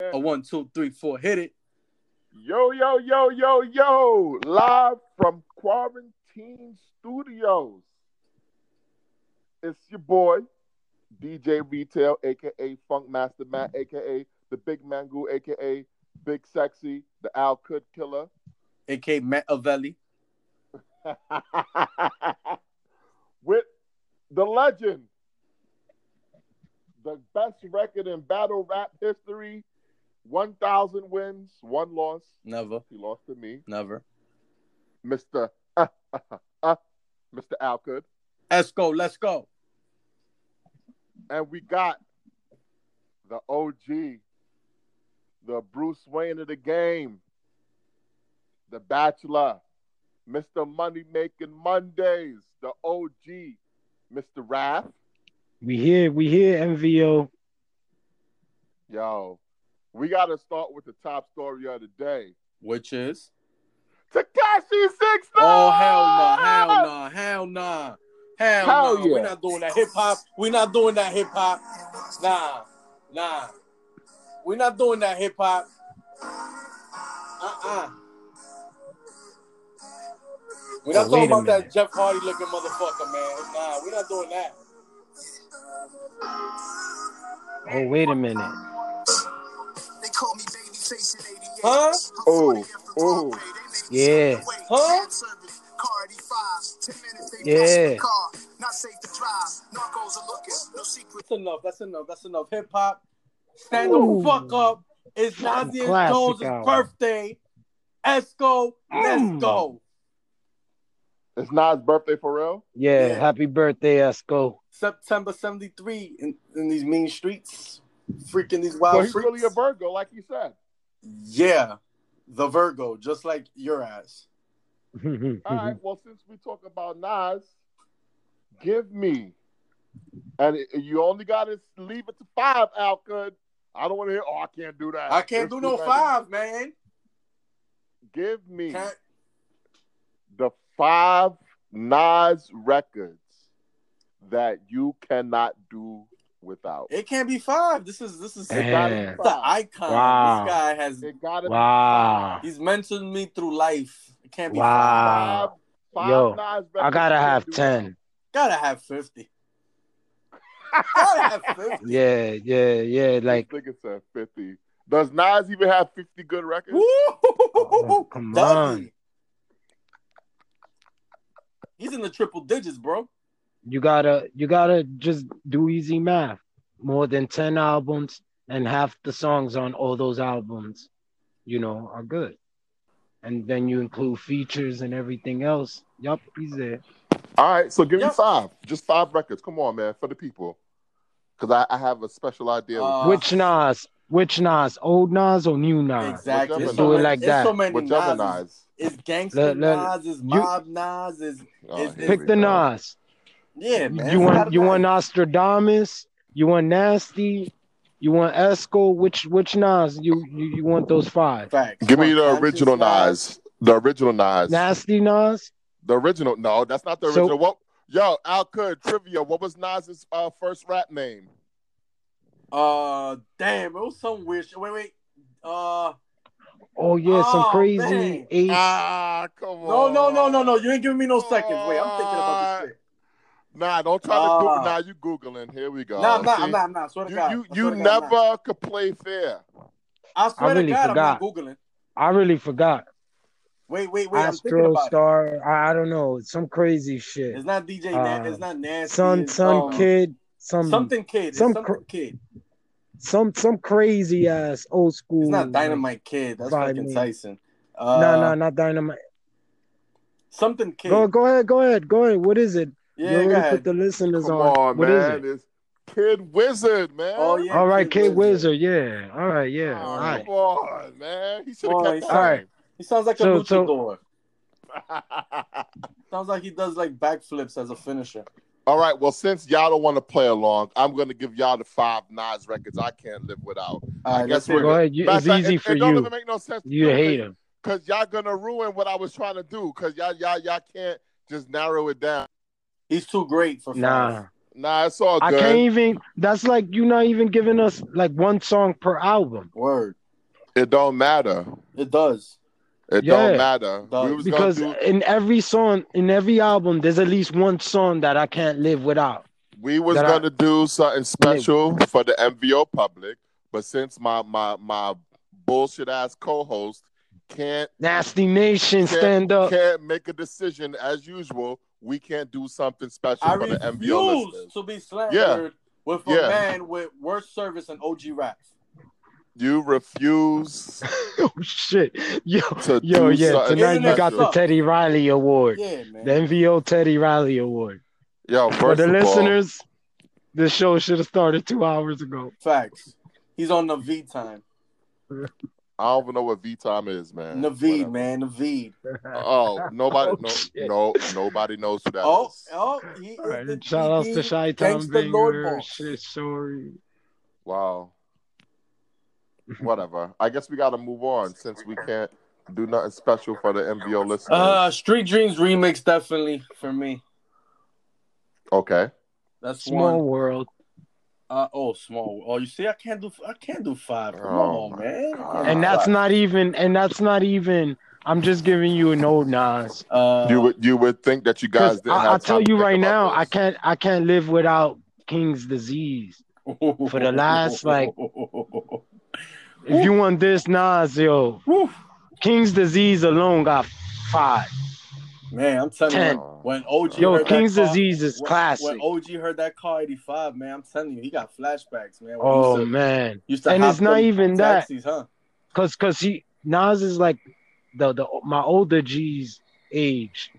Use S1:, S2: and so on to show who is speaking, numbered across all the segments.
S1: A one, two, three, four, hit it.
S2: Yo, yo, yo, yo, yo. Live from Quarantine Studios. It's your boy, DJ Retail, aka Funk Master Matt, aka the Big Mango, aka Big Sexy, the Al Kud Killer.
S1: A.K. Machiavelli.
S2: With the legend, the best record in battle rap history, 1,000 wins, one loss.
S1: Never,
S2: He lost to me,
S1: never.
S2: Mr. Uh, uh, uh, Mr. Al Kud.
S1: Let's go, let's go.
S2: and we got the OG, the Bruce Wayne of the game, the Bachelor, Mr. Money Making Mondays, the OG, Mr. Raph.
S3: We here, we here, MVO.
S2: Yo, we got to start with the top story of the day.
S1: Which is?
S2: Takashi Six
S1: Oh, hell no, hell no, hell no. Hell,
S2: Hell
S1: no.
S2: yeah.
S1: We're not doing that hip hop. We're not doing that hip hop. Nah, nah. We're not doing that hip hop. Uh uh. We're not
S3: Oh, wait
S1: talking
S3: a
S1: about that
S3: minute.
S1: Jeff Hardy looking motherfucker, man. Nah, we're not doing that.
S3: Oh, wait a minute.
S4: They call me Babyface in 88.
S1: Huh?
S2: Oh, oh.
S3: Yeah.
S1: Huh?
S3: Yeah.
S4: Not safe to drive. Narcos are looking. No secret.
S1: That's enough. That's enough. That's enough. Hip hop. Stand
S3: Ooh.
S1: the fuck up. It's Nadia
S3: Classic
S1: Jones'
S3: hour.
S1: birthday. Esco, let's
S3: Mm.
S1: go.
S2: It's Nas' birthday for real?
S3: Yeah,
S1: Yeah.
S3: happy birthday, Esco.
S1: September 73 in, in these mean streets. Freaking these wild
S2: so he's
S1: Uh, freaks.
S2: really a Virgo, like you said.
S1: yeah. The Virgo, just like your ass.
S2: All
S3: Mm-hmm.
S2: right. Well, since we talk about Nas, give me, and it- you only got to leave it to five, Al Good. I don't want to hear. Oh, I can't do that.
S1: I can't
S2: It's
S1: do
S2: too
S1: no
S2: heavy."
S1: five, man.
S2: Give me
S1: Can't-
S2: the five Nas records that you cannot do without.
S1: it can't be five. This is this is
S2: It
S1: the
S3: Damn.
S2: gotta be five.
S1: icon.
S3: Wow.
S1: This guy has
S2: It gotta be
S3: wow.
S1: he's mentioned me through life. It can't be five.
S2: five.
S3: Wow.
S2: five
S3: Yo,
S2: Nas records
S3: I gotta
S2: you can't
S3: have
S2: do
S3: 10.
S1: Gotta have 50. Gotta have 50.
S3: Yeah, yeah, yeah. Like,
S2: This nigga said fifty. Does Nas even have fifty good records?
S1: Woo!
S3: Oh, come
S1: Does he?
S3: on.
S1: He's in the triple digits, bro.
S3: you gotta, you gotta just do easy math. More than 10 albums and half the songs on all those albums, you know, are good. And then you include features and everything else. Yup, he's there.
S2: All right, so give me
S1: Yep.
S2: five, just five records. Come on, man, for the people, because I, I have a special idea. with-
S1: Uh,
S3: Which Nas? Which Nas? Old Nas or new Nas?
S1: exactly.
S2: Let's
S1: It's
S2: do it
S1: many-
S3: like
S1: it's
S3: that.
S1: So many
S2: with
S1: Nas.
S2: Gemini's.
S1: It's gangster
S3: Let- let-
S1: Nas. It's mob Nas. It's
S2: Oh,
S1: it's-
S2: here
S3: Pick
S2: we
S3: the
S2: go.
S3: Nas.
S1: yeah, man.
S3: you
S1: We
S3: want
S1: gotta
S3: you
S1: go.
S3: want Nostradamus? You want Nasty? You want Esco? Which which Nas? You you, you want those five?
S1: Facts.
S2: Give me
S1: Come
S2: the
S1: on,
S2: original
S1: conscious
S2: Nas. The original Nas.
S3: Nasty Nas?
S2: The original. No, that's not the
S3: So-
S2: original. what? Yo, Al Kud trivia. What was Nas's uh, first rap name?
S1: Uh, damn, it was some weird shit. Wait, wait. Uh,
S3: Oh yeah, some
S1: Oh,
S3: crazy
S1: man. Uh,
S3: eight.
S2: Ah, come
S1: no,
S2: on.
S1: no, no, no, no. You ain't giving me no seconds. Wait, I'm thinking about
S2: Oh,
S1: this shit.
S2: Nah, don't try to
S1: Ah.
S2: Google. Nah, you googling. Here we go.
S1: Nah, I'm not.
S2: See?
S1: I'm not. I'm not. Swear to
S2: You
S1: God.
S2: you,
S1: I swear to
S2: you
S1: God, I'm
S2: never
S1: not.
S2: could play fair.
S1: I swear
S3: really
S1: to God, I'm
S3: forgot.
S1: not googling.
S3: I really forgot.
S1: Wait, wait, wait. I'm thinking
S3: Astro
S1: about it.
S3: Star. I, I don't know. Some crazy shit.
S1: It's not DJ.
S3: Uh,
S1: Nan- it's not Nasty.
S3: Son
S1: it's,
S3: son
S1: um,
S3: kid. Some
S1: Something kid. It's
S3: some
S1: something
S3: cr-
S1: kid.
S3: some some crazy ass old school.
S1: It's not Dynamite Kid. That's
S3: Vibe
S1: fucking
S3: me.
S1: Tyson. Uh,
S3: No, no, not dynamite.
S1: Something kid.
S3: Go go ahead, go ahead, go ahead. What is it?
S1: yeah, go
S3: you already
S1: ahead.
S3: put the listeners
S2: Come
S3: on.
S2: on,
S3: What is
S2: man.
S3: it?
S2: It's Kid Wizard, man.
S1: Oh yeah.
S3: All right, Kid
S1: Wizard.
S3: Wizard. Yeah. All right, yeah.
S2: Oh,
S3: All right.
S2: Come on, man. He
S1: Come
S2: should have
S1: on,
S2: kept
S1: he
S2: that.
S3: All right.
S1: He sounds like a
S3: So- so-
S1: luchador. Sounds like he does like backflips as a finisher.
S2: All right. Well, since y'all don't want to play along, I'm going to give y'all the five Nas records I can't live without.
S1: All
S2: I
S1: right, let's
S2: guess we're
S1: hear
S3: Go
S1: it.
S3: ahead. You,
S2: Matter
S3: it's
S2: of fact,
S3: easy
S2: it,
S3: for
S2: it don't
S3: you.
S2: even make no sense.
S3: You hate him.
S2: because y'all gonna ruin what I was trying to do. Because y'all y'all y'all can't just narrow it down.
S1: He's too great for five.
S3: Nah.
S2: Nah, it's all
S3: I
S2: good.
S3: can't even. That's like you're not even giving us like one song per album.
S1: Word.
S2: It don't matter.
S1: It does.
S2: It
S3: Yeah.
S2: don't matter.
S1: Dog.
S2: We was
S3: because
S2: gonna do,
S3: in every song, in every album, there's at least one song that I can't live without.
S2: we was
S3: that I-
S2: gonna do something special for the MVO public, but since my my my bullshit ass co-host can't
S3: Nasty Nation,
S2: can't,
S3: stand up.
S2: can't make a decision as usual, we can't do something special
S1: I
S2: for the MVO
S1: refuse
S2: listeners.
S1: to be slandered
S2: Yeah.
S1: with a
S2: Yeah.
S1: man with worse service than OG Rap.
S2: You refuse
S3: oh shit, yo,
S2: to
S3: yo,
S2: do
S3: yeah.
S2: something
S3: Tonight you
S2: special.
S3: got the
S1: Internet
S3: Teddy Riley Award,
S1: Yeah,
S3: the
S1: man.
S3: MVO Teddy Riley Award.
S2: Yo, first
S3: For the
S2: of all,
S3: listeners, this show should have started two hours ago.
S1: Facts. He's on Naveed time.
S2: I don't even know what V time is, man.
S1: Naveed,
S2: Whatever.
S1: man. Naveed.
S2: Oh, nobody,
S3: Oh,
S2: no,
S3: shit.
S2: no, nobody knows who that
S1: Oh,
S2: is.
S1: oh. He
S3: All right,
S1: is the
S3: shout outs to
S1: DD
S3: Shy Town
S1: gangsta E, Lord
S3: Banger.
S1: boss.
S3: Shit, sorry.
S2: Wow. Whatever. I guess we got to move on since we can't do nothing special for the MVO listeners.
S1: Uh, Street Dreams remix definitely for me.
S2: okay.
S1: That's
S3: Small
S1: one.
S3: world.
S1: Uh, oh, small. Oh, you see, I can't do. I can't do five. Come
S2: Oh,
S1: on,
S2: my
S1: man.
S2: God.
S3: And that's
S1: Five.
S3: not even and that's not even I'm just giving you an old Nas.
S1: Uh,
S2: You would you would think that you guys
S3: 'Cause
S2: didn't
S3: I,
S2: have
S3: I'll tell
S2: time to
S3: you
S2: think
S3: right
S2: about
S3: now,
S2: this.
S3: I can't I can't live without King's disease. for the last, like- If you want this Nas, yo,
S1: Woo.
S3: King's disease alone got five.
S1: man, I'm telling
S3: Ten.
S1: you, when OG
S3: Yo,
S1: heard
S3: King's
S1: that car,
S3: disease is
S1: when-
S3: classic.
S1: When OG heard that car '85, man, I'm telling you, he got flashbacks, man. When he used
S3: Oh
S1: to-
S3: man.
S1: used to
S3: and
S1: hop
S3: it's not
S1: them
S3: even that.
S1: taxis, huh?
S3: Cause cause he Nas is like the the my older G's age.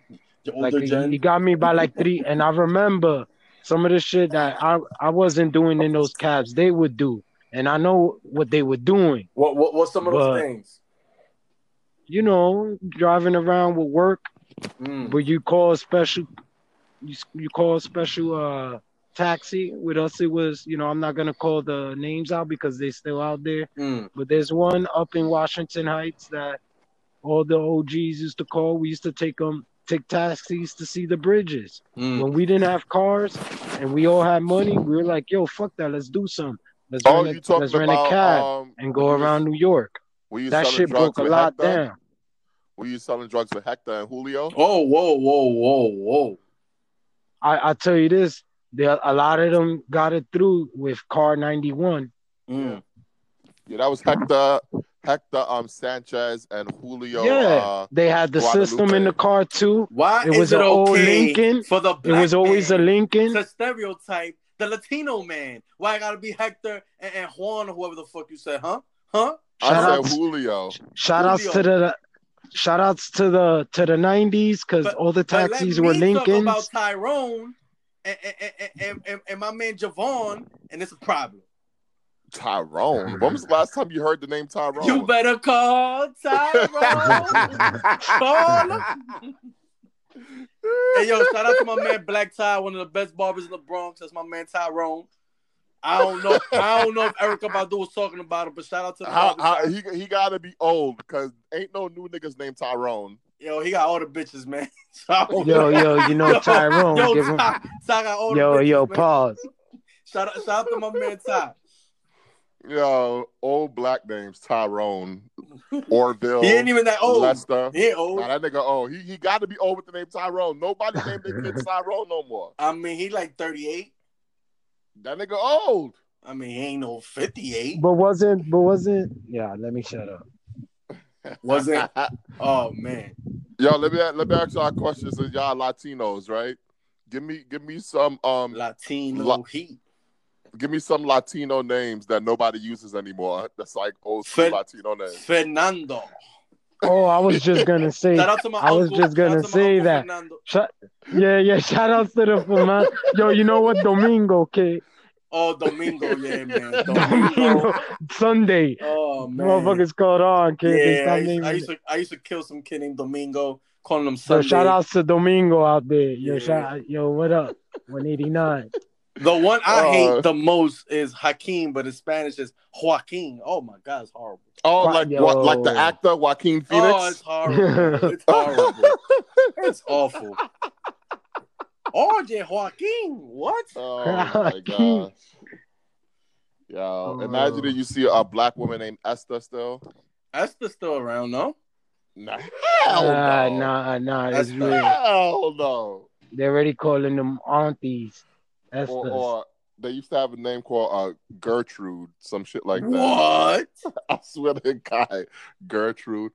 S1: The
S3: Like
S1: older
S3: he,
S1: gen.
S3: he got me by like three, and I remember some of the shit that I I wasn't doing in those cabs. They would do, and I know what they were doing.
S1: What, what what's some of those
S3: But-
S1: things?
S3: You know, driving around with work,
S1: Mm.
S3: but you call special, you s- you call special uh taxi. With us, it was you know I'm not gonna call the names out because they still out there.
S1: Mm.
S3: But there's one up in Washington Heights that all the OGs used to call. We used to take them take taxis to see the bridges.
S1: Mm.
S3: When we didn't have cars and we all had money, we were like, "Yo, fuck that! Let's do something. Let's
S2: Oh,
S3: rent
S2: you
S3: a, let's
S2: talking
S3: rent a
S2: about
S3: cab
S2: um,
S3: and go
S2: when you was-
S3: around New York."
S2: Were you
S3: That
S2: selling
S3: shit
S2: drugs
S3: broke a
S2: with
S3: lot
S2: Hector?
S3: down.
S2: Were you selling drugs with Hector and Julio?
S1: Oh, whoa, whoa, whoa, whoa.
S3: I, I tell you this, there a lot of them got it through with Car 91.
S1: Mm.
S2: Yeah, that was Hector, Hector, um, Sanchez and Julio.
S3: Yeah.
S2: Uh,
S3: They had the
S2: Guadalupe.
S3: system in the car too.
S1: Why
S3: It
S1: is
S3: was
S1: it
S3: an old
S1: okay
S3: Lincoln.
S1: for the
S3: It was
S1: black
S3: always a
S1: man
S3: Lincoln.
S1: to stereotype the Latino man? Why I gotta be Hector and, and Juan or whoever the fuck you said, huh? Huh?
S2: I
S3: Shout
S2: said
S3: outs-
S2: Julio.
S3: Shout outs to
S1: Julio.
S3: the shout outs to the to the nineties because
S1: But-
S3: all the
S1: But
S3: taxis
S1: let
S3: were
S1: me Talk
S3: Lincolns.
S1: about Tyrone and, and, and, and, and, and my man Javon, and it's a problem.
S2: Tyrone. When was the last time you heard the name Tyrone?
S1: You better call Tyrone. call him. Hey yo, shout out to my man Black Ty, one of the best barbers in the Bronx. That's my man Tyrone. I don't know. I don't know if Erica Badu was talking about him, but shout out to the
S2: How,
S1: barber
S2: how,
S1: shop.
S2: he he gotta be old because ain't no new niggas named Tyrone.
S1: Yo, he got all the bitches, man. So I don't
S3: Yo,
S1: know.
S3: yo, you know
S1: Yo,
S3: Tyrone.
S1: yo,
S3: give him,
S1: Ty, Ty got all
S3: yo,
S1: the bitches,
S3: yo,
S1: man.
S3: pause.
S1: Shout out, shout out to my man Ty.
S2: Yo, old black names Tyrone, Orville,
S1: He ain't even that old.
S2: Lester.
S1: he ain't old.
S2: Nah, that nigga old. He he gotta be old with the name Tyrone. Nobody named their kid Tyrone no more.
S1: I mean, he like thirty eight.
S2: That nigga old.
S1: I mean, he ain't no fifty eight.
S3: But wasn't but wasn't yeah, let me shut up.
S1: Was it? Oh man.
S2: Yo, let me let me ask y'all a question since y'all Latinos, right? Give me give me some um
S1: Latino
S2: La-
S1: heat.
S2: give me some Latino names that nobody uses anymore. That's like old
S1: Fed-
S2: school Latino names.
S1: Fernando.
S3: Oh, I was just gonna say
S1: Shout out to my
S3: I was
S1: uncle.
S3: just gonna
S1: Shout out to my
S3: say
S1: uncle
S3: that.
S1: Fernando.
S3: Shut, yeah, yeah. Shout outs to the Fernando. Yo, you know what? Domingo, kid.
S1: Oh, Domingo, yeah, man. Domingo.
S3: Domingo. Sunday.
S1: Oh man.
S3: Motherfuckers called on, kid. they
S1: yeah, I
S3: stopped
S1: used, I
S3: naming
S1: used
S3: it.
S1: to I used to kill some kid named Domingo, calling him
S3: So
S1: Sunday.
S3: shout outs to Domingo out there. Yo,
S1: Yeah.
S3: shout yo, what up? 189.
S1: The one I
S2: Uh,
S1: hate the most is Hakeem, but in Spanish is Joaquin. Oh my god, it's horrible.
S2: Oh,
S3: Wa-
S2: like what, like the
S3: yo.
S2: actor Joaquin
S1: Oh, it's
S2: Phoenix.
S1: horrible. it's horrible. It's awful. RJ Oh, Joaquin. What?
S2: Oh my gosh. Yo, imagine that you see a black woman named Esther still.
S1: Esther's still around, no?
S2: Nah, hell
S3: nah,
S2: no.
S3: nah, nah, it's
S1: That's
S3: real.
S2: Hell no.
S3: They're already calling them aunties. That's
S2: Or,
S3: the-
S2: or they used to have a name called uh, Gertrude, some shit like that.
S1: What?
S2: I swear to God, Gertrude.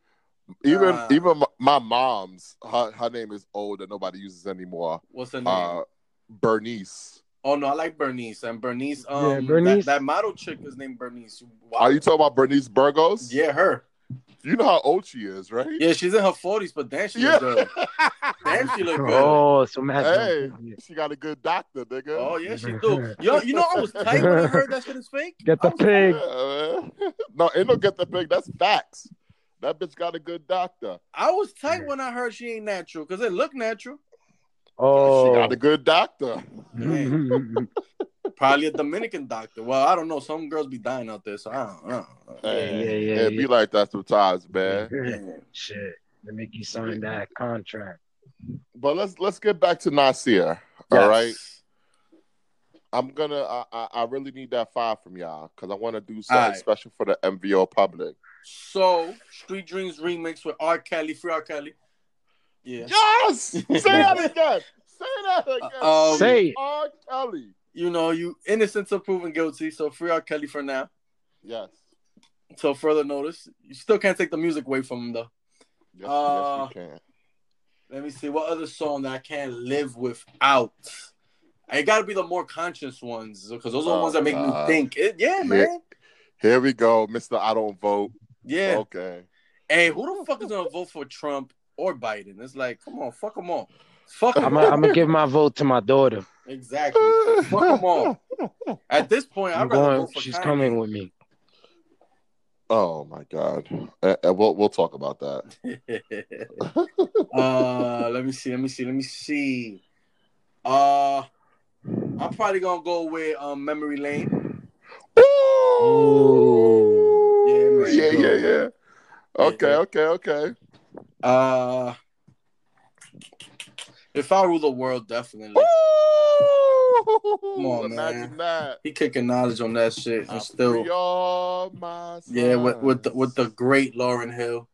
S2: Even
S1: Nah.
S2: even my, my mom's her, her name is old and nobody uses anymore.
S1: What's her name?
S2: Uh, Bernice.
S1: oh no, I like Bernice and Bernice. Um,
S3: Yeah, Bernice.
S1: That, that model chick is named Bernice. Wow.
S2: Are you talking about Bernice Burgos?
S1: yeah, her.
S2: You know how old she is, right?
S1: Yeah, she's in her forties, but damn, she
S2: Yeah.
S1: look good. Damn, she look good. Oh,
S3: Oh, so Matt.
S2: Hey, she got a good doctor, nigga.
S1: yeah, she do. Yo, you know, I was tight when I heard that shit is fake.
S3: Get the
S1: I was-
S3: pig.
S2: Yeah, man. no, ain't no get the pig. That's facts. That bitch got a good doctor.
S1: I was tight when I heard she ain't natural because it looked natural.
S2: She
S3: Oh.
S2: got a good doctor.
S1: Probably a Dominican doctor. Well, I don't know. Some girls be dying out there, so I don't know.
S3: yeah,
S2: Man,
S3: yeah,
S2: It
S3: yeah.
S2: be like that sometimes, man.
S3: Shit. They make you sign that contract.
S2: But let's let's get back to Nasir. All right, I'm gonna. I, I I really need that five from y'all because I want to do something
S1: Alright.
S2: special for the MVO public.
S1: So, Street Dreams remix with R. Kelly, free R. Kelly. Yeah.
S2: Yes, say that again. Say that again.
S1: Um,
S3: Say it.
S2: R. Kelly.
S1: You know, you innocent till proven guilty. So free R. Kelly for now.
S2: Yes.
S1: Till further notice. You still can't take the music away from him though.
S2: Yes,
S1: Uh,
S2: yes, you can.
S1: Let me see what other song that I can't live without. It gotta be the more conscious ones because those are the
S2: Oh,
S1: ones that make
S2: God.
S1: me think. It- yeah,
S2: Yeah.
S1: man.
S2: Here we go, Mister. I don't vote.
S1: Yeah.
S3: Oh.
S2: Okay.
S1: Hey, who the fuck is gonna vote for Trump or Biden? It's like, come on, fuck them all. Fuck
S3: I'm
S1: them all.
S3: going to give my vote to my daughter.
S1: Exactly. Fuck them all. At this point, I'd
S3: I'm
S1: rather
S3: going.
S1: vote for
S3: She's
S1: Kanye.
S3: coming with me.
S2: Oh my God. Uh, uh, we'll we'll talk about that.
S1: uh, let me see. Let me see. Let me see. Uh, I'm probably gonna go with um Memory Lane.
S2: Ooh.
S1: Yeah,
S2: Yeah,
S1: man.
S2: yeah, yeah. Okay,
S1: Yeah.
S2: okay, okay.
S1: Uh, if I rule the world, definitely.
S2: Come
S1: on,
S2: Imagine
S1: man.
S2: that.
S1: He kicking knowledge on that shit.
S2: I
S1: I'm still,
S2: free all my
S1: yeah, with with the,
S2: sons.
S1: with the great Lauren Hill.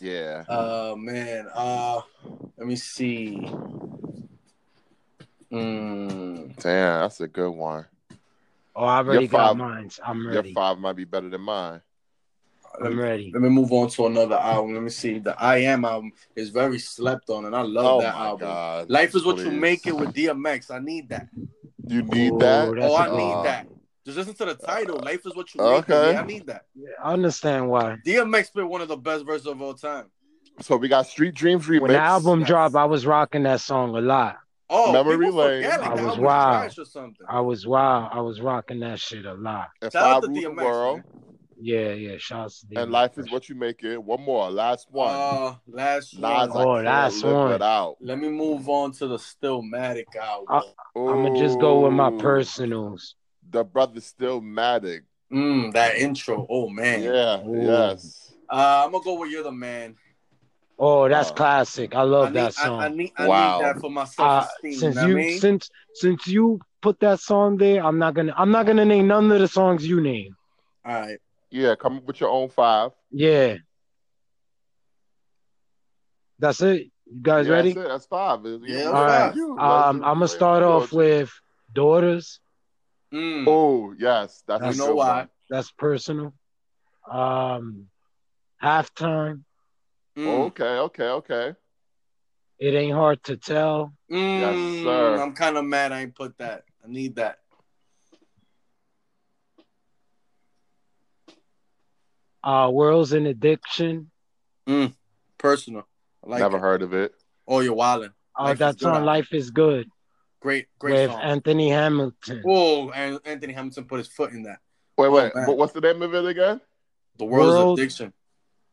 S2: yeah.
S1: Uh, man. Uh, let me see. Mm,
S2: Damn, that's a good one.
S3: Oh, I already
S2: Your
S3: got
S2: five-
S3: mine. I'm
S2: Your
S3: ready.
S2: five might be better than mine.
S3: I'm ready.
S1: let me move on to another album. Let me see. The I Am album is very slept on, and I love
S2: oh
S1: that
S2: my
S1: album.
S2: God.
S1: Life is what you
S2: Please.
S1: make it with DMX. I need that.
S2: You need
S3: Ooh,
S2: that.
S3: that's
S1: oh, I
S3: a-
S1: need
S2: uh,
S1: that. Just listen to the title. Life is what you make
S2: okay.
S1: it. with. I need that.
S3: I understand why.
S1: DMX been one of the best verses of all time.
S2: So we got Street Dreams remix.
S3: When the album
S1: Yes.
S3: dropped, I was rocking that song a lot.
S1: Oh,
S2: Memory
S1: Memory Lane.
S2: Lane.
S1: Like
S3: I
S1: that
S3: was
S1: album
S3: wild.
S1: trash or something.
S3: I was wow. I was rocking that shit a lot.
S2: If
S1: Shout
S2: I
S1: out to
S2: rule the
S1: DMX,
S2: world,
S3: Yeah, yeah. Shouts to the
S2: and life is what you make it. One more, last one.
S1: Uh, last
S2: Nas,
S1: one.
S3: Oh,
S2: I can't
S3: last
S2: live
S3: one.
S2: without.
S1: Let me move on to the Stillmatic album.
S3: I- I'm gonna just go with my
S2: Ooh,
S3: personals.
S2: The brother's still matic.
S1: Mm, that intro. Oh man.
S2: Yeah,
S3: Ooh.
S2: yes.
S1: Uh, I'm gonna go with You're the Man.
S3: Oh, that's
S2: Uh,
S3: classic. I love
S1: I need,
S3: that
S1: I, I
S3: song.
S1: need, I
S2: Wow.
S1: need that for my
S3: Uh,
S1: self esteem.
S3: since
S1: you know
S3: you
S1: what I mean?
S3: since since you put that song there, I'm not gonna I'm not gonna name none of the songs you name.
S1: All right.
S2: Yeah, come up with your own five.
S3: Yeah. That's it. You guys
S2: yeah,
S3: ready?
S2: That's, it. that's five. It's-
S1: Yeah,
S2: it's
S1: all right.
S2: you.
S3: Um, I'm gonna start off with daughters.
S1: Mm.
S2: Oh yes, that's
S3: You
S2: a
S1: know
S2: good
S1: why.
S2: one.
S3: That's personal. Um, halftime.
S1: Mm.
S2: Okay, okay, okay.
S3: It ain't hard to tell.
S1: Mm,
S2: Oh, sir.
S1: I'm kind of mad I ain't put that. I need that.
S3: Uh, world's an addiction.
S1: Personal. I like
S2: Never
S1: it.
S2: heard of it.
S1: Oh, you're wildin'.
S3: Uh,
S1: Life
S3: that
S1: is Good
S3: song,
S1: album.
S3: "Life Is Good,"
S1: Great, great
S3: with
S1: song.
S3: Anthony Hamilton.
S1: Whoa, and Anthony Hamilton put his foot in that.
S2: Wait, wait.
S1: man.
S2: what- what's the name of it again?
S1: The world's
S3: World-
S1: addiction.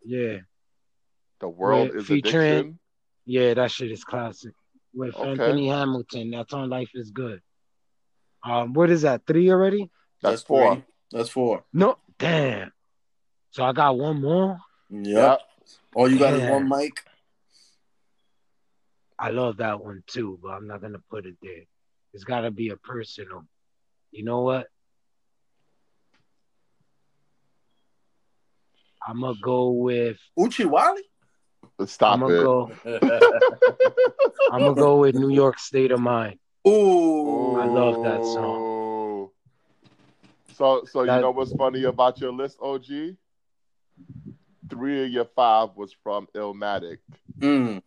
S3: Yeah,
S2: The world
S3: Wait,
S2: is
S3: featuring-
S2: addiction.
S3: yeah, that shit is classic. With
S2: Okay.
S3: Anthony Hamilton, that song, "Life Is Good." Um, what is that? Three already?
S2: That's four.
S1: three. That's four.
S3: No, damn. So I got one more.
S1: Oh, Yep. All you got is
S3: Yeah.
S1: one mic.
S3: I love that one too, but I'm not gonna put it there. It's gotta be a personal. You know what? I'm gonna go with
S1: Uchi Wally?
S2: Stop
S3: I'm
S2: it.
S3: gonna go I'm gonna go with New York State of Mind.
S1: Ooh.
S3: I love that song.
S2: Ooh. Oh. So, so
S3: That-
S2: you know what's funny about your list, OG? Three of your five was from Illmatic.
S1: Mm.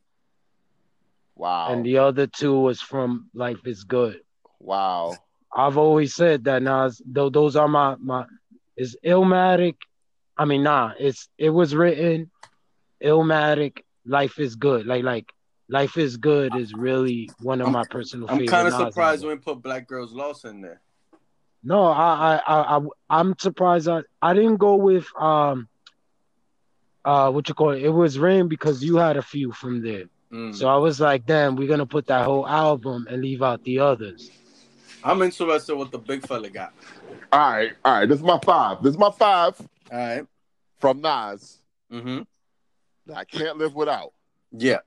S2: Wow.
S3: And the other two was from Life is Good.
S2: wow.
S3: I've always said that Nas, though those are my my is Illmatic. I mean, nah, it's it was written Illmatic. Life is good. Like like Life is good is really one of
S1: I'm-
S3: my personal.
S1: I'm
S3: favorite
S1: kind of
S3: Nas
S1: surprised
S3: albums.
S1: you didn't put Black Girls Lost in there.
S3: No, I I I, I I'm surprised. I I didn't go with um uh what you call it. It was rain because you had a few from there.
S1: Mm.
S3: So I was like, damn, we're gonna put that whole album and leave out the others.
S1: I'm interested what the big fella got.
S2: All right. All right. This is my five. This is my five
S1: All right.
S2: from Nas
S1: Mm-hmm.
S2: that I can't live without.
S1: Yeah.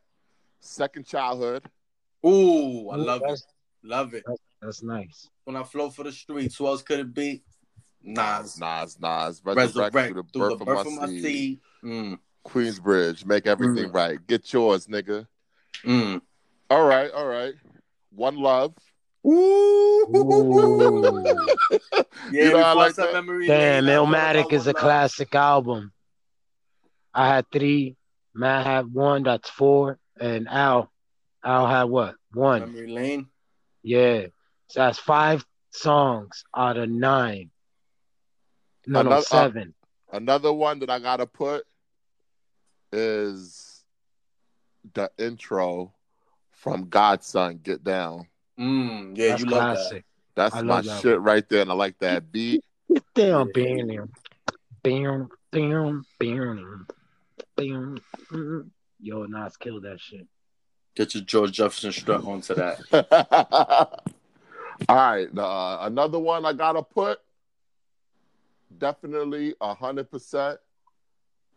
S2: Second childhood.
S1: Ooh, I love it.
S3: that's,
S1: Love it.
S3: That's nice.
S1: When I flow for the streets, who else could it be? Nas.
S2: Nas, Nas. Resurrect,
S1: Resurrect
S2: through the birth, of, my seed. Mm.
S1: seed. Mm.
S2: Queensbridge. Make everything right. Get yours, nigga.
S1: Mm.
S2: All right. All right. One love.
S3: Ooh.
S1: Yeah,
S2: you know, I like
S1: that
S2: that.
S1: memory.
S3: Damn,
S1: lane, I thought
S3: Illmatic
S1: about
S3: is a
S1: one love.
S3: classic album. I had three, Matt had one, that's four, and Al, Al had what? One.
S1: Memory lane.
S3: Yeah. So that's five songs out of nine. No, no,
S2: Another- uh,
S3: seven.
S2: Another one that I gotta put is the intro from Godson Get Down.
S1: Mm. Yeah,
S3: that's
S1: you love
S3: classic.
S2: That's
S3: I
S2: my
S3: love that
S2: shit right there, and I like that beat.
S3: Get down,
S1: Yeah.
S3: bam, bam, bam, bam, bam. mm. Yo, Nas killed that shit.
S1: that. Get your George Jefferson strut onto that.
S2: All right, uh, another one I gotta put definitely hundred percent.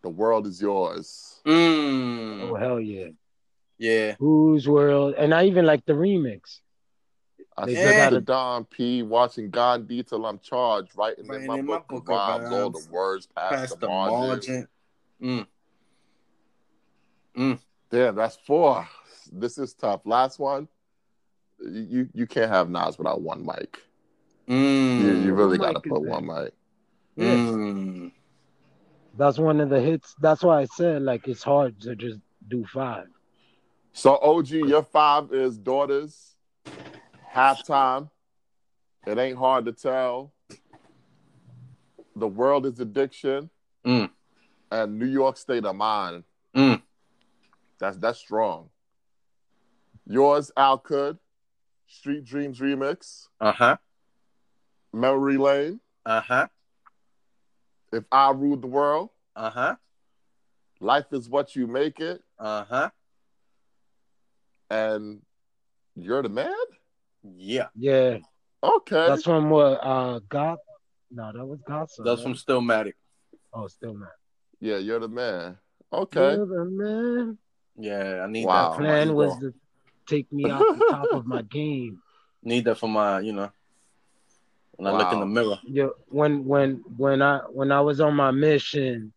S2: The world is yours.
S3: Oh
S1: Mm.
S3: hell yeah.
S1: Yeah.
S3: Whose world? And I even like the remix.
S2: I
S3: They
S2: sit
S1: got
S2: to
S3: it.
S2: Don P, watching Gandhi till I'm charged, writing,
S1: Writing
S2: in my book, of rhymes, all the words past,
S1: Past the
S2: the margin.
S1: margin.
S2: Damn, that's four. This is tough. Last one. You you can't have Nas without one mic.
S1: Mm.
S2: You, you really
S3: One mic
S2: gotta
S3: is
S2: put
S3: there.
S2: one mic.
S1: Mm.
S3: That's one of the hits. That's why I said like it's hard to just do five.
S2: So OG, your five is daughters, halftime. It ain't hard to tell. The world is addiction,
S1: Mm.
S2: and New York state of mind.
S1: Mm.
S2: That's that's strong. Yours, Al Could, Street Dreams remix,
S1: Uh huh.
S2: Memory Lane.
S1: Uh huh.
S2: If I ruled the world,
S1: Uh huh.
S2: life is what you make it.
S1: Uh huh.
S2: and you're the man.
S1: Yeah.
S3: Yeah,
S2: Okay,
S3: that's from what uh God. No, that was Godson.
S1: That's from
S3: right?
S1: Stillmatic.
S3: Oh, still not.
S2: yeah, you're the man. Okay, Oh,
S3: You're the man.
S1: Yeah, I need
S2: Wow.
S1: that. For my
S3: Plan
S1: ego.
S3: was to take me out the top of my game.
S1: Need that for my, you know, when I look in
S2: Wow.
S1: the mirror.
S3: Yo, when when when I when I was on my mission,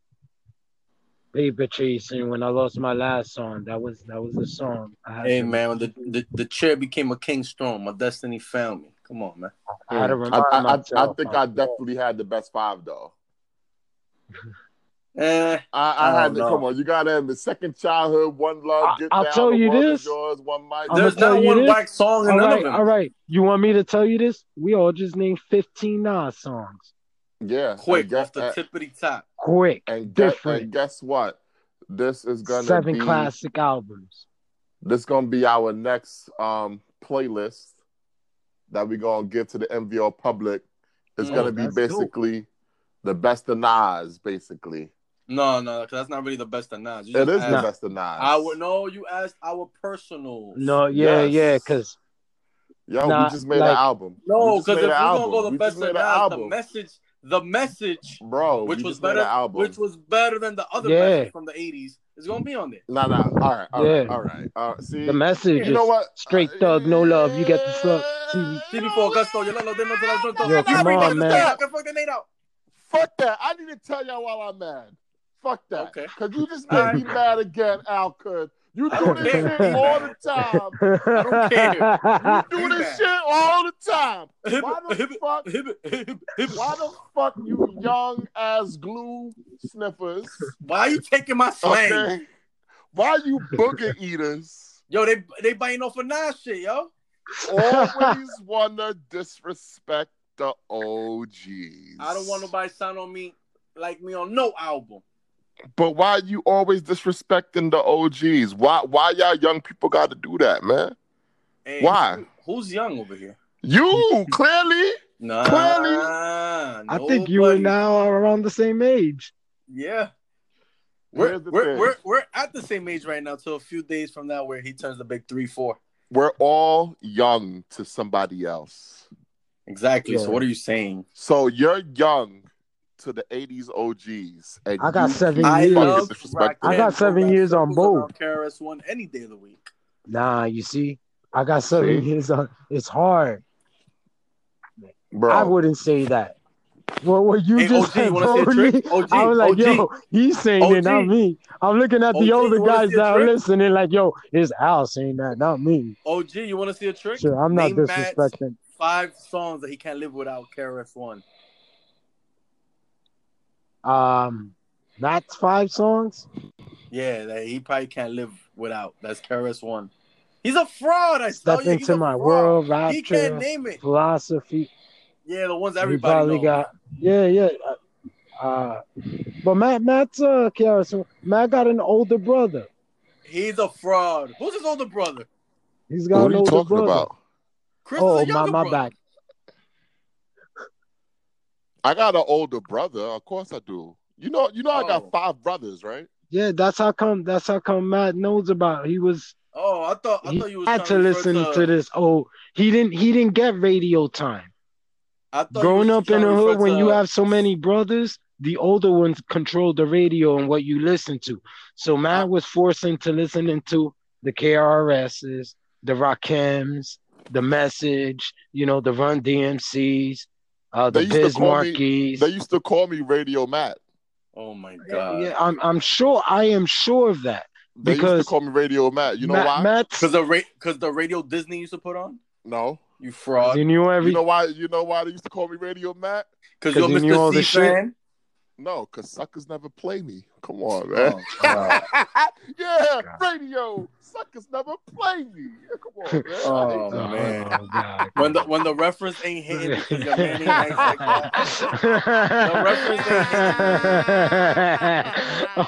S3: paper chasing. When I lost my last song, that was that was the song. I had
S1: Hey
S3: to,
S1: man, when the, the the chair became a king's throne. My destiny found me. Come on, man.
S3: I had to
S2: Hmm.
S3: remind
S2: I, I- I- I
S3: myself.
S2: think
S3: my-
S2: I definitely had the best five though.
S1: Eh,
S2: I, I,
S1: I
S2: had
S1: don't
S2: to
S1: know.
S2: come on. You got to have the second childhood, one love.
S3: I-
S2: get
S3: I'll
S2: down,
S3: tell
S2: the
S3: you
S2: world is
S3: this.
S2: yours, one mic.
S3: I'ma
S1: there's
S3: tell
S1: not
S3: you
S1: one
S3: this.
S1: whack song in
S3: all
S1: none
S3: right,
S1: of them.
S3: all right. You want me to tell you this? We all just named 15 Nas songs.
S2: yeah,
S1: Quick
S2: and guess,
S1: off the
S2: and,
S1: tippity top.
S3: Quick.
S2: and guess,
S3: different.
S2: and guess what? This is gonna
S3: Seven
S2: be
S3: classic albums.
S2: this gonna be our next um playlist that we're gonna give to the MVO public. It's
S1: Mm,
S2: gonna be
S3: Oh, that's dope.
S2: basically the best of Nas, basically.
S1: No, no, 'cause that's not really the best of Nas. You
S2: It
S1: just
S2: is the
S1: asked-
S2: best of Nas.
S1: Our no, you asked our personal.
S3: No, yeah,
S2: Yes.
S3: yeah, because
S2: Yo,
S3: Nah,
S2: we just made
S3: like-
S2: an album. We
S1: no,
S2: just
S1: because
S2: made
S1: if we're
S2: an
S1: gonna
S2: album.
S1: go the
S2: We
S1: best
S2: just made
S1: of
S2: an
S1: Nas, the
S2: album.
S1: message the message,
S2: bro.
S1: which
S2: you
S1: was
S2: just made
S1: better,
S2: an album.
S1: which was better than the other
S3: Yeah.
S1: message from the '80s, is gonna be on there.
S2: Nah, nah. All right, all right,
S3: Yeah.
S2: all right. Uh, see,
S3: The message
S2: you know
S3: is
S2: what?
S3: straight
S2: Uh,
S3: thug, no love. You get the slug. TV.
S1: CB4 Gusto, yo, Lolo, Demo, Tela, Junto.
S3: Yo, come
S1: Everything
S3: on,
S1: is
S3: man.
S1: there. Get fucking it out.
S2: Fuck that. I need to tell y'all while I'm mad. Fuck that.
S1: Okay.
S2: Cause you just
S1: All
S2: made me mad again, Al Kud. You
S1: I
S2: do
S1: don't
S2: this
S1: care.
S2: shit all the time.
S1: don't care.
S2: You do
S1: Be
S2: this
S1: mad.
S2: shit all the time.
S1: Hip,
S2: Why the
S1: hip,
S2: fuck?
S1: hip, hip, hip.
S2: Why the fuck you young ass glue sniffers?
S1: Why are you taking my slang?
S2: Okay. Why you booger eaters
S1: Yo, they they biting off of Nas shit, yo.
S2: always wanna disrespect the OGs?
S1: I don't want nobody sound on me like me on no album.
S2: But why you always disrespecting the OGs? Why why y'all young people got to do that, man?
S1: Hey,
S2: Why?
S1: Who's young over here?
S2: You clearly.
S1: Nah,
S2: Clearly.
S3: I think you
S1: nobody.
S3: and now are around the same age.
S1: Yeah. We're,
S2: Here's the
S1: we're,
S2: thing.
S1: we're, we're at the same age right now, till a few days from now, where he turns the big three four.
S2: We're all young to somebody else.
S1: Exactly.
S3: Yeah.
S1: So what are you saying?
S2: So you're young to the '80s OGs, and
S3: I got
S2: you
S3: seven
S2: keep
S1: I
S3: years.
S2: fucking
S1: love
S2: disrespecting
S3: I got seven years on both.
S1: KRS One any day of the week.
S3: Nah, you see, I got seven
S2: See?
S3: years on. uh, It's hard.
S2: them, bro.
S3: I wouldn't say that. What what you
S1: Hey,
S3: just
S1: OG, you
S3: said,
S1: wanna see a
S3: told me,
S1: trick? OG,
S3: I was like,
S1: OG.
S3: yo, he's saying it, not
S1: OG.
S3: me. I'm looking at
S1: OG,
S3: the older
S1: you wanna
S3: guys
S1: see a
S3: that are
S1: trick?
S3: listening, like, yo, it's Al saying that, not me.
S1: OG, you want to see a trick?
S3: Sure, I'm not
S1: Name Matt's
S3: disrespecting.
S1: Five songs that he can't live without KRS One.
S3: Um, that's five songs.
S1: Yeah, that he probably can't live without. That's KRS One. He's a fraud. I
S3: Step
S1: tell you, he's
S3: into
S1: a
S3: my
S1: fraud.
S3: world,
S1: He can't
S3: rapture,
S1: name it.
S3: philosophy.
S1: Yeah, the ones
S3: He
S1: everybody knows.
S3: got yeah, yeah. Uh, but Matt, Matt's uh, Kiara, Matt got an older brother.
S1: He's a fraud. Who's his older brother?
S3: He's got
S2: what
S3: an
S2: are you
S3: older
S2: talking
S3: brother.
S2: about?
S1: Chris is a
S3: Oh my
S1: younger
S3: my
S1: brother.
S3: back.
S2: I got an older brother. Of course, I do. You know, you know, I
S1: Oh.
S2: got five brothers, right?
S3: Yeah, that's how come. That's how come Matt knows about. It. He was.
S1: Oh, I thought I
S3: he
S1: thought you was
S3: had to
S1: trying refer
S3: listen to this. Oh, he didn't. He didn't get radio time.
S1: I thought you
S3: Growing
S1: was
S3: up
S1: trying
S3: in the
S1: to
S3: hood,
S1: refer
S3: when
S1: to-
S3: you have so many brothers, the older ones control the radio and what you listen to. So Matt was forced into listening to the KRSs, the Rakims, the Message, you know, the Run DMCs, uh, the
S2: They used to call me-
S3: Bismarckies.
S2: They used to call me Radio Matt.
S1: Oh my
S3: Yeah,
S1: god.
S3: yeah, I'm I'm sure I am sure of that.
S2: They
S3: Because-
S2: used to call me Radio Matt. You know
S3: Matt,
S2: why?
S3: Matt's-
S1: Because the ra- cause the radio Disney used to put on.
S2: No.
S1: You fraud.
S3: you knew every
S2: You know why? You know why they used to call me Radio Matt?
S1: Because
S3: 'Cause
S1: you're
S3: he knew all
S1: Mr. C
S3: the shit.
S1: fan.
S2: No, cause suckers never play me. Come on, man.
S1: Oh,
S2: yeah, radio suckers never play me. Yeah, come on, man.
S1: Oh,
S2: I hate y'all.
S1: man.
S3: God.
S1: when the when the reference ain't hitting because your man ain't nice like that.
S2: reference-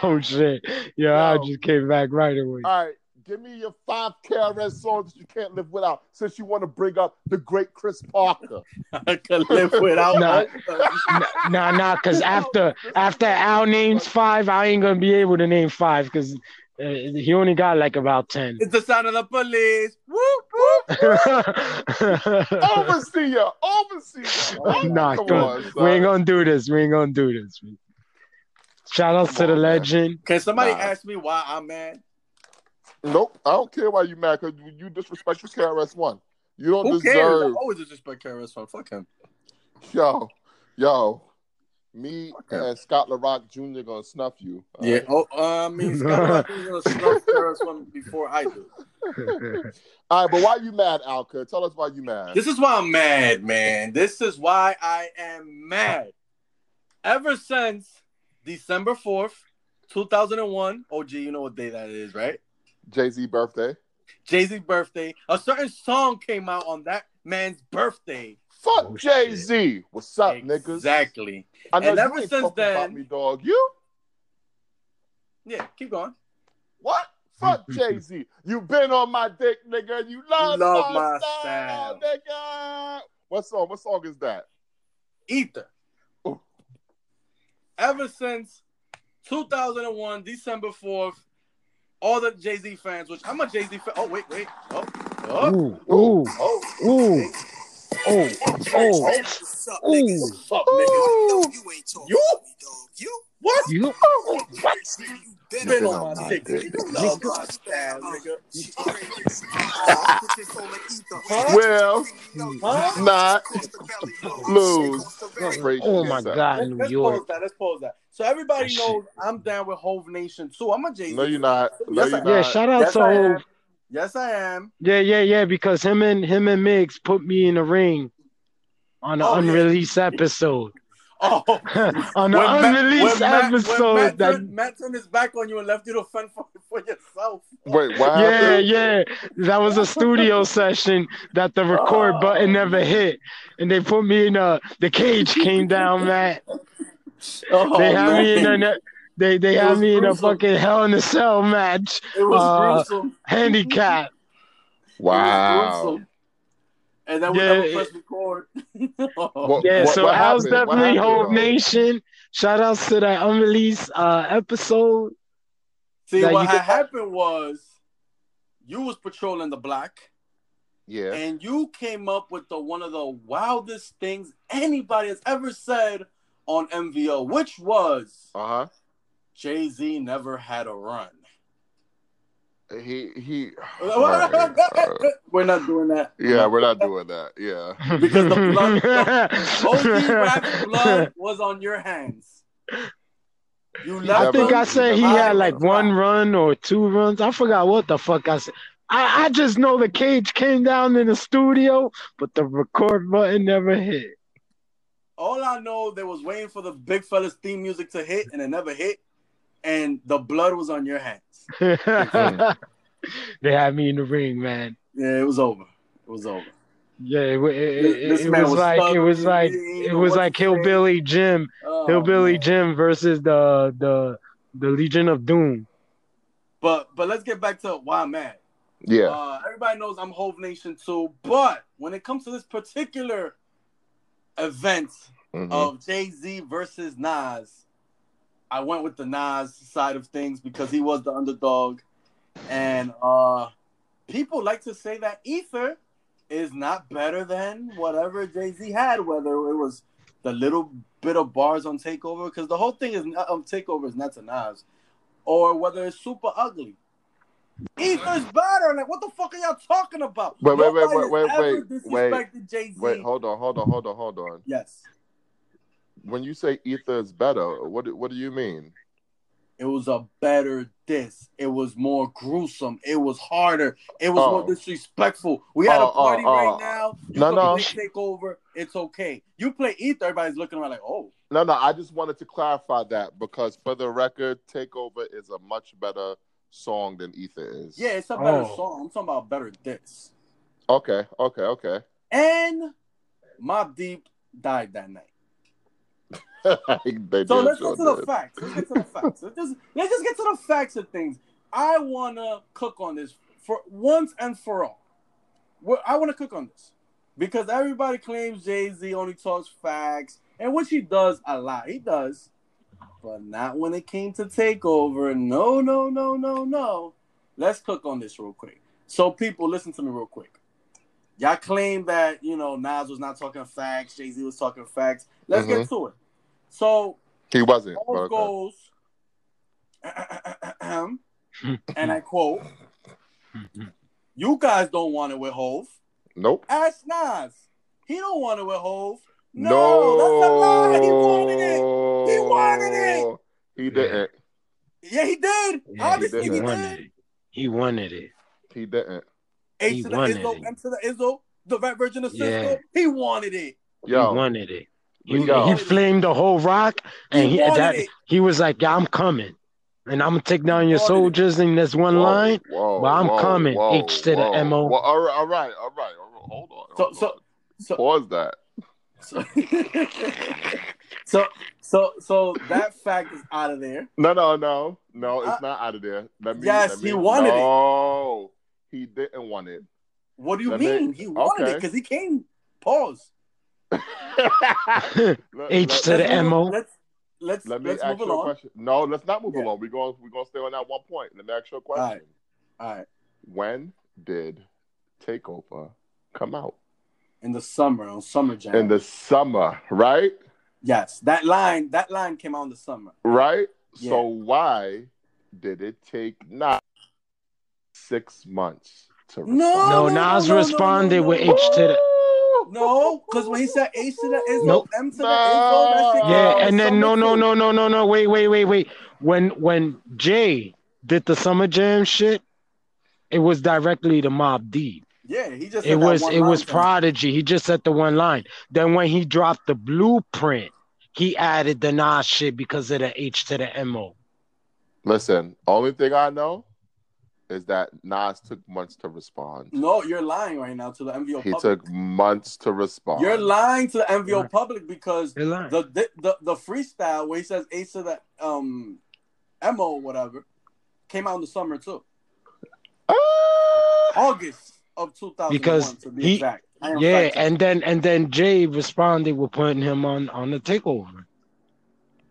S3: oh shit! Yo, I
S2: Yo. Uh,
S3: just came back right away.
S2: All right, give me your five KRS songs that you can't live without. Since you want to bring up the great Chris Parker.
S1: I could live without.
S3: Nah.
S1: both of you.
S3: Nah, nah, cause after after Al names five, I ain't gonna be able to name five because uh, he only got like about ten.
S1: It's the sound of the police. Woo, woo.
S2: overseer, overseer.
S3: nah,
S2: come
S3: come
S2: on, son.
S3: we ain't gonna do this. We ain't gonna do this. Shout outs
S2: Come
S3: to the
S2: on, man.
S3: legend.
S1: Can somebody
S2: Nah.
S1: ask me why I'm mad?
S2: Nope, I don't care why you mad because you disrespect your KRS One. You don't
S1: Who cares? I
S2: deserve
S1: always disrespect KRS One. Fuck him.
S2: yo, yo. Me
S1: Okay.
S2: and Scott LaRock Jr. gonna snuff you. all
S1: Yeah.
S2: right?
S1: Oh, uh, I mean, Scott Rock was gonna snuff KRS One before I do.
S2: All right, but why you mad, Alka? Tell us why you mad.
S1: This is why I'm mad, man. This is why I am mad. Ever since December 4th, 2001, OG, you know what day that is, right?
S2: Jay Z birthday.
S1: Jay Z's birthday. A certain song came out on that man's birthday.
S2: Fuck
S3: Oh, shit.
S2: Jay Z. What's up, niggas?
S1: Exactly.
S2: I know
S1: And
S2: you
S1: ever
S2: ain't
S1: since
S2: fucking
S1: then-
S2: about me, dog. You
S1: Yeah, keep going.
S2: what? Fuck Jay Z. You been on my dick, nigga. You love,
S1: love
S2: my,
S1: my style.
S2: style, nigga. What song? What song is that?
S1: Ether.
S2: Ooh.
S1: Ever since 2001, December 4th, all the Jay Z fans, which I'm a Jay Z fan. Oh, wait, wait. Oh, oh,
S3: Ooh, ooh,
S1: oh.
S3: ooh. oh, oh, oh.
S1: Fuck, nigga.
S4: You
S2: Ooh.
S4: ain't talking
S1: You?
S4: to me, dog. You?
S1: What?
S3: You
S2: Oh,
S4: What? You been
S1: Been
S4: on
S2: Nigga,
S1: on
S2: I'm
S1: my
S2: not
S1: dick.
S2: dead,
S1: You
S2: nigga.
S1: love my style, nigga.
S4: She crazy. Oh, put this on the ether.
S1: Huh?
S2: Well,
S1: Huh?
S2: Not.
S4: Cost the belly low.
S2: Lose.
S4: Cost the belly
S2: Crazy
S3: Oh my
S2: shit, son.
S3: God,
S1: Let's,
S3: New
S1: let's
S3: York.
S1: pause that. Let's pause that. So everybody
S3: That shit.
S1: knows I'm down with Hove Nation too. I'm a Jay Z.
S2: No, you're not. No,
S1: Yes, I-
S2: you're not.
S3: Yeah, shout out
S1: Yes,
S3: to
S1: I am.
S3: Hov.
S1: Yes, I am.
S3: Yeah, yeah, yeah. Because him and him and Migs put me in the ring on an
S1: Oh, yeah.
S3: unreleased episode.
S1: Oh,
S3: on an
S1: Matt-
S3: unreleased
S1: when Matt- when
S3: episode.
S1: Matt,
S3: that,
S1: turned, Matt turned his back on you and left you to fend for, for yourself.
S2: Wait, what
S3: yeah,
S2: happened?
S3: yeah. That was a studio session that the record button never hit, and they put me in a. The cage came down, Matt.
S1: Oh,
S3: They had me
S1: man.
S3: in a. They they
S1: It
S3: had
S1: was
S3: me in a
S1: gruesome.
S3: fucking hell in a cell match,
S1: It was
S3: Uh,
S1: gruesome.
S3: handicap.
S1: It was
S2: Wow.
S1: gruesome. And then we
S3: Yeah,
S1: never
S3: it-
S1: pressed record.
S2: What-
S3: Yeah,
S2: what-
S3: so
S2: what
S3: that was
S2: happened? What
S3: definitely
S2: happened,
S3: Hove
S2: though?
S3: Nation. Shout outs to that unreleased uh, episode.
S1: See,
S3: That
S1: what
S3: you-
S1: had happened was you was patrolling the block.
S2: Yeah.
S1: and you came up with the one of the wildest things anybody has ever said on MVO, which was
S2: Uh
S1: Jay Z never had a run.
S2: huh. He he. uh,
S1: We're not doing that.
S2: Yeah, we're not doing that. Yeah.
S1: Because the blood- OG Rabbit Blood was on your hands. You
S3: I
S1: left
S3: think
S1: him.
S3: I said he
S1: never-
S3: had like one run or two runs. I forgot what the fuck I said. I, I just know the cage came down in the studio, but the record button never hit.
S1: All I know, they was waiting for the big fella's theme music to hit, and it never hit. And the blood was on your hands.
S3: they had me in the ring, man.
S1: Yeah, it was over. It was over.
S3: Yeah, it, wa- it, it,
S1: This
S3: it
S1: man
S3: was,
S1: was
S3: like
S1: stuck.
S3: it was like
S1: He didn't
S3: it
S1: know
S3: was
S1: what
S3: like
S1: to say.
S3: Hillbilly Jim,
S1: Oh,
S3: Hillbilly
S1: man.
S3: Jim versus the the the Legion of Doom.
S1: But but let's get back to why I'm mad.
S2: Yeah.
S1: Uh, everybody knows I'm Hove Nation too, but when it comes to this particular event
S2: Mhm.
S3: uh,
S1: of Jay Z versus Nas, I went with the Nas side of things because he was the underdog, and uh, people like to say that Ether is not better than whatever Jay Z had, whether it was the little bit of bars on Takeover, because the whole thing is not, um, Takeover is not to Nas, or whether it's super ugly. Ether's better. Like, what the fuck are y'all talking about?
S2: Wait, wait, wait,
S1: Nobody
S2: wait,
S1: has
S2: wait,
S1: ever
S2: wait, wait.
S1: disrespected Jay Z.
S2: Wait, hold on, hold on, hold on, hold on.
S1: Yes,
S2: When you say ether is better, what do- what do you mean?
S1: it was a better diss. It was more gruesome. It was harder. It was
S2: Oh.
S1: more disrespectful. We had
S2: Oh,
S1: a party
S2: oh,
S1: right
S2: oh.
S1: now. You
S2: No,
S1: can
S2: no.
S1: play Takeover. It's okay. You play Ether, everybody's looking around like, oh,
S2: No, no, I just wanted to clarify that because for the record, Takeover is a much better song than Ether is.
S1: yeah, it's a better
S3: Oh.
S1: song. I'm talking about better diss.
S2: Okay, okay, okay.
S1: And Mob Deep died that night.
S2: They
S1: So
S2: did
S1: let's
S2: show
S1: get to the
S2: that.
S1: facts. Let's get to the facts. Let's just, let's just get to the facts of things. I want to cook on this for once and for all. Well, I want to cook on this because everybody claims Jay Z only talks facts, and which he does a lot. He does, but not when it came to Takeover. No, no, no, no, no. Let's cook on this real quick. So people, listen to me real quick. Y'all claim that you know Nas was not talking facts, Jay Z was talking facts. Let's get
S2: Mm-hmm.
S1: to it. So
S2: He wasn't. but
S1: Hove
S2: okay.
S1: goes, and I quote, "You guys don't want it with Hove.
S2: Nope.
S1: Ask Nas. He don't want it with Hove. No,
S2: no,
S1: that's a lie. He wanted it. He wanted
S2: wanted it. He didn't.
S1: Yeah, he did.
S3: Yeah,
S1: Obviously,
S3: he
S1: he did.
S3: wanted it. He wanted it.
S2: He didn't.
S1: H
S3: He
S1: to the
S3: wanted
S1: Izzo,
S3: it.
S1: M to the Izzo, the rap version of Cisco.
S3: Yeah.
S1: He wanted it.
S2: Yo,
S3: He wanted it. He,
S2: Yo.
S3: he flamed the whole rock, and
S1: He
S3: he,
S1: wanted
S3: that,
S1: it.
S3: he was like, "Yeah, "I'm coming, and I'm gonna take down your
S1: wanted it.
S3: soldiers in this one
S2: whoa,
S3: line."
S2: Whoa,
S3: but I'm
S2: whoa,
S3: coming.
S2: Whoa,
S3: H to the
S2: whoa.
S3: MO.
S2: Well, all right, all right, all right. all right. Hold on.
S1: So-
S2: hold
S1: so-
S2: on.
S1: So,
S2: pause that.
S1: so, so, so, so that fact is out of there.
S2: No, no, no, no. It's
S1: Uh,
S2: not out of there. Let me.
S1: yes,
S2: let me,
S1: he wanted it.
S2: no, it. he didn't want it.
S1: What do you
S2: That
S1: mean?
S2: makes-
S1: he wanted it
S2: okay.
S1: because he came. Pause.
S2: Let-
S3: H
S2: let-
S3: to the
S1: Let's move-
S3: MO.
S1: Let's let's
S2: Let me
S1: let's
S2: ask
S1: move
S2: you a
S1: along.
S2: question. No, let's not move
S1: Yeah.
S2: along. We're going we're gonna stay on that one point. Let me ask you a question.
S1: All right.
S2: When did Takeover come out?
S1: in the summer on Summer Jam.
S2: in the summer, right?
S1: yes, that line that line came out in the summer.
S2: Right? So
S1: Yeah.
S2: why did it take not six months to respond?
S1: No, no,
S3: No,
S1: no,
S3: Nas
S1: no, no,
S3: responded
S1: no,
S3: with
S1: no.
S3: H to the
S1: No, because when he said H to the Izzo,
S3: Nope.
S1: M to the Izzo, that shit. came
S3: Yeah,
S1: out in
S3: and then
S1: summer
S3: no, no,
S1: too.
S3: no, no, no, no. Wait, wait, wait, wait. When when Jay did the summer jam shit, it was directly to Mob D.
S1: Yeah, he just.
S3: It
S1: said that
S3: was
S1: one
S3: it
S1: line
S3: was
S1: to him.
S3: Prodigy. He just said the one line. Then when he dropped the blueprint, he added the Nas shit because of the H to the M O.
S2: Listen, only thing I know is that Nas took months to respond.
S1: No, you're lying right now to the MVO
S2: he
S1: public.
S2: took months to respond.
S1: You're lying to the MVO
S3: Right.
S1: public because
S3: They're lying.
S1: the, the the the freestyle where he says Ace of the um Mo whatever came out in the summer too,
S2: Ah!
S1: August of 2001
S3: Because
S1: to be
S3: he-
S1: exact. I am
S3: Yeah,
S1: fact-checking.
S3: and then and then Jay responded with putting him on on the takeover.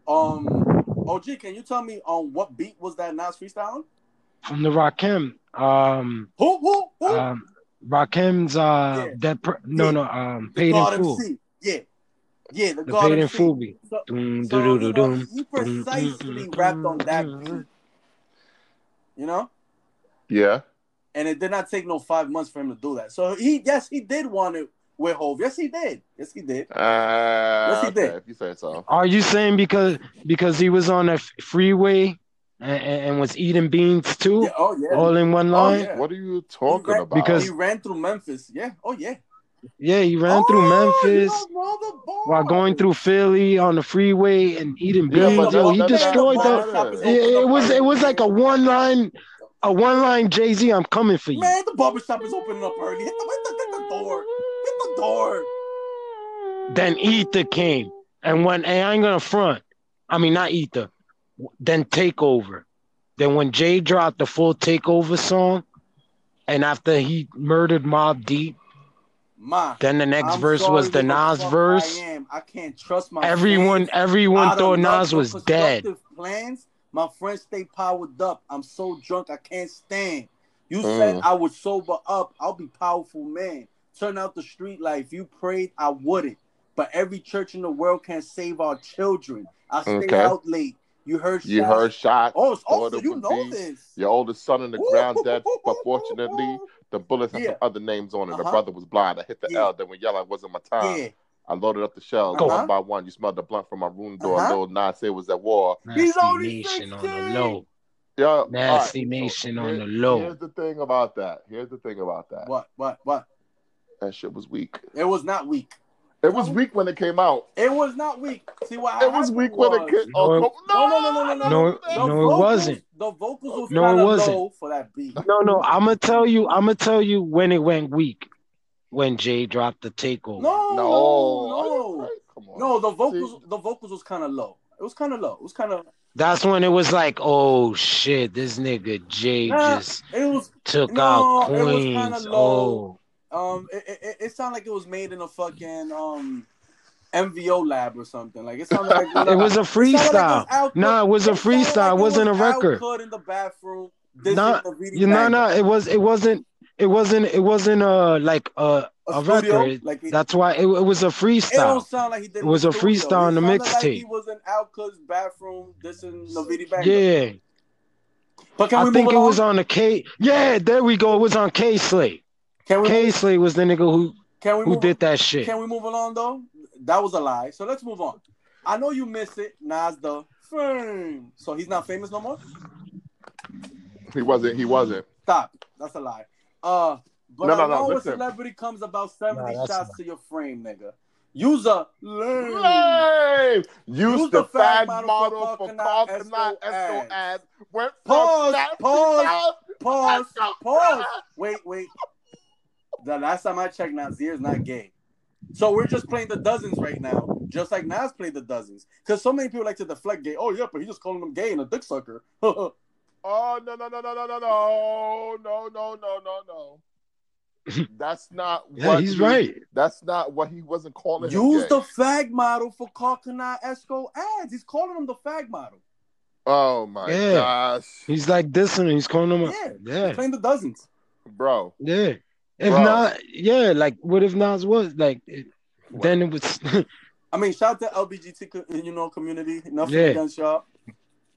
S1: um, OG, can you tell me on what beat was that Nas freestyle? on?
S3: From the Rakim. Um
S1: Who who who?
S3: um Rakim's uh
S1: Yeah.
S3: that pr- no
S1: Yeah.
S3: no um
S1: the
S3: paid in
S1: God
S3: full.
S1: MC. Yeah, yeah, the,
S3: The
S1: God
S3: paid in
S1: MC.
S3: full beat.
S1: So,
S3: Doom,
S1: so,
S3: doo,
S1: you
S3: doo,
S1: know,
S3: doom,
S1: he
S3: doom,
S1: precisely
S3: doom,
S1: rapped on
S3: doom,
S1: that
S3: doom.
S1: beat. You know.
S2: Yeah.
S1: and it did not take no five months for him to do that. So he, yes, he did want it with Hove. Yes, he did. Yes, he did.
S2: Uh,
S1: Yes, he Oh,
S2: okay,
S1: did.
S2: if you say so.
S3: Are you saying because because he was on a f- freeway and, and, and was eating beans too,
S1: Yeah. Oh yeah.
S3: all in one line?
S1: yeah.
S2: What are you
S1: He
S2: talking
S1: ran-
S2: about?
S3: Because-
S1: he ran through Memphis. Yeah. Oh yeah.
S3: yeah. he ran through
S1: Oh, you
S3: Memphis
S1: don't know the bars.
S3: while going through Philly on the freeway and eating
S2: Yeah,
S3: beans.
S2: but
S3: Yo,
S2: that's- that's
S3: he
S2: not
S3: destroyed
S2: what
S3: that.
S2: it
S1: barbershop
S2: is.
S1: is
S3: Yeah,
S1: open
S3: it,
S1: up
S3: was
S1: right
S3: it was
S1: now.
S3: like a one line, a one line Jay Z. I'm coming for you.
S1: man. The barbershop is opening up early. Hit the, hit the, hit the door. Hit the door.
S3: Then Ether came, and when and I ain't gonna front. I mean, not Ether. Then Takeover. Then when Jay dropped the full Takeover song, and after he murdered Mob Deep,
S1: Ma.
S3: then the next
S1: I'm
S3: verse
S1: sorry
S3: was the
S1: who
S3: Nas
S1: fuck
S3: verse.
S1: I am. I can't trust my
S3: Everyone,
S1: fans.
S3: everyone
S1: Out of
S3: thought
S1: love
S3: Nas
S1: for
S3: was dead.
S1: constructive Plans. My friends stay powered up. I'm so drunk I can't stand. You
S2: Mm.
S1: said I would sober up. I'll be powerful man. Turn out the street life. You prayed I wouldn't. But every church in the world can't save our children. I stay
S2: Okay.
S1: out late. You heard
S2: You
S1: shots.
S2: heard shot.
S1: Oh, it's- oh,
S2: thought
S1: so
S2: it
S1: you
S2: would
S1: know
S2: be
S1: this.
S2: Your oldest son in the ground dead, but fortunately, the bullets had some
S1: Yeah.
S2: other names on it. The
S1: Uh-huh.
S2: brother was blind. I hit the
S1: Yeah.
S2: L. Then when yelling wasn't my time,
S1: Yeah.
S2: I loaded up the shells
S1: Go.
S2: one by one. You smelled the blunt from my room door.
S1: Uh-huh.
S2: Little Nas said was at war.
S1: He's
S3: Nasty
S1: only
S3: Nation on
S1: 16.
S3: the low.
S2: Yeah, all
S3: Nasty
S2: right, so
S3: Nation on
S2: here-
S3: the low.
S2: Here's the thing about that. Here's the thing about that.
S1: What? What? What?
S2: That shit was weak.
S1: It was not weak.
S2: It was weak when it came out.
S1: It was not weak. See what
S2: It was
S1: happened
S2: weak when it
S1: was-
S2: came.
S3: No,
S2: oh,
S1: No, no, no, no, no,
S3: No, it-
S1: The
S3: no, it
S1: vocals-
S3: wasn't.
S1: The vocals was
S3: No, it
S1: kind of
S3: wasn't.
S1: low for that beat.
S3: No, no, I'm gonna tell you. I'm gonna tell you when it went weak. When Jay dropped the
S1: No,
S3: takeover.
S2: No, Are you
S1: no, no,
S2: crazy? come on.
S1: no. The vocals,
S2: See?
S1: the vocals was kind of low. It was kind of low. It was kind of.
S3: That's when it was like, oh shit, this nigga Jay
S1: Nah.
S3: just
S1: It was.
S3: took
S1: No,
S3: out
S1: it was
S3: Queens.
S1: kinda low.
S3: Oh,
S1: Um. It, it- it, it sounded like it was made in a fucking um, MVO lab or something. Like it sounded like
S3: Oh. it was a
S1: It sounded like it
S3: freestyle.
S1: was Al-
S3: Nah, it was a
S1: sounded
S3: freestyle. it
S1: was
S3: wasn't a record.
S1: Al Kud in the bathroom.
S3: Nah,
S1: you
S3: You no, no, it was, it wasn't, it wasn't, it wasn't uh like a a, record.
S1: Like it,
S3: That's why it, it was a
S1: it don't
S3: freestyle.
S1: sound like he did.
S3: It was
S1: in
S3: a
S1: the studio.
S3: freestyle
S1: It
S3: on the
S1: sounded Like he
S3: mixtape.
S1: was in Al Kud's bathroom. This and Navidi Bang.
S3: Yeah,
S1: But can we
S3: I think
S1: move
S3: it
S1: along?
S3: was on the K. Yeah, there we go. It was on K Slate.
S1: can we
S3: K
S1: move,
S3: Slate was the nigga who
S1: can we
S3: who
S1: move
S3: did that shit.
S1: can we move along though? That was a lie. So let's move on. I know you miss it. Nas the fame. So he's not famous no more.
S2: He wasn't. He wasn't.
S1: Stop. That's a lie. Uh, but
S2: No, no,
S1: I
S2: no,
S1: know a
S2: listen.
S1: celebrity comes about seventy
S3: Nah, that's
S1: shots to your frame, nigga. Use a lame.
S2: Lame. Used
S1: Used
S2: the
S1: Mm. the fag
S2: fag model for coffin, not
S1: SOS.
S2: SOS. Went
S1: Pause,
S2: from that
S1: pause.
S2: to that.
S1: Pause.
S2: That's a-
S1: Pause. Wait, wait. The last time I checked, Nazir is not gay. So we're just playing the dozens right now, just like Nas played the dozens. Because so many people like to deflect gay. Oh yeah, but he just calling them gay and a dick sucker.
S2: Oh no no no no no no no no no no no no. That's not what.
S3: Yeah, he's
S2: he-
S3: right.
S2: That's not what he wasn't calling. him
S1: Use
S2: gay.
S1: the fag model for Kalkana Esco ads. He's calling them the fag model.
S2: Oh my
S3: Yeah.
S2: gosh,
S3: He's like this and he's calling him.
S1: Yeah.
S3: Yeah,
S1: Playing the dozens.
S2: bro.
S3: yeah, If
S2: Bro.
S3: not, yeah, like what if Nas was like, it, then it was
S1: I mean, shout out to LBGT, co- you know, community. Nothing
S3: Yeah.
S1: against y'all.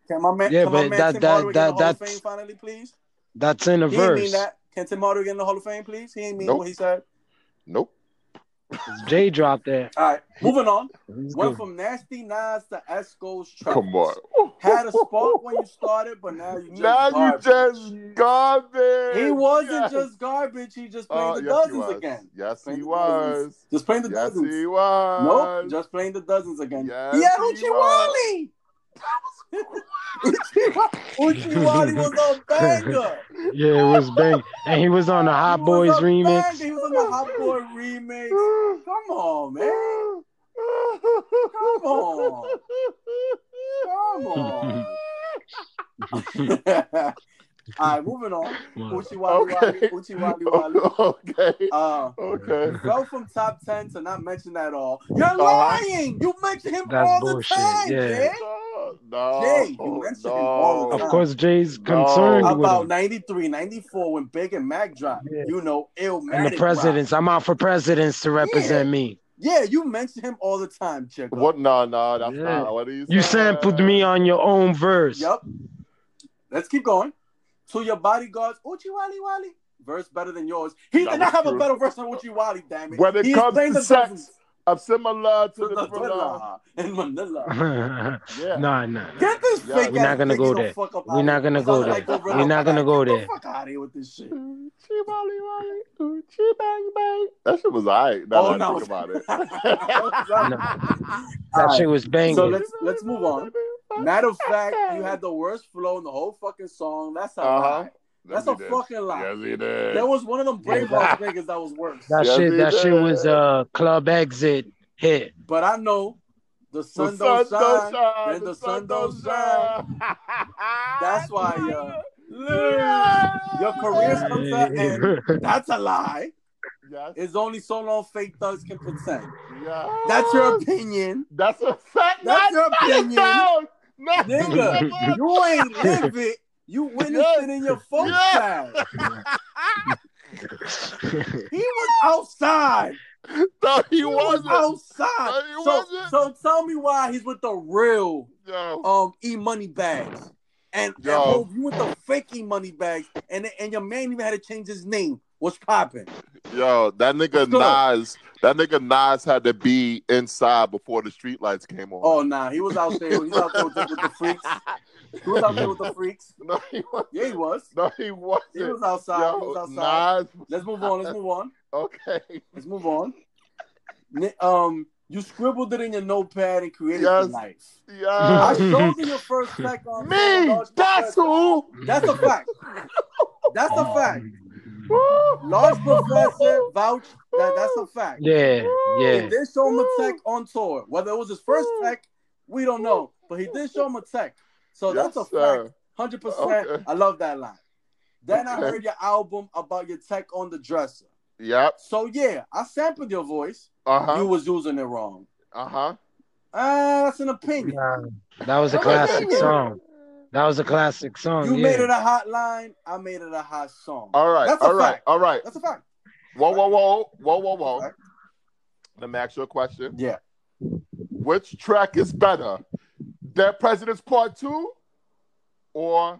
S1: Can my man,
S3: Yeah,
S1: can my
S3: but
S1: man
S3: that-
S1: Tim
S3: that-
S1: Hardaway get in the
S3: that-
S1: Hall of
S3: that's-
S1: Fame finally, please?
S3: that's in a
S1: He ain't mean
S3: verse.
S1: that. Can Tim Hardaway get in the Hall of Fame, please? He ain't mean
S2: Nope.
S1: what he said.
S2: Nope.
S3: It's J drop there.
S1: All right, moving on.
S3: It's
S1: Went
S3: good.
S1: from Nasty Nas to Esco's Trap.
S2: Come on.
S1: Had a spark when you started, but now you just
S2: Now you
S1: garbage.
S2: just garbage.
S1: He wasn't
S2: Yes.
S1: just garbage. He just played
S2: Uh,
S1: the
S2: yes, he
S1: dozens
S2: was.
S1: again.
S2: Yes,
S1: Playing
S2: he
S1: the
S2: was.
S1: dozens. Just playing the
S2: Yes,
S1: dozens.
S2: he was.
S1: Nope, just playing the dozens again.
S2: Yes,
S1: he had
S2: he
S1: Uchiwali. Uchiwali Uchiwali was a banger.
S3: Yeah, it was bang, and he was on the Hot
S1: He was
S3: Boys
S1: a banger.
S3: remix.
S1: He was on the Hot Boy remix. Come on, man. Come on. Come on. All right, moving on. Uchiwali Wali.
S2: Okay.
S1: Uchiwali Wali.
S2: okay.
S1: Uh,
S2: Okay.
S1: fell from top 10 to not mention that at all. You're
S2: Uh-huh.
S1: lying. You mention him
S3: That's
S1: all
S3: bullshit,
S1: the time,
S3: yeah.
S1: Jay.
S2: No, no, oh,
S1: Jay, you mentioned him
S2: no.
S1: all the
S3: Of
S1: time.
S3: course, Jay's
S2: No.
S3: concerned with
S1: About
S3: him
S1: 93, 94 when Big and Mac dropped.
S3: Yeah.
S1: You know, ill
S3: and the presidents. I'm out for presidents to represent me.
S1: Yeah, you mention him all the time, Chick.
S2: What? No, no, that's
S3: Yeah.
S2: not what he said.
S3: You sampled me on your own verse.
S1: Yep. Let's keep going. To your bodyguards, Uchi Wally Wally. Verse better than yours. He
S2: That
S1: did not
S2: was
S1: have a
S2: true.
S1: better verse than Uchi Wally, damn it.
S2: When it
S1: He
S2: comes
S1: explained
S2: to
S1: the
S2: sex,
S1: difference
S2: I'm similar to
S1: to
S2: the
S1: the
S2: thriller.
S1: thriller in Manila.
S3: nah,
S2: Yeah.
S3: nah, nah.
S1: Get this
S2: Yeah.
S1: fake
S2: We're
S1: ass
S2: not
S3: gonna
S1: Biggie
S3: go
S1: the
S3: there.
S1: fuck up
S3: We're
S1: out of
S3: not
S1: here.
S3: gonna go
S1: Sounds
S3: there.
S1: like Gorilla
S3: We're not gonna
S1: Monsoon.
S3: go
S1: Get the
S3: there.
S1: fuck out of here with this shit.
S2: Uchi wally wally, uchi bang bang. That shit was alright. Now
S1: Oh,
S2: that I
S1: no.
S2: think about it.
S3: That
S1: All right.
S3: shit was banging.
S1: So let's let's move on. Matter of fact, you had the worst flow in the whole fucking song. That's a
S2: Uh-huh.
S1: lie. That's
S2: Yes,
S1: a
S2: he did.
S1: fucking lie.
S2: Yes, he did.
S1: There was one of them Braveheart
S2: that-
S1: niggas that was worse.
S3: that
S2: Yes,
S3: shit,
S2: he
S3: that shit
S2: did.
S3: was a uh, club exit hit.
S1: But I know the
S2: The
S1: sun don't shine.
S2: shine.
S1: then the sun don't shine. That's why, uh, Your career's
S2: Yeah.
S1: comes to an end. That's a lie.
S2: Yes.
S1: It's only so long fake thugs can pretend.
S2: yeah.
S1: That's your opinion.
S2: That's a fact.
S1: That's your opinion.
S2: Not
S1: Nigga, you ain't live it. You witnessed it in your folks'
S2: Yes.
S1: house. He was outside.
S2: no, he
S1: He was
S2: wasn't.
S1: outside.
S2: No, he
S1: So,
S2: wasn't.
S1: so tell me why he's with the real
S2: Yo,
S1: um e money bags. And, and
S2: Yo.
S1: Hov, you with the fake e money bags, and and your man even had to change his name. What's popping?
S2: yo, that nigga
S1: What's up?
S2: Nas, that nigga Nas had to be inside before the streetlights came on.
S1: Oh nah, he was out there. He's out there with the, with the freaks. He was out there with the freaks.
S2: No, he wasn't.
S1: Yeah, he was.
S2: No, he wasn't.
S1: He was outside. he was outside.
S2: Nas,
S1: Let's move on. Let's move on.
S2: okay.
S1: Let's move on. Ni- Um, you scribbled it in your notepad and created your
S2: Yes.
S1: life. I
S2: Yeah.
S1: showed you your first fact um, on
S2: Me, that's who.
S1: That's a fact. That's a fact. Large professor vouched that that's a fact.
S3: Yeah,
S1: He
S3: yeah.
S1: did show him a tech on tour. Whether it was his first tech, we don't know. But he did show him a tech. So
S2: Yes,
S1: that's a fact.
S2: sir.
S1: 100%.
S2: Okay.
S1: I love that line. Then I
S2: Okay.
S1: heard your album about your tech on the dresser.
S2: Yep.
S1: So yeah, I sampled your voice.
S2: Uh huh.
S1: You was using it wrong.
S2: Uh huh.
S1: Ah, that's an opinion.
S3: Nah, that was a classic song. That was a classic song.
S1: You
S3: Oh, yeah.
S1: made it a hot line. I made it a hot song.
S2: All right.
S1: That's a
S2: all right.
S1: fact.
S2: All right.
S1: That's a fact.
S2: Whoa, whoa, whoa, whoa, whoa, whoa.
S1: Right.
S2: Let me ask you a question.
S1: Yeah.
S2: Which track is better, Dead Presidents Part Two, or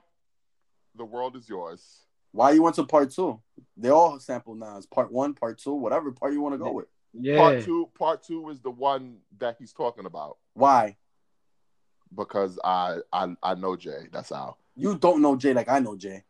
S2: The World Is Yours?
S1: Why you went to part two? They all sample nines. Part one, part two, whatever part you want to go with.
S3: Yeah,
S2: Part Two. Part Two is the one that he's talking about
S1: Why?
S2: because I I, I know Jay. That's how.
S1: You don't know Jay like I know Jay.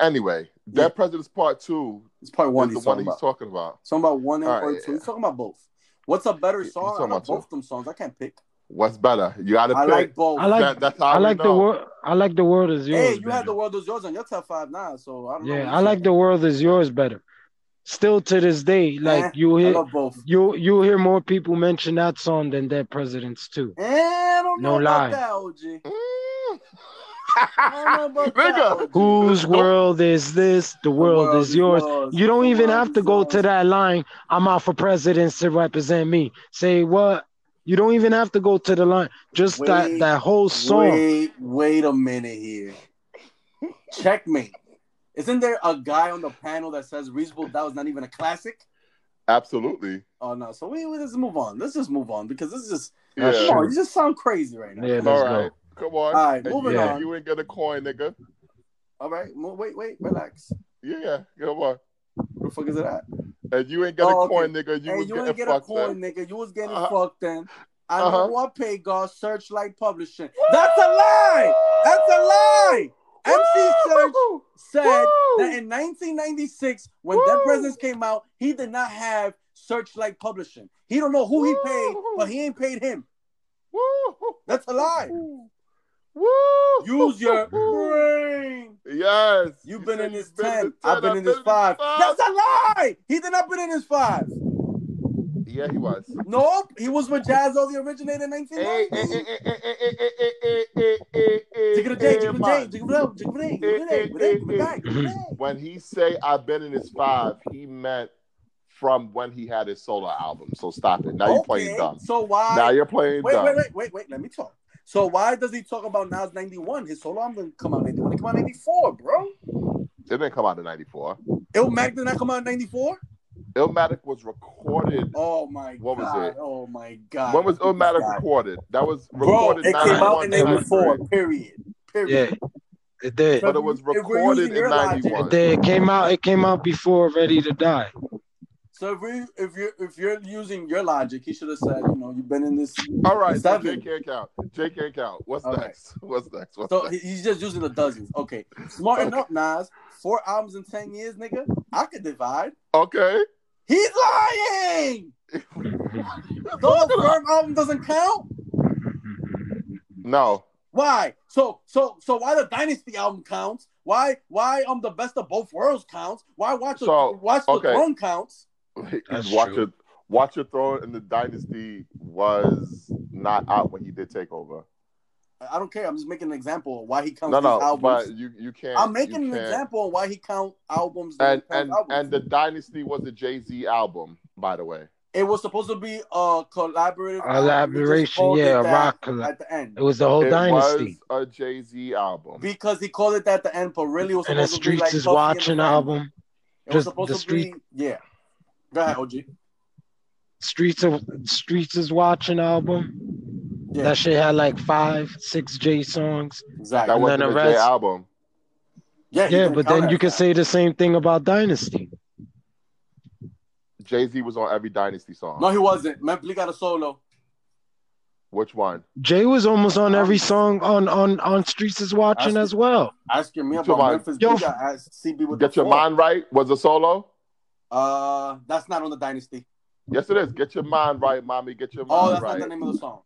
S2: Anyway, Dead
S1: Yeah.
S2: Presidents Part Two
S1: It's part one.
S2: is the
S1: He's
S2: one
S1: talking
S2: he's
S1: about.
S2: talking about.
S1: He's talking about one and
S2: All right,
S1: part
S2: yeah,
S1: two.
S2: yeah.
S1: He's talking about both. What's a better
S2: He's
S1: song? I
S2: talking
S1: like
S2: about two.
S1: both them songs. I can't pick.
S2: What's better? You got to
S1: I
S2: pick.
S1: like both.
S3: I like-
S2: That- that's how
S3: I
S2: we
S3: like the
S2: know.
S3: world. I like the world is yours.
S1: Hey, you had
S3: better.
S1: the world is yours on your top five now, so I don't know.
S3: yeah, I like the world is yours better. Still to this day, like
S1: Eh,
S3: you
S1: I
S3: hear,
S1: love both.
S3: you you hear more people mention that song than their presidents too.
S1: Eh, I don't know
S3: No
S1: about
S3: lie.
S1: that, OG.
S2: Mm.
S1: I don't know about that,
S2: Nigga,
S1: OG.
S3: Whose
S2: Nope.
S3: world is this? The
S1: The
S3: world, is, yours. You don't
S1: The
S3: even
S1: world
S3: have
S1: is
S3: to go to
S1: yours.
S3: that line. I'm out for presidents to represent me. Say what? You don't even have to go to the line. Just
S1: Wait,
S3: that that whole song.
S1: Wait, wait a minute here. Checkmate. Isn't there a guy on the panel that says Reasonable Doubt is not even a classic?
S2: Absolutely.
S1: Oh no, so we, we just move on. Let's just move on because this is just
S2: Yeah.
S3: That's
S1: come on,
S3: true.
S1: you just sound crazy right now.
S3: Yeah, let's
S2: All
S3: go.
S2: right. Come on.
S1: All right,
S2: And
S1: moving
S2: you,
S3: on.
S2: You ain't get a coin, nigga.
S1: All right, mo- wait, wait, relax.
S2: Yeah, come on.
S1: What the fuck is it at?
S2: And you ain't get
S1: Oh,
S2: a
S1: okay.
S2: coin, nigga. You
S1: hey,
S2: was
S1: you
S2: getting
S1: ain't get a
S2: fucked
S1: coin, nigga. You was getting
S2: Uh-huh.
S1: fucked then. I
S2: Uh-huh.
S1: know what pay God Searchlight Publishing. That's a lie. That's a lie. MC Search said that in 1996, when Dead
S2: Woo!
S1: Presidents came out, he did not have Searchlight Publishing. He don't know who he paid,
S2: Woo!
S1: but he ain't paid him.
S2: Woo!
S1: That's a lie.
S2: Woo!
S1: Use your brain.
S2: Yes.
S1: You've been
S2: said
S1: in
S2: you've
S1: this 10.
S2: I've
S1: I've been in this 5. That's a lie. He did not been in this 5.
S2: Yeah, he was.
S1: Nope. He was with Jazzo, the originator in
S2: Hey, hey,
S1: 1990.
S2: hey, hey, hey, hey, hey, hey, hey, hey, hey, hey,
S1: Jigga the day,
S2: hey,
S1: jigga the day,
S2: eh, man.
S1: jigga the day, jigga the day, jigga the day, jigga the day, jigga the day, jigga the day.
S2: When he say I've been in his five, he meant from when he had his solo album. So stop it. Now you're playing dumb.
S1: So
S2: Now
S1: why?
S2: you're playing
S1: Wait,
S2: dumb.
S1: wait, wait, wait, wait. Let me talk. So why does he talk about Nas '91? His solo album didn't come out '91. It came out '94, bro.
S2: It didn't come out in '94.
S1: Illmatic did not come out in '94.
S2: Illmatic was recorded.
S1: Oh my
S2: What was
S1: god.
S2: it?
S1: Oh my god.
S2: When was Illmatic
S1: This guy.
S2: recorded? That was
S1: Bro,
S2: recorded.
S1: it came out in
S2: 91, 93.
S1: '94. Period. Period.
S3: Yeah, it did.
S2: But it was
S1: If we're using
S2: recorded in
S1: your logic-
S3: It
S2: 91.
S3: did. It came out. It came out before Ready to Die.
S1: So if we, if you if you're using your logic, he should have said, you know, you've been in this.
S2: All right, so
S1: Seven.
S2: J can't count. J can't count. What's
S1: All
S2: next? What's next? What's
S1: So
S2: next?
S1: he- he's just using the dozens. Okay, smarten up, Nas. Four albums in ten years, nigga. I could divide.
S2: Okay.
S1: He's lying.
S2: Look
S1: Those
S2: at that.
S1: firm album doesn't count.
S2: no.
S1: Why? So so so why the Dynasty album counts? Why why um the best of both worlds counts? Why watch the
S2: So,
S1: watch the
S2: okay.
S1: throne counts?
S3: That's
S2: watch
S3: true.
S2: it. Watch your throne and the dynasty was not out when he did takeover.
S1: I- I don't care. I'm just making an example of why he counts
S2: No,
S1: these
S2: no,
S1: albums.
S2: but you you can't.
S1: I'm
S2: you
S1: making an
S2: can't-
S1: example of why he count albums. than
S2: And
S1: he counts
S2: and
S1: albums.
S2: and the dynasty was a Jay Z album, by the way.
S1: it was supposed to be a collaborative album. He just
S3: Collaboration.
S1: called it
S3: Yeah, a
S1: that
S3: rock. Collab-
S1: at the end.
S3: it was the whole
S2: it
S3: Oh, dynasty.
S2: was a Jay Z album.
S1: because he called it that at the end, but really it was
S3: and the
S1: supposed to be
S3: streets
S1: like
S3: is
S1: Puffy and
S3: watching
S1: the Family.
S3: album.
S1: It was
S3: just
S1: supposed
S3: the
S1: to
S3: street-
S1: be yeah. Go ahead, OG.
S3: Streets of Streets is watching album.
S1: Yeah,
S3: That shit had like five, six J songs.
S1: exactly.
S2: That
S3: And
S2: wasn't
S3: then
S2: a
S3: the
S2: Jay
S3: rest-
S2: album.
S1: yeah, he
S3: Yeah,
S1: didn't
S3: but
S1: count
S3: then
S1: as
S3: you could
S1: that.
S3: say the same thing about Dynasty.
S2: Jay Z was on every dynasty song.
S1: no, he wasn't. Memphis got a solo.
S2: Which one?
S3: Jay was almost on every song on on on Streets is watching
S1: That's-
S3: as well.
S1: Asking me
S2: You
S1: about
S2: talking
S1: Memphis,
S3: Yo,
S1: Bleak, I asked CB with
S2: Get
S1: the
S2: your
S1: four.
S2: mind right was a solo.
S1: Uh, that's not on the Dynasty.
S2: Yes, it is. Get your mind right, mommy. Get your
S1: Oh,
S2: mind
S1: that's not the
S2: right.
S1: name of the song.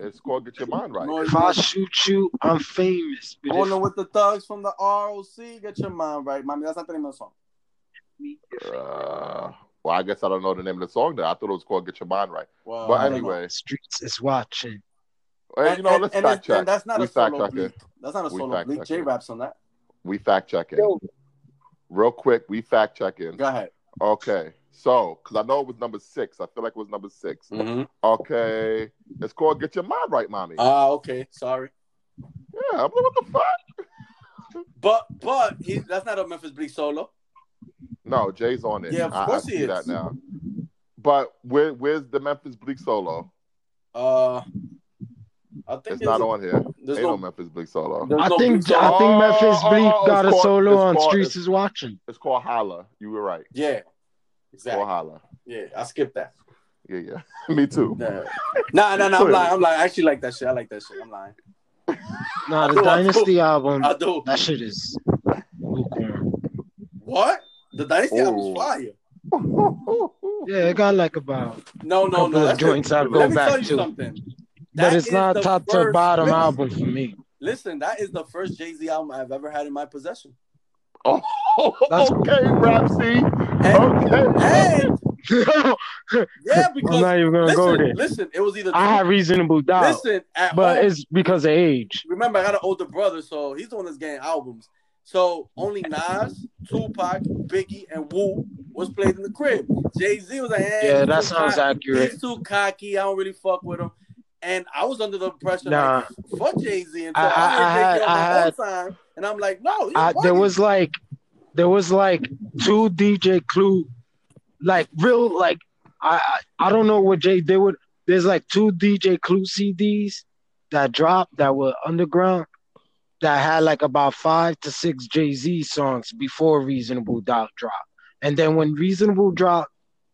S2: It's called Get Your Mind Right.
S1: No, it's
S3: If I
S1: not.
S3: shoot you, I'm famous. But if
S1: Rolling with the thugs from the ROC. Get your mind right, mommy. That's not the name of the song.
S3: me,
S2: Uh, well, I guess I don't know the name of the song. There, I thought it was called Get Your Mind Right.
S1: Well,
S2: But
S1: I don't know.
S2: anyway,
S3: Streets is watching.
S2: hey, you know, let's fact
S1: it's-
S2: check.
S1: and that's not
S2: We
S1: a solo
S2: fact-check
S1: bleak.
S2: it.
S1: That's not a
S2: We
S1: solo bleak.
S2: fact-check
S1: J
S2: it.
S1: raps on that.
S2: We fact check it
S3: Yo.
S2: real quick. We fact check it.
S1: Go ahead.
S2: Okay, so because I know it was number six, I feel like it was number six.
S3: Mm-hmm.
S1: Mhm.
S2: Okay, it's called Get Your Mind Right, mommy.
S1: Ah, okay. Sorry.
S2: yeah, I'm like, what the fuck?
S1: But but he, that's not a Memphis Bleak solo.
S2: No, Jay's on it.
S1: Yeah, of
S2: I- I
S1: course he
S2: see
S1: is.
S2: that now. But where, where's the Memphis Bleak solo?
S1: Uh, I think
S2: It's not on here.
S1: There's
S2: Ain't no,
S1: no,
S2: Memphis Bleak solo.
S1: there's
S3: I
S1: no Bleak
S3: think
S1: solo.
S2: Oh,
S3: I think Memphis
S2: oh,
S3: Bleak
S2: oh,
S3: got a
S2: it's called-
S3: solo
S2: it's
S3: on
S2: called-
S3: Streets
S2: it's-
S3: is watching.
S2: It's called Holla. You were right.
S1: Yeah,
S2: It's called
S1: exactly.
S2: Holla.
S1: Yeah, I skipped that.
S2: Yeah, yeah. Me too.
S1: Nah, nah, nah, nah, I'm lying. I'm lying. I actually like that shit. I like that shit. I'm lying.
S3: Nah,
S1: I do,
S3: the
S1: I do.
S3: Dynasty album.
S1: I do.
S3: That shit is lukewarm.
S1: What? The Dynasty
S2: Ooh.
S1: album's fire.
S3: Yeah, it got like about
S1: No, no,
S3: a couple
S1: no.
S3: of
S1: That's it.
S3: joints I'd go
S1: Let me tell
S3: back
S1: you
S3: to,
S1: something.
S3: but
S1: That
S3: it's
S1: is
S3: not
S1: the
S3: top to
S1: first-
S3: bottom
S1: Really?
S3: album for me.
S1: Listen, that is the first Jay Z album I've ever had in my possession.
S2: Oh,
S3: That's-
S2: okay, Rapsy.
S1: And,
S2: Okay.
S1: and
S3: Oh. I'm
S1: yeah, because
S3: not even gonna
S1: listen,
S3: go there.
S1: listen, it was either
S3: I have reasonable doubt,
S1: listen oh. at
S3: but
S1: home-
S3: it's because of age.
S1: remember I got an older brother, so he's the one that's getting albums. So only Nas, Tupac, Biggie, and Wu was played in the crib. Jay Z was like, eh,
S3: Yeah,
S1: he's
S3: that
S1: too
S3: sounds
S1: cocky.
S3: accurate.
S1: He's too cocky. I don't really fuck with him. and I was under the impression
S3: Nah.
S1: like fuck Jay Z until
S3: I-
S1: I,
S3: I- I
S1: heard
S3: had-
S1: Big L
S3: I
S1: my
S3: had-
S1: own time, and I'm like, no, he's
S3: I, there
S1: bugging.
S3: was like there was like two DJ Clue, like real like I I I don't know what Jay did with. There's like two DJ Clue CDs that dropped that were underground that had like about five to six Jay Z songs before Reasonable Doubt dropped, and then when Reasonable Drop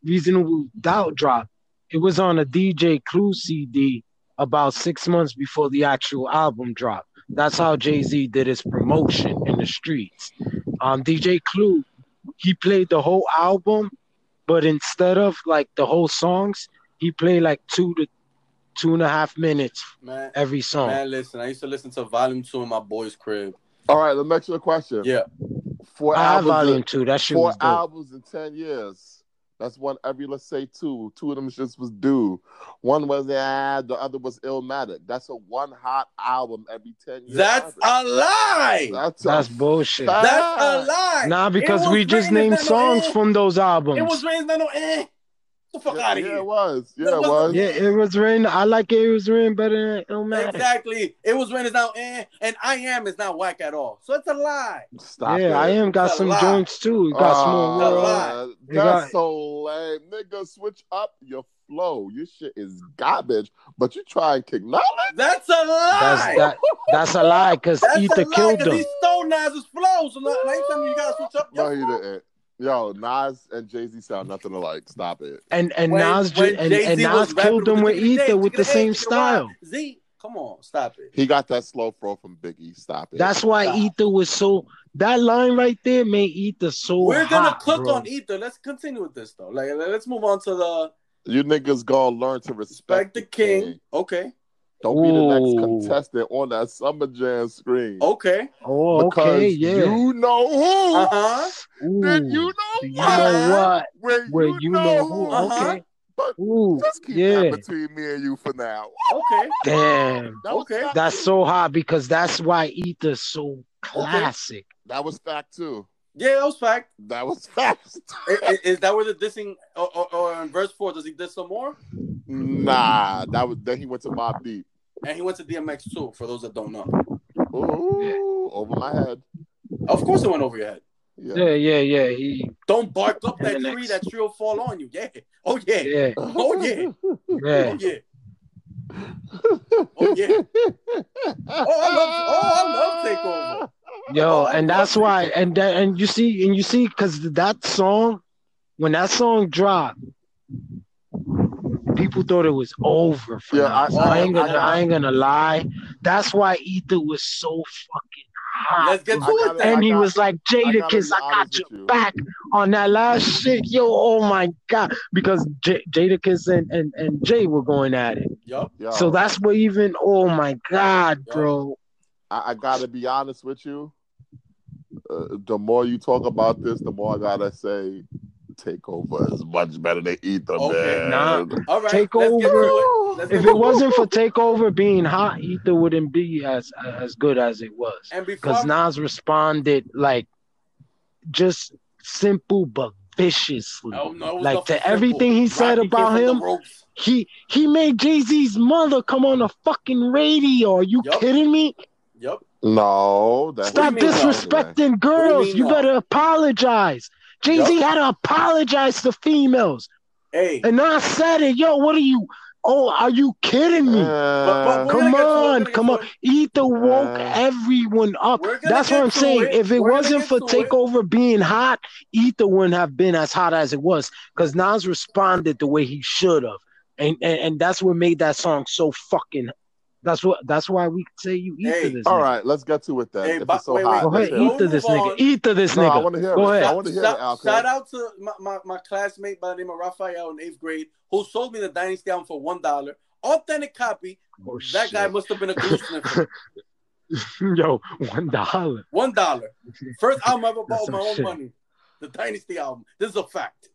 S3: Reasonable Doubt dropped, it was on a DJ Clue CD about six months before the actual album dropped. That's how Jay Z did his promotion in the streets. Um, DJ Clue, he played the whole album, but instead of like the whole songs, he played like two to two and a half minutes
S1: man.
S3: every song.
S1: Man, listen, I used to listen to Volume Two in my boy's crib.
S2: All right, let me ask you a question.
S1: Yeah,
S2: Four
S3: I have
S2: albums,
S3: volume
S2: in,
S3: two. That shit
S2: four
S3: was dope.
S2: albums in ten years. That's one every let's say two. Two of them shits was due. One was ah, the other was Illmatic. That's a one hot album every ten years.
S1: that's a lie.
S2: that's
S3: That's
S2: a
S3: bullshit.
S2: fact.
S1: That's a lie.
S3: Ah. Nah, because
S1: It
S3: we
S1: was
S3: just
S1: written in
S3: named
S1: that-
S3: songs from those albums.
S1: It was written that no eh. Get The fuck
S2: yeah,
S1: out of
S2: yeah,
S1: here.
S2: it was. Yeah,
S1: That
S2: it
S1: wasn't-
S2: was.
S3: yeah, it was written. I like it. It was written better than Illmatic.
S1: Exactly. It was written as now eh, and I am is not whack at all. So it's a lie.
S2: Stop
S3: yeah,
S2: it.
S3: I am got
S1: It's a
S3: some
S1: lie.
S3: joints too. Got small
S1: It's a
S3: world.
S1: lie.
S2: Uh,
S3: You
S2: That's
S3: got-
S2: so lame, nigga. Switch up your flow. Your shit is garbage, but you try and kick knowledge.
S1: That's a lie.
S3: That's that. That's a lie because
S1: That's
S3: Ether
S1: a lie
S3: killed
S1: because
S3: him.
S1: he stole Nas's flow. So like, like something you gotta switch up.
S2: No,
S1: Your
S2: he
S1: flow.
S2: didn't. Yo, Nas and Jay Z sound nothing alike. Stop it.
S3: And and
S1: When-
S3: Nas ju-
S1: when
S3: and,
S1: Jay-Z
S3: and
S1: was
S3: Nas
S1: rapping
S3: killed him with
S1: Chicken Day,
S3: Ether with
S1: Chicken
S3: the
S1: Day,
S3: same
S1: Chicken Y,
S3: style.
S1: Z, come on, stop it.
S2: He got that slow flow from Biggie. Stop it.
S3: That's why
S1: Stop.
S3: Ether was so. That line right there made Ether so
S1: We're gonna
S3: hot,
S1: cook
S3: bro.
S1: on E- Ether. Let's continue with this though. Like, let's move on to the
S2: you niggas gonna learn to
S1: Spec
S2: respect
S1: the King. Okay,
S2: Don't be the next
S3: Ooh.
S2: contestant on that Summer Jam screen.
S1: okay.
S3: Oh, okay, yeah.
S2: you know who.
S1: Uh huh.
S3: Ooh.
S2: Did you
S3: Do
S2: know
S3: you
S2: what?
S3: know what?
S2: Where,
S3: Where
S2: you,
S3: you
S2: know,
S3: know
S2: who.
S3: who?
S1: Uh-huh.
S3: Okay.
S2: But
S3: Ooh,
S2: Just keep
S3: yeah.
S2: that between me and you for now.
S1: Okay.
S3: Damn,
S2: That was
S1: Okay.
S2: fact
S3: that's
S2: two.
S3: so hot because that's why Ether's so classic.
S2: That was fact two.
S1: Yeah, that was fact.
S2: That was fact.
S1: I- I- Is, that where the dissing or, or, or in verse four does he diss some more?
S2: nah, that was then he went to Mob Deep.
S1: And he went to DMX too. For those that don't know,
S2: Ooh, over my head.
S1: of course it went over your head.
S2: Yeah.
S3: Yeah, yeah, yeah. He,
S1: Don't bark up that
S3: DMX.
S1: tree. That tree will fall on you. Yeah. Oh yeah.
S3: yeah,
S1: Oh, yeah.
S3: yeah.
S1: Oh yeah. Oh, yeah. Oh, I love-
S2: Oh,
S3: Yo, and that's why, and that, and you see, and you see, because that song, when that song dropped, people thought it was over. For
S2: Yeah,
S3: yeah,
S2: I-
S3: I, ain't
S1: I-
S3: gonna, I, ain't gonna lie. That's why Ether was so fucking hot.
S1: Let's get
S3: bro.
S1: to it.
S2: gotta-
S1: Then.
S3: and
S2: I
S3: he
S2: got-
S3: was like,
S2: I
S3: Jada
S2: gotta
S3: Kiss,
S2: be
S3: I got
S2: honest
S3: your
S2: with you.
S3: back on that last shit. Yo, oh my God. Because J- Jada Kiss and, and, and Jay were going at it.
S1: Yup.
S2: Yo,
S3: So that's what even, oh my God,
S1: Yo.
S3: bro.
S2: I, I gotta be honest with you. Uh, the more you talk about this, the more I gotta say, Takeover is much better than Ether,
S1: Okay,
S2: man.
S3: nah.
S1: All right.
S3: Take
S1: let's Get
S3: over.
S1: to it. Let's
S3: If
S1: get
S3: it
S1: to
S3: wasn't for Takeover being hot, Ether wouldn't be as as good as it was.
S1: And before
S3: Because
S1: I-
S3: Nas responded like just simple but viciously.
S1: Oh, no, it was
S3: Like,
S1: nothing
S3: to everything he said
S1: Rocky came
S3: about
S1: from the
S3: him,
S1: ropes.
S3: He he made Jay Z's mother come on the fucking radio. Are you
S1: Yup.
S3: kidding me?
S1: Yup.
S2: No, that's
S3: Stop
S1: mean, no?
S3: disrespecting girls.
S1: mean,
S3: you
S1: no?
S3: better apologize. Jay Z had to apologize to females,
S1: Hey.
S3: and I said it. Yo, what are you? Oh, are you kidding me?
S1: But- but-
S2: Uh,
S1: We're gonna
S3: Come
S1: get to it, we're
S3: on,
S1: gonna get
S3: come
S1: to
S3: on.
S1: it.
S3: Ether woke
S2: Uh,
S3: everyone up.
S1: We're gonna
S3: That's
S1: get
S3: what I'm
S1: to
S3: saying.
S1: it.
S3: If it
S1: We're gonna
S3: wasn't
S1: get
S3: for
S1: to it.
S3: Takeover being hot, Ether wouldn't have been as hot as it was because Nas responded the way he should have, and, and and that's what made that song so fucking. That's what. That's why we say you Ether
S1: Hey,
S3: this.
S2: all
S3: nigga.
S2: right, let's get to it then.
S1: Hey,
S2: if
S1: but-
S2: it's so
S1: wait,
S2: hot,
S3: Go
S1: wait,
S2: let's
S3: ahead,
S2: hear it.
S1: wait.
S3: Ether this
S1: Before we
S3: nigga. Ether this
S2: No, I
S3: nigga.
S2: want to hear
S3: Go
S2: it.
S3: ahead.
S2: I
S1: Shout-
S2: want to hear
S1: shout,
S2: it, Alka.
S1: shout out to my, my, my classmate by the name of Raphael in eighth grade who sold me the Dynasty album for one dollar. Authentic copy.
S3: Oh,
S1: that
S3: shit.
S1: guy must have been a goose sniffer.
S3: Yo, one dollar.
S1: One dollar. First album I ever
S3: That's
S1: bought with
S3: some
S1: my own
S3: shit.
S1: money. The Dynasty album. This is a fact.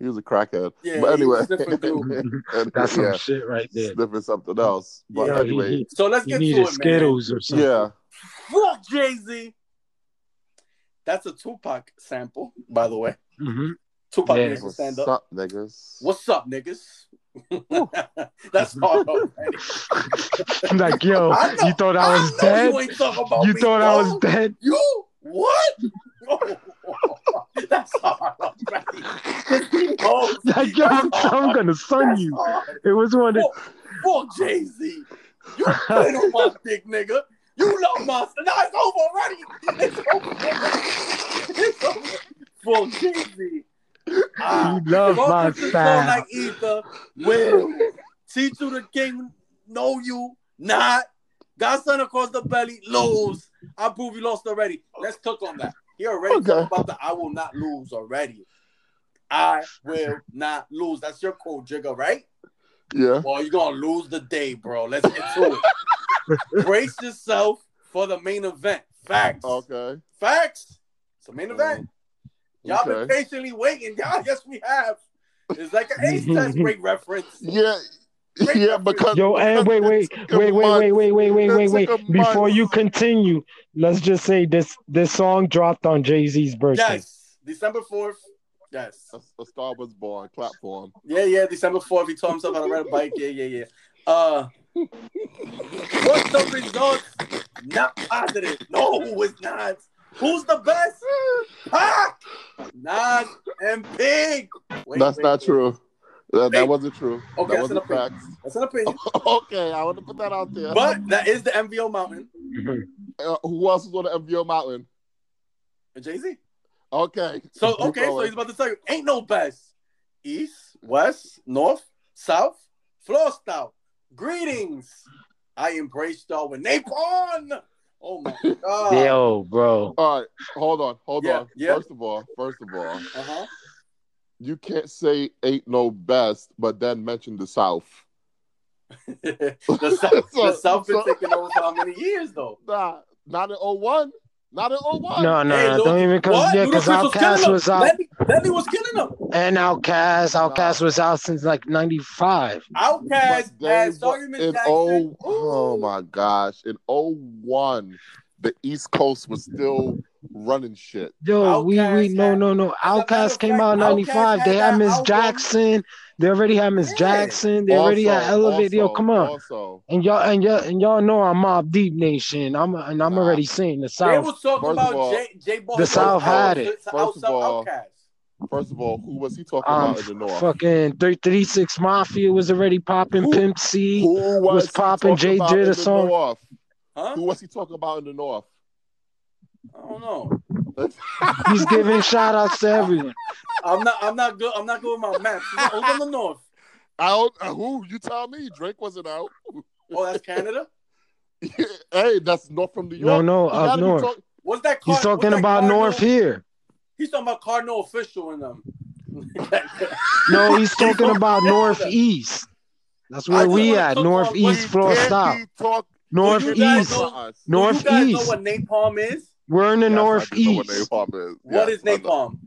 S2: He was a crackhead.
S1: Yeah,
S2: but
S1: he was
S2: anyway,
S1: sniffing glue.
S2: And-
S3: That's some
S2: yeah,
S3: shit right there.
S2: sniffing something else. But
S1: Yeah,
S3: Yo, he,
S2: anyway,
S3: he,
S1: So let's
S3: he
S1: get to
S3: needed
S1: it, man.
S3: Skittles or something.
S2: yeah.
S1: Fuck Jay Z. That's a Tupac sample, by the way.
S3: Mhm.
S1: Tupac
S3: Yeah.
S1: makes a stand up.
S2: What's up, niggas?
S1: What's up, niggas? That's hard. already.
S3: I'm like, yo,
S1: I know-
S3: you thought I was
S1: know
S3: dead?
S1: You, ain't talking about
S3: You
S1: me,
S3: thought I
S1: bro.
S3: was dead?
S1: You what? That's hard. already. Oh,
S3: Like, yo, I'm, I'm gonna sun
S1: that's
S3: you.
S1: hard.
S3: It was one of
S1: Fuck, fuck Jay Z. You played on my dick, nigga. You love my. Now it's over already. It's over. already. It's over. Fuck Jay Z.
S3: You
S2: Oh,
S3: love my style.
S1: Like either will teach you the king, know you not. Godson across the belly lose. I prove you lost already. Let's cook on that. He already
S2: Okay.
S1: talked about the I will not lose already. I will not lose. That's your quote, Jigga, right?
S2: Yeah.
S1: Well, you're gonna lose the day, bro. Let's get to it. Brace yourself for the main event. Facts.
S2: Okay.
S1: Facts. It's the main event. Y'all been
S2: Okay.
S1: patiently waiting. Y'all, yes, we have. It's like an ace test break reference.
S2: Yeah.
S1: Great
S2: Yeah,
S1: reference.
S2: because
S3: Yo, and wait, wait,
S2: It took a
S3: wait, wait, wait,
S2: month.
S3: wait, wait, wait,
S2: It
S3: wait, wait.
S2: took a
S3: Before
S2: month.
S3: you continue, let's just say this this song dropped on Jay Z's birthday.
S1: Yes. December 4th. Yes.
S2: A, a star was born. Clap for him.
S1: Yeah, yeah. December 4th. He told himself how to ride a bike. Yeah, yeah, yeah. Uh what's the results? Not positive. No, it's not. Who's the best? Pac! Nas and Pig. Wait,
S2: That's
S1: wait,
S2: not
S1: wait.
S2: true. That, that
S1: Wait.
S2: wasn't true.
S1: Okay,
S2: that
S1: that's an
S2: wasn't
S1: opinion.
S2: facts.
S1: That's an opinion.
S2: okay, I want to put that out there.
S1: But that is the MVO mountain.
S2: Uh, who else is on the MVO Mountain?
S1: Jay Z.
S2: Okay.
S1: So okay, so he's about to tell you, ain't no best. East, west, north, south, floor style. Greetings. I embraced y'all when they born. Oh my god.
S3: Yo, bro.
S2: All right, hold on, hold
S1: Yeah,
S2: on.
S1: yeah.
S2: First of all, first of all,
S1: Uh-huh.
S2: you can't say ain't no best, but then mention the South.
S1: the south, the
S2: So-
S1: south been
S2: so-
S1: taking over for how many years though?
S2: Nah, not in 01. Not in 01.
S3: No, no,
S1: Hey,
S3: no,
S1: Lil-
S3: don't even cause
S1: What?
S3: yeah,
S1: Ludacris
S3: cause
S1: was killing
S3: Outcast
S1: them.
S3: was out
S1: Lenny, Lenny was killing them.
S3: and Outcast, Outcast was out since like '95.
S1: Outcast
S2: But they
S1: had
S2: wa-
S1: Sergeant
S2: in
S1: Jackson.
S2: oh, oh my gosh, in 01, the East Coast was still running shit.
S3: Yo, we we
S1: Outkast
S3: no
S1: had-
S3: no no.
S1: a matter
S3: Outcast
S1: of
S3: came
S1: fact,
S3: out in
S1: Outkast
S3: '95.
S1: had
S3: They
S1: that
S3: had Miss
S1: album.
S3: Jackson. They already had Miss
S1: Yeah.
S3: Jackson. They already had Elevate. Yo,
S2: also-
S3: come on.
S2: Also,
S3: And y'all and y'all and y'all know I'm Mob Deep Nation. I'm and I'm
S2: Nah.
S3: already saying the
S1: They
S3: South.
S1: was talking
S2: First of
S1: about
S2: all-
S1: J, J Ball.
S3: The South had it.
S1: Outside
S2: First of all-
S1: Outkast.
S2: first of all, who was he talking
S3: Um,
S2: about in the North?
S3: fucking three three six Mafia was already popping.
S2: Who-
S3: Pimp C.
S2: Who
S3: was
S2: was, he
S3: popping,
S2: talking
S3: Jay
S2: about
S3: did
S2: in
S3: a
S2: the
S3: song.
S2: North?
S1: Huh?
S2: Who was he talking about in the North?
S1: I don't know.
S3: He's giving shout outs to everyone.
S1: I'm not. I'm not good. I'm not good with my math. Who's on the north?
S2: Out? uh, Who? You tell me. Drake wasn't out.
S1: Oh, that's Canada.
S2: hey, that's North from New York.
S3: No, no,
S2: You
S3: up
S2: gotta be
S3: north.
S2: talk-
S1: What's that?
S3: He's
S1: Car- what's
S3: talking
S1: that
S3: about
S1: Cardinal-
S3: north here.
S1: He's talking about Cardinal official in them.
S3: No, he's talking
S1: from
S3: about
S1: Canada.
S3: northeast. That's
S1: I
S3: where
S1: just
S3: we
S1: wanna
S3: at.
S1: cook
S2: You
S3: Northeast, floor
S2: can't
S3: stop.
S2: be talk- you
S1: you guys
S3: Northeast.
S2: talking about us.
S1: Do you guys know
S3: Northeast.
S1: what napalm is?
S3: We're in the
S2: Yes, I do know what
S3: northeast.
S2: napalm is.
S1: What
S2: Yes,
S1: is
S2: I know.
S1: napalm?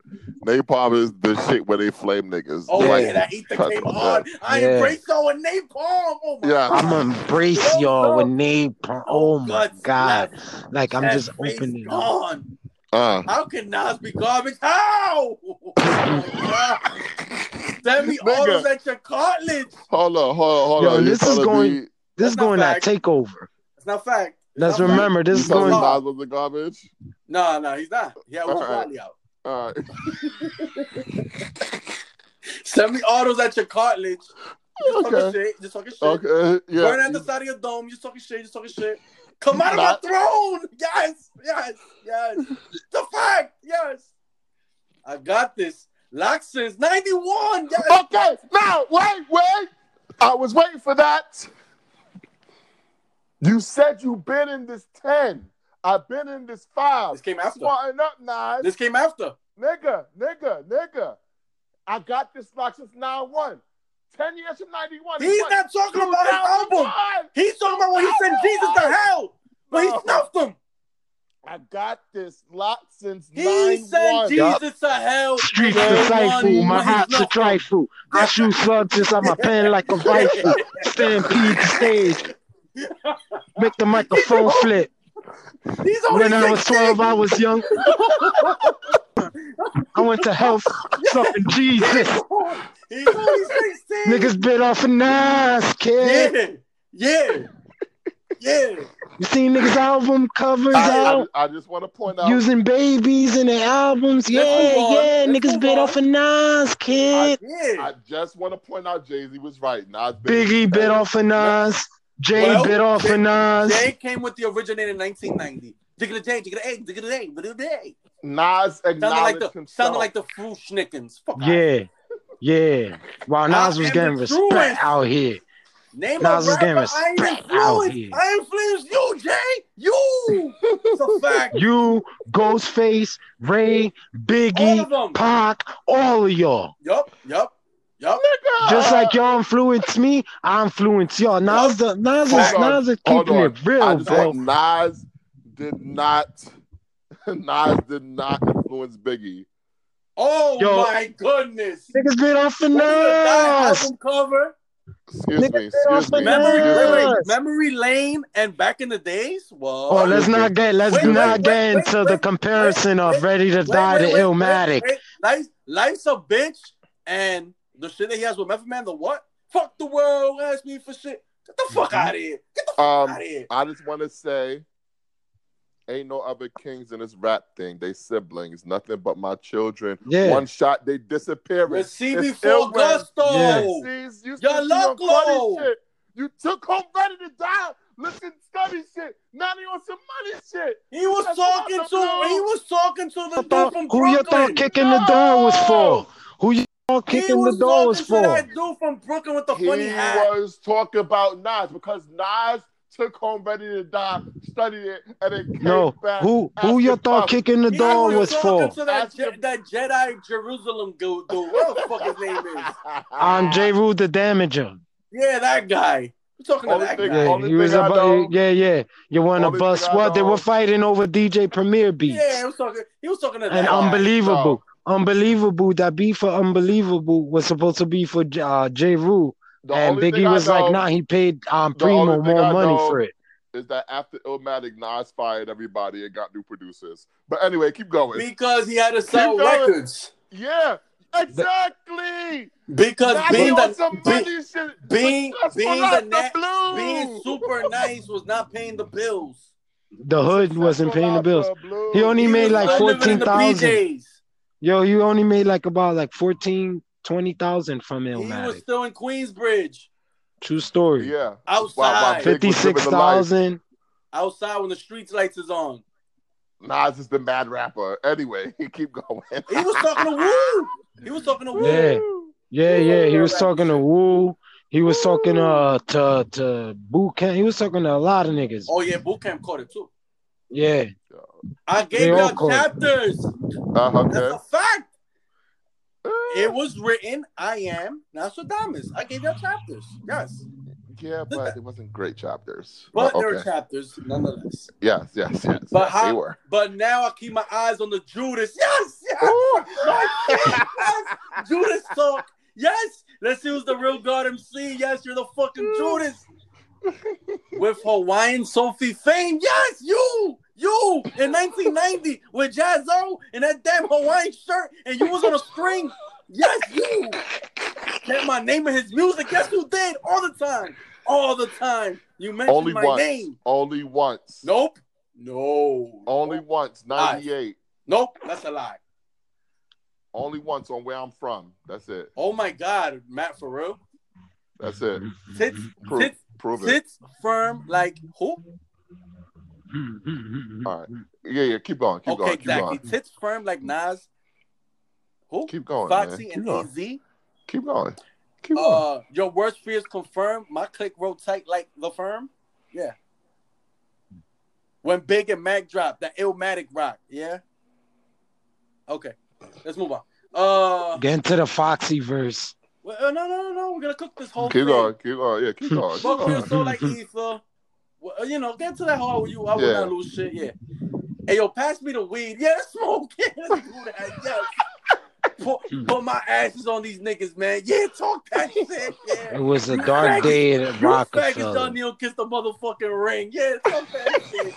S2: Napalm is the shit where they flame niggas.
S1: Oh
S3: Yeah.
S1: yeah,
S2: Like,
S1: that ether came
S2: Yeah.
S1: hard. I
S3: Yeah.
S1: embrace y'all with napalm. Oh my
S2: Yeah.
S1: god.
S3: I'm gonna embrace y'all with napalm. Oh my
S1: Guts
S3: god.
S1: left,
S3: Like I'm
S1: that
S3: just
S1: face
S3: opening up.
S1: Gone.
S2: uh,
S1: How can Nas be garbage? How? Oh my God. Send me
S2: Nigga.
S1: orders at your cartilage.
S2: hold on, hold on, hold
S3: Yo,
S2: on. You're
S3: this is
S2: telling
S3: going-
S2: me,
S3: This is
S1: That's not
S3: going at
S1: fact.
S3: takeover.
S1: It's not fact. It's
S3: Let's
S1: not fact.
S3: remember this
S2: you
S3: is
S2: telling me
S3: going
S2: Nas was the garbage?
S1: No, no, he's not. Yeah, we're
S2: All right.
S1: probably out.
S2: All right.
S1: Send me autos at your cartilage. Just talking
S2: Okay.
S1: shit. Just talking shit.
S2: Okay.
S1: Burn at
S2: Yeah.
S1: the side of your dome. Just talking shit. Just talking shit. Come out of my
S2: Not-
S1: throne. Yes, yes, yes. the fact. Yes. I got this. Lock since 91. Yes.
S2: Okay. Now, wait, wait. I was waiting for that. You said you've been in this 10. I've been in this 5.
S1: This came after.
S2: Smarten up, Nas.
S1: This came after.
S2: Nigga, nigga, nigga. I got this lock since 9 1. 10 years from 91.
S1: He's
S2: What?
S1: not talking about his album.
S2: 2001.
S1: He's talking about when he sent Jesus to hell. But he
S2: No.
S1: snuffed him.
S2: I got this lock since
S1: He
S2: 9
S1: sent
S2: 1.
S1: Jesus to hell.
S3: Streets
S1: day
S3: to
S1: one
S3: Saifu, my
S1: when he
S3: heart's a
S1: snuffed
S3: trifle. I shoot slugs inside my pen like a rifle. Stampede the stage. Make the microphone flip.
S1: him. He's only
S3: When I was
S1: 16.
S3: 12, I was young. I went to hell sucking Jesus.
S1: He's only 16.
S3: Niggas bit off a nice kid.
S1: yeah. Yeah. Yeah.
S3: You seen niggas album covers
S2: I,
S3: out
S2: I, I just want to point out.
S3: using babies in their albums. Yeah,
S1: move on.
S3: yeah.
S1: Let's
S3: niggas
S1: move
S3: bit
S1: on.
S3: off a nice kid.
S1: Yeah.
S2: I just want to point out Jay Z was right. Not
S3: Biggie bit off a Nas. Jay
S1: Well,
S3: bit off a
S1: Jay-
S3: Nas.
S1: Jay came with the originator in 1990. Jigga the J, jigga the A, jigga the A, jigga the A.
S2: Nas
S1: Sounded
S2: acknowledged
S1: like the
S2: himself.
S1: sounded like the Fru Schnickens. Fuck outta here.
S3: yeah, yeah. While
S1: I
S3: Nas was
S1: am
S3: getting
S1: influenced.
S3: respect out here.
S1: Name
S3: Nas
S1: a
S3: is getting
S1: rapper. I ain't
S3: respect out
S1: influenced.
S3: here.
S1: I influenced you, Jay. You. It's a fact.
S3: You, Ghostface, Ray,
S1: All
S3: Biggie,
S1: of them.
S3: Pac, all of y'all.
S1: Yup. Yup. Yup.
S2: Nigga!
S1: Uh,
S3: Just like y'all influence me, I influence y'all. Nas, the, Nas, is,
S2: Hold on,
S3: Nas is
S2: hold
S3: keeping
S2: on.
S3: it real,
S2: I just
S3: bro.
S2: want Nas did not. Nas did not influence Biggie.
S1: Oh
S3: Yo.
S1: my goodness.
S3: Niggas been off the
S1: Look at that
S3: Nas.
S1: album cover.
S2: Excuse
S3: Nigga,
S2: me. Excuse
S3: off
S2: me.
S3: the
S1: Memory,
S3: Nas.
S2: Excuse
S1: wait,
S2: me.
S1: wait, memory lane and back in the days. Whoa.
S3: Oh, let's not get let's
S1: Wait, wait,
S3: not
S1: wait,
S3: get
S1: wait,
S3: into
S1: wait,
S3: the comparison
S1: wait,
S3: of Ready to
S1: Wait,
S3: Die
S1: wait,
S3: to
S1: wait,
S3: Illmatic.
S1: wait, wait. Life's, life's a bitch, and the shit that he has with Method Man, the what? Fuck the world, ask me for shit. Get the fuck
S3: Mm-hmm.
S1: out of here. Get the fuck
S2: Um,
S1: out of here.
S2: I just want to say, ain't no other kings in this rap thing. They siblings, nothing but my children.
S3: Yeah.
S2: One shot, they disappear.
S1: With CB4
S2: It's ill
S1: Gusto.
S3: Yeah.
S2: Sees you
S1: Your
S2: said you on
S1: Loclo.
S2: funny shit. You took home ready to die. Listen, study shit. Now they on some money shit.
S1: He was
S2: That's
S1: talking to
S2: not
S1: he
S2: the law.
S1: was talking to the
S3: Who
S1: dude from
S3: you thought
S1: Brooklyn.
S3: kicking the door was for? Who you thought
S1: He
S3: kicking the
S1: was
S3: door was
S1: talking to
S3: for?
S1: that dude from Brooklyn with the
S2: He
S1: funny hat.
S2: was talking about Nas because Nas took home ready to die, studied it, and then came
S3: No,
S2: back.
S3: who who
S2: Ask
S3: you
S2: him
S3: thought
S2: about-
S3: kicking the
S1: He
S3: door was
S1: talking
S3: for?
S1: to that,
S2: Ask
S1: Je-
S2: him.
S1: that Jedi Jerusalem dude, dude. What the fuck his name is?
S3: I'm J. Rule the Damager.
S1: Yeah, that guy. We're talking to
S2: Only
S1: that
S2: thing-
S1: guy.
S3: Yeah,
S2: only
S3: he was
S2: thing I know-
S3: about yeah, yeah. You want to
S2: only
S3: bust
S2: thing I
S3: what they
S2: know-
S3: were fighting over DJ Premier beats.
S1: Yeah, he was talking. He was talking to that.
S3: and
S1: guy.
S3: unbelievable, unbelievable. That beat for unbelievable was supposed to be for uh, J. Rule,
S2: The
S3: and
S2: only
S3: Biggie
S2: thing
S3: was
S2: I know
S3: like, "Nah, he paid um,
S2: The only
S3: Primo
S2: thing
S3: more
S2: I
S3: money
S2: know-
S3: for it."
S2: is that after Illmatic, Nas fired everybody and got new producers. But anyway, keep going.
S1: because he had to sell
S2: Keep going.
S1: records.
S2: yeah, exactly.
S1: Because
S2: Now they
S1: being
S2: on some
S1: the, be-
S2: money shit.
S1: being-
S2: That's for
S1: being
S2: like
S1: the
S2: the
S1: net-
S2: blue.
S1: being super nice was not paying the bills.
S3: The hood wasn't paying the bills. He only
S1: He was
S3: made like
S1: still living in the
S3: 14,000.
S1: PJs.
S3: Yo, you only made like about like 14, 20,000 from
S1: He was
S3: Illmatic.
S1: still in Queensbridge,
S3: True story.
S2: Yeah.
S1: outside,
S2: Big was living the life.
S3: Fifty-six thousand.
S1: outside when the streets lights is on.
S2: Nas is the mad rapper. Anyway, keep going.
S1: He was talking to Woo. He was talking to Woo.
S3: Yeah, yeah, yeah. He was talking to Wu. He was talking uh, to to Boot Camp. He was talking to a lot of niggas.
S1: Oh yeah, boot camp caught it too.
S3: Yeah,
S1: I
S3: They
S1: gave
S3: all
S1: y'all
S3: caught it.
S1: chapters.
S2: Uh, okay.
S1: That's a fact. It was written, I am Nostradamus. I gave y'all chapters. Yes.
S2: Yeah, but it wasn't great chapters.
S1: But there were
S2: okay.
S1: chapters nonetheless.
S2: Yes, yes, yes.
S1: But
S2: yes,
S1: how-
S2: they were.
S1: But now I keep my eyes on the Judas. Yes, yes,
S2: Ooh.
S1: yes. Judas talk. Yes, let's see who's the real God MC. Yes, you're the fucking Judas. With Hawaiian Sophie fame. Yes, you, you in 1990 with Jazzo in that damn Hawaiian shirt and you was on a string. Yes, you. That my name in his music. Yes, you did all the time. All the time. You mentioned
S2: Only
S1: my
S2: once.
S1: name.
S2: Only once.
S1: Nope. No.
S2: Only once. 98.
S1: Nope, that's a lie.
S2: Only once on where I'm from. That's it.
S1: Oh my God, Matt, for real?
S2: That's it.
S1: Tits,
S3: Mm-hmm.
S2: Prove,
S1: tits,
S2: prove it.
S1: tits firm like who?
S2: All right. Yeah, yeah. Keep going. Keep
S1: okay,
S2: going. Keep
S1: exactly.
S2: going.
S1: Tits firm like Nas. Who?
S2: Keep going. man.
S1: Foxy
S2: Keep
S1: and
S2: going.
S1: Easy.
S2: Keep going. Keep going.
S1: Uh, your worst fears confirmed. My click roll tight like the firm. Yeah. When Big and Mac dropped that Illmatic rock. Yeah. Okay, let's move on. Uh,
S3: get into the Foxy verse.
S1: well, uh, no, no, no, no. We're gonna cook this whole
S2: Keep
S1: thing.
S2: going. Keep going. Yeah, keep going. Keep
S1: Fuck
S2: going.
S1: your soul like ether. Well, you know, get to that hole you. I will
S2: Yeah.
S1: not lose shit. Yeah. Hey, yo, pass me the weed. Yeah, let's smoke. Yeah, let's do that. Yes. Put, put my asses on these niggas, man. Yeah, talk that shit. Yeah.
S3: It was a dark day at
S1: You faggots
S3: Rockefeller.
S1: done kneel kiss the motherfucking ring. Yeah, talk that shit.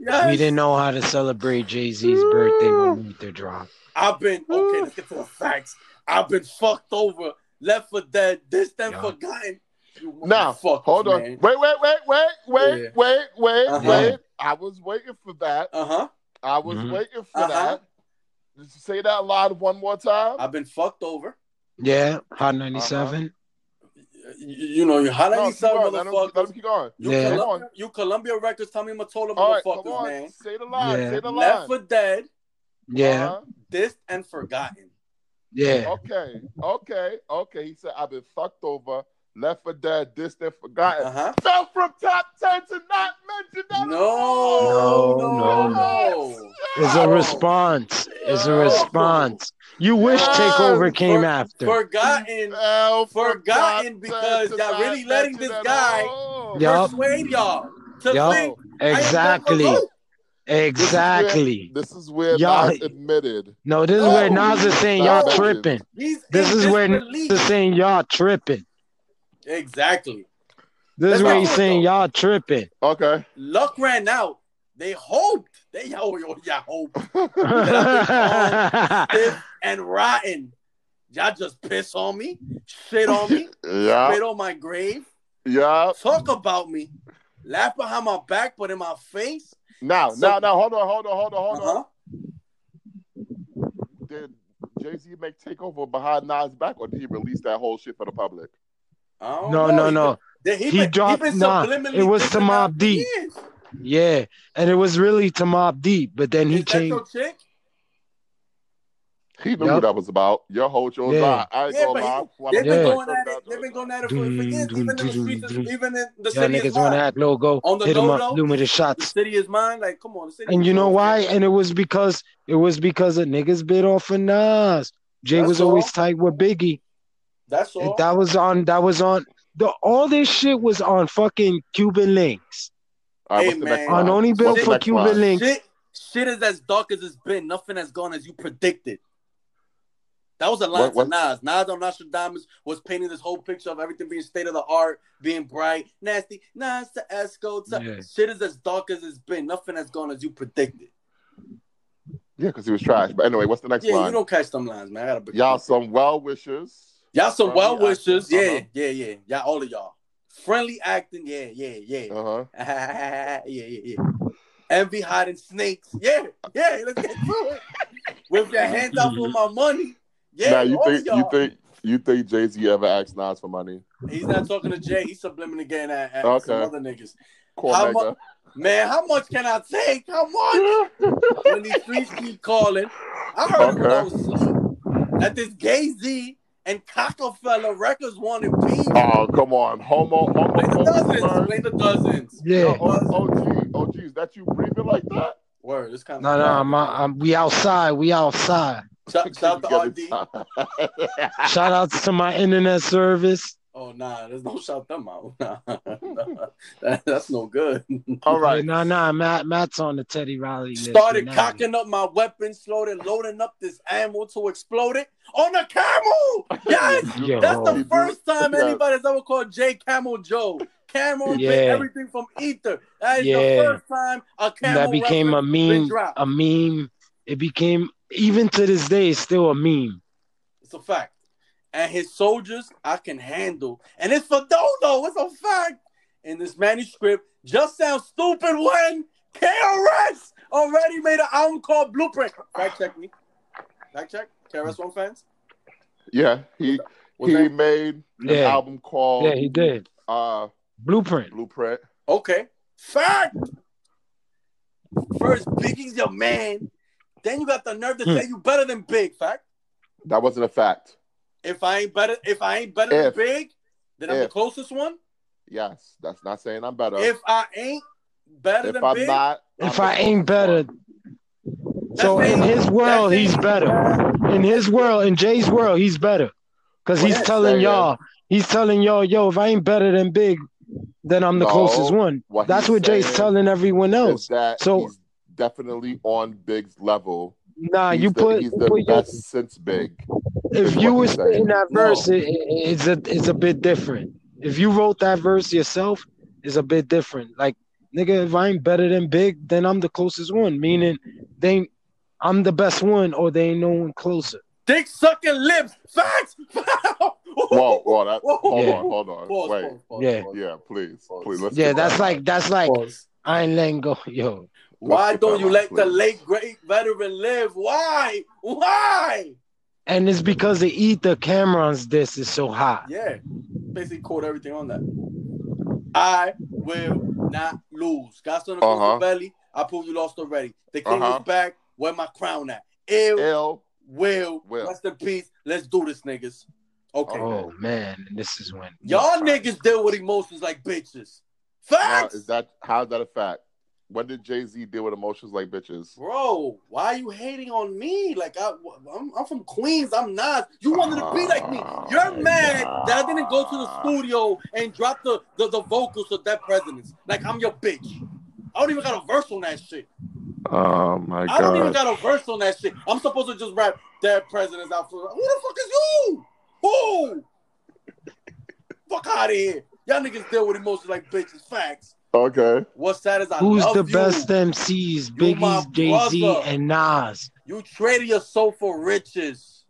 S1: Yes.
S3: We didn't know how to celebrate Jay Z's birthday when Luther dropped.
S1: I've been okay. Let's get to the facts. I've been fucked over. Left for Dead, This Then
S3: Yeah.
S1: Forgotten. You
S2: Now,
S1: motherfuckers,
S2: hold on.
S1: man.
S2: Wait, wait, wait, wait, wait,
S1: Yeah.
S2: wait, wait,
S1: Uh-huh.
S2: wait. I was waiting for that.
S1: Uh huh.
S2: I was
S3: Mhm.
S2: waiting for
S1: Uh-huh.
S2: that. Did you say that loud one more time?
S1: I've been fucked over.
S3: Yeah, Hot
S1: Uh-huh.
S3: 97.
S1: You, you know, you hot
S2: No,
S1: no,
S2: keep going. Let him, let him
S1: motherfuckers.
S2: keep going.
S1: You,
S3: Yeah.
S2: Come
S1: Colum-
S2: on.
S1: you Columbia Records, Tommy Matola
S2: All right,
S1: motherfuckers,
S2: come on.
S1: man.
S2: Say the line.
S3: Yeah.
S2: Say the line.
S1: Left for Dead,
S3: Yeah,
S2: Uh-huh.
S1: This and Forgotten.
S3: yeah.
S1: Oh.
S2: Okay, okay, okay. He said, I've been fucked over, left for dead, distant, forgotten.
S1: Uh huh.
S2: Fell from top 10 to not mention that.
S1: No, no, no,
S3: no,
S1: no.
S3: It's a response. It's
S1: Oh.
S3: a response. You wish
S2: Yes.
S3: Takeover came
S1: For-
S3: after.
S1: Forgotten.
S2: Fell from
S1: Forgotten
S2: top
S1: because
S2: 10 to
S1: y'all
S2: not
S1: really letting
S2: mention
S1: this
S2: at
S1: guy-
S2: all.
S3: Yeah. Yup.
S1: Persuade y'all to
S3: Yup.
S1: think I
S3: Exactly.
S1: am
S3: Exactly.
S2: This is where
S3: Y'all-
S2: Nas admitted.
S3: No, this is where
S1: Oh.
S3: Nas is saying y'all
S2: Not mentioned.
S3: tripping.
S1: He's
S3: This
S1: in
S3: is where Nas
S1: disbelief.
S3: is saying y'all tripping.
S1: Exactly.
S3: This
S1: That's
S3: is where
S1: not
S3: he's
S1: what
S3: saying
S1: though.
S3: y'all tripping.
S2: Okay.
S1: Luck ran out. They hoped. They y'all, y'all, y'all hope.
S3: yeah.
S1: Stiff and rotten. Y'all just piss on me, shit on me,
S2: Yeah.
S1: spit on my grave,
S2: Yeah.
S1: talk about me, laugh behind my back, but in my face.
S2: Now,
S1: So-
S2: now, now, hold on, hold on, hold on, hold on.
S1: Uh-huh.
S3: Uh-huh.
S2: Did Jay Z make Takeover behind Nas back, or did he release that whole shit for the public?
S1: I don't
S3: No,
S1: know.
S3: no, no.
S1: He, he,
S3: He
S1: been,
S3: dropped-
S1: he been
S3: nah,
S1: subliminally
S3: it was
S1: thinking
S3: to Mobb
S1: that
S3: Deep.
S1: for years.
S3: Yeah. And it was really to Mob Deep, but then he
S1: Is that your
S3: changed.
S1: chick?
S2: He knew
S3: Yup.
S2: what that was about. Your whole show's
S3: Yeah.
S2: yeah. I ain't
S1: Yeah,
S2: gonna
S1: but he-
S2: lie. Well,
S1: They've
S3: Yeah.
S1: been
S2: I'm
S1: going
S2: gonna-
S1: at it. They've been going at it for, for years, even in the streets, is- even in the
S3: Y'all
S1: city is
S3: niggas want to
S1: mine.
S3: act logo.
S1: On the
S3: Hit him up.
S1: low-low.
S3: Loom the
S1: The
S3: shots.
S1: city is mine. Like, come on, the city.
S3: And
S1: is
S3: you know
S1: yours,
S3: why?
S1: man.
S3: And it was because it was because of niggas bit off of Nas. Jay
S1: That's
S3: was always
S1: all.
S3: tight with Biggie.
S1: That's all.
S3: And that was on that was on the all this shit was on fucking Cuban links.
S2: All right,
S1: Hey,
S2: what's the next
S1: man.
S2: line?
S3: On only built
S2: What's the
S3: for
S2: next line?
S3: Cuban links.
S1: shit, shit is as dark as it's been. Nothing has gone as you predicted. That was a line
S2: What-
S1: to Nas. Nas on Nostradamus was painting this whole picture of everything being state of the art, being bright, nasty. Nas to Esco. To,
S3: Yeah.
S1: Shit is as dark as it's been. Nothing has gone as you predicted.
S2: Yeah, because he was trash. But anyway, what's the next
S1: yeah, you
S2: line?
S1: don't catch them lines, man. I gotta be-
S2: Y'all some well wishers.
S1: Y'all some
S2: Friendly
S1: well wishers.
S2: acting,
S1: Yeah,
S2: uh-huh.
S1: yeah, yeah. Y'all, all of y'all. Friendly acting. Yeah, yeah, yeah.
S2: Uh huh.
S1: yeah, yeah, yeah. Envy hiding snakes. Yeah, yeah. Let's get to it. With your hands out for my money. Yeah,
S2: now you
S1: all
S2: think
S1: of y'all.
S2: you think you think Jay Z ever asked Nas for money?
S1: He's not talking to Jay. He's subliminal again at, at
S2: Okay.
S1: some other niggas. How
S2: Cornega.
S1: Man, how much can I take? How much? when these streets keep calling, I heard it when I was
S2: Okay.
S1: asleep that this Gay Z and Cockefeller Records wanted beef.
S2: oh come on, homo homo.
S1: Blame the dozens.
S2: slurs.
S1: Blame the dozens.
S2: Yo,
S3: Yeah.
S2: oh, oh, gee, oh, geez, that you breathing like that?
S1: Word, it's kind of
S3: No, no, I'm, I'm, we outside. We outside.
S1: shout, shout
S2: You
S1: to
S2: got
S1: RD.
S2: the time.
S3: Shout outs to my internet service.
S1: Oh nah, there's no shout them out. Nah,
S3: Hmm.
S1: That- that's no good.
S2: All
S3: Right. Yeah,
S2: right.
S3: nah, nah, Matt, Matt's on the Teddy Riley list.
S1: Started
S3: now.
S1: cocking up my weapons, loaded, loading up this ammo to explode it on the camel. Yes,
S3: Yo.
S1: that's
S2: You
S1: the
S2: do-
S1: first time
S2: Yeah.
S1: anybody's ever called Jay Camel Joe. Camel
S3: Yeah.
S1: bit everything from ether. That is the
S3: Yeah.
S1: first time a camel
S3: that became a meme.
S1: dropped.
S3: A meme. It became even to this day, it's still a meme.
S1: It's a fact. And his soldiers I can handle. And it's for Dodo. It's a fact. And this manuscript just sounds stupid when KRS already made an album called Blueprint. Fact check me. Fact check. KRS One fans.
S2: Yeah, he
S1: Was
S2: he
S1: that-
S2: made an
S3: Yeah.
S2: album called
S3: Yeah, he did.
S2: uh
S3: Blueprint.
S2: Blueprint.
S1: Okay. Fact. First, Biggie's your man. Then you got the nerve to
S3: Hmm.
S1: say you better than Big. Fact.
S2: That wasn't a fact.
S1: If I ain't better, if I ain't better
S2: If.
S1: than Big, then I'm the
S2: If.
S1: closest one.
S2: Yes, that's not saying I'm better.
S1: If I ain't better
S2: If
S1: than
S2: I'm
S1: Big,
S2: not,
S3: If
S2: I'm
S3: I ain't better. So
S1: That's
S3: in
S1: it.
S3: his world,
S1: That's it.
S3: he's better. In his world, in Jay's world, he's better. Cause he's
S2: Yes.
S3: telling
S2: Saying.
S3: y'all, he's telling y'all, yo, if I ain't better than Big, then I'm the
S2: No,
S3: closest one.
S2: what
S3: That's
S2: he's
S3: what Jay's
S2: saying
S3: telling everyone
S2: Is
S3: else.
S2: that
S3: So-
S2: he's definitely on Big's level.
S3: Nah,
S2: he's
S3: you
S2: the,
S3: put,
S2: he's
S3: you
S2: the
S3: put your
S2: best since Big. is
S3: if you
S2: what
S3: were
S2: he's saying.
S3: saying that
S1: No.
S3: verse, it, it- it's a it's a bit different. If you wrote that verse yourself, it's a bit different. Like nigga, if I ain't better than Big, then I'm the closest one. Meaning, they, ain't- I'm the best one, or they ain't no one closer.
S1: Dick sucking lips. Facts.
S2: Whoa, whoa, that,
S1: Whoa.
S2: hold
S3: Yeah.
S2: on, hold on.
S1: Pause,
S2: Wait.
S1: pause, pause,
S3: Yeah.
S1: pause,
S2: Yeah, please.
S1: Pause.
S2: Please, let's
S3: Yeah,
S2: get
S3: that's
S2: that
S3: like that's like
S1: pause.
S3: I ain't letting go, yo.
S1: Why
S2: get
S1: don't
S2: that
S1: you
S2: out,
S1: let the
S2: please.
S1: late great veteran live? Why? Why?
S3: And it's because the ether Cameron's this is so hot.
S1: Yeah, basically caught everything on that. I will not lose. God's gonna prove
S2: Uh-huh.
S1: the belly. I proved you lost already. The king
S2: Uh-huh.
S1: is back. Where my crown at? Ill
S2: L.
S1: will.
S2: Will.
S1: Rest in peace. Let's do this, niggas. Okay.
S3: Oh man, this is when
S1: Y'all niggas deal with emotions like bitches.
S2: Now,
S1: Facts,
S2: is that how's that a fact? When did Jay Z deal with emotions like bitches?
S1: bro. Why you hating on me? Like I, I'm, I'm from Queens. I'm not. You wanted to be like me.
S3: Ah,
S1: You're mad that I didn't go to the studio and drop the the, the vocals of that presidents. Like I'm your bitch. I don't even got a verse on that shit.
S2: Oh my
S1: I don't even got a verse on that shit. I'm supposed to just rap dead presidents out for who the fuck is you? Who? fuck out of here. Y'all niggas deal with emotions like bitches. Facts.
S2: Okay.
S1: What's sad is I
S3: Who's
S1: love
S3: the
S1: you.
S3: best MCs?
S1: my
S3: Biggie's, Jay Z,
S1: brother.
S3: and Nas.
S1: You traded your soul for riches.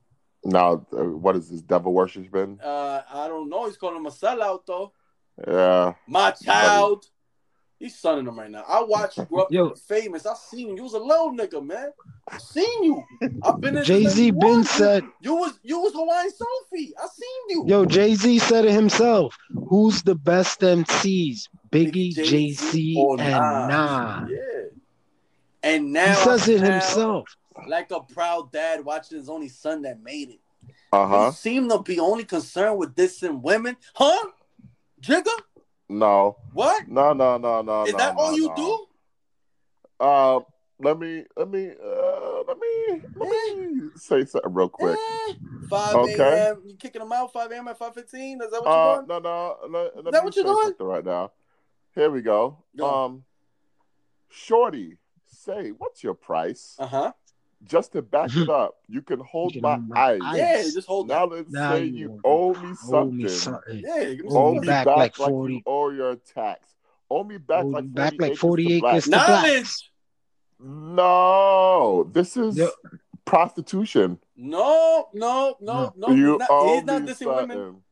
S2: Now, uh, what is this devil worship been?
S1: Uh, I don't know. He's calling him a sellout though.
S2: Yeah.
S1: My child. He's sunning him right now. I watched you grow up
S3: Yo.
S1: famous. I seen you. You was a little nigga, man. I seen you. I've been in
S3: Jay Z been
S1: you-
S3: said,
S1: You was you was Hawaiian Sophie. I seen you.
S3: yo, Jay Z said it himself. Who's the best MCs? Biggie, Jay Z,
S1: or
S3: and Nas.
S1: Yeah. And now
S3: He says it
S1: I'm
S3: himself.
S1: proud, like a proud dad watching his only son that made it.
S2: Uh
S1: You
S2: huh.
S1: seem to be only concerned with this and women, huh? Jigga,
S2: No.
S1: what?
S2: No. No. No. No.
S1: Is
S2: no,
S1: that
S2: no,
S1: all you
S2: no.
S1: do?
S2: Uh, let me. Let me. Uh, let me. Let me say something real quick.
S1: Eh, 5
S2: Okay.
S1: a.m. You kicking them out 5 a.m. at 5:15? Is that what
S2: Uh,
S1: you're doing?
S2: no, no. Let, let
S1: that
S2: me
S1: what you're
S2: say
S1: doing?
S2: something right now. Here we go.
S1: Go.
S2: Um, Shorty, say what's your price?
S1: Uh huh.
S2: Just to back it up, you can hold
S3: You
S2: my
S3: know, my
S2: eyes.
S3: eyes.
S1: Yeah, just hold
S2: Now
S1: that.
S2: let's
S3: Now
S2: say
S3: you
S2: you owe
S3: owe-
S2: me
S3: Owe me
S2: something.
S3: something.
S1: Yeah, give me
S3: Owe
S2: Owe
S1: some
S3: me
S2: me
S1: pussy.
S3: back
S2: back
S3: like
S2: like
S3: 40
S2: you owe your tax. Owe me back
S3: Owe
S2: like
S3: me back
S2: 40
S3: like
S2: acres
S3: 40
S2: to black.
S3: acres to black.
S1: Knowledge.
S2: No, this is
S3: Yo.
S2: prostitution.
S1: No, no, no, no.
S2: you
S1: he's not,
S2: owe
S1: he's not
S2: me
S1: dissing women.
S2: something.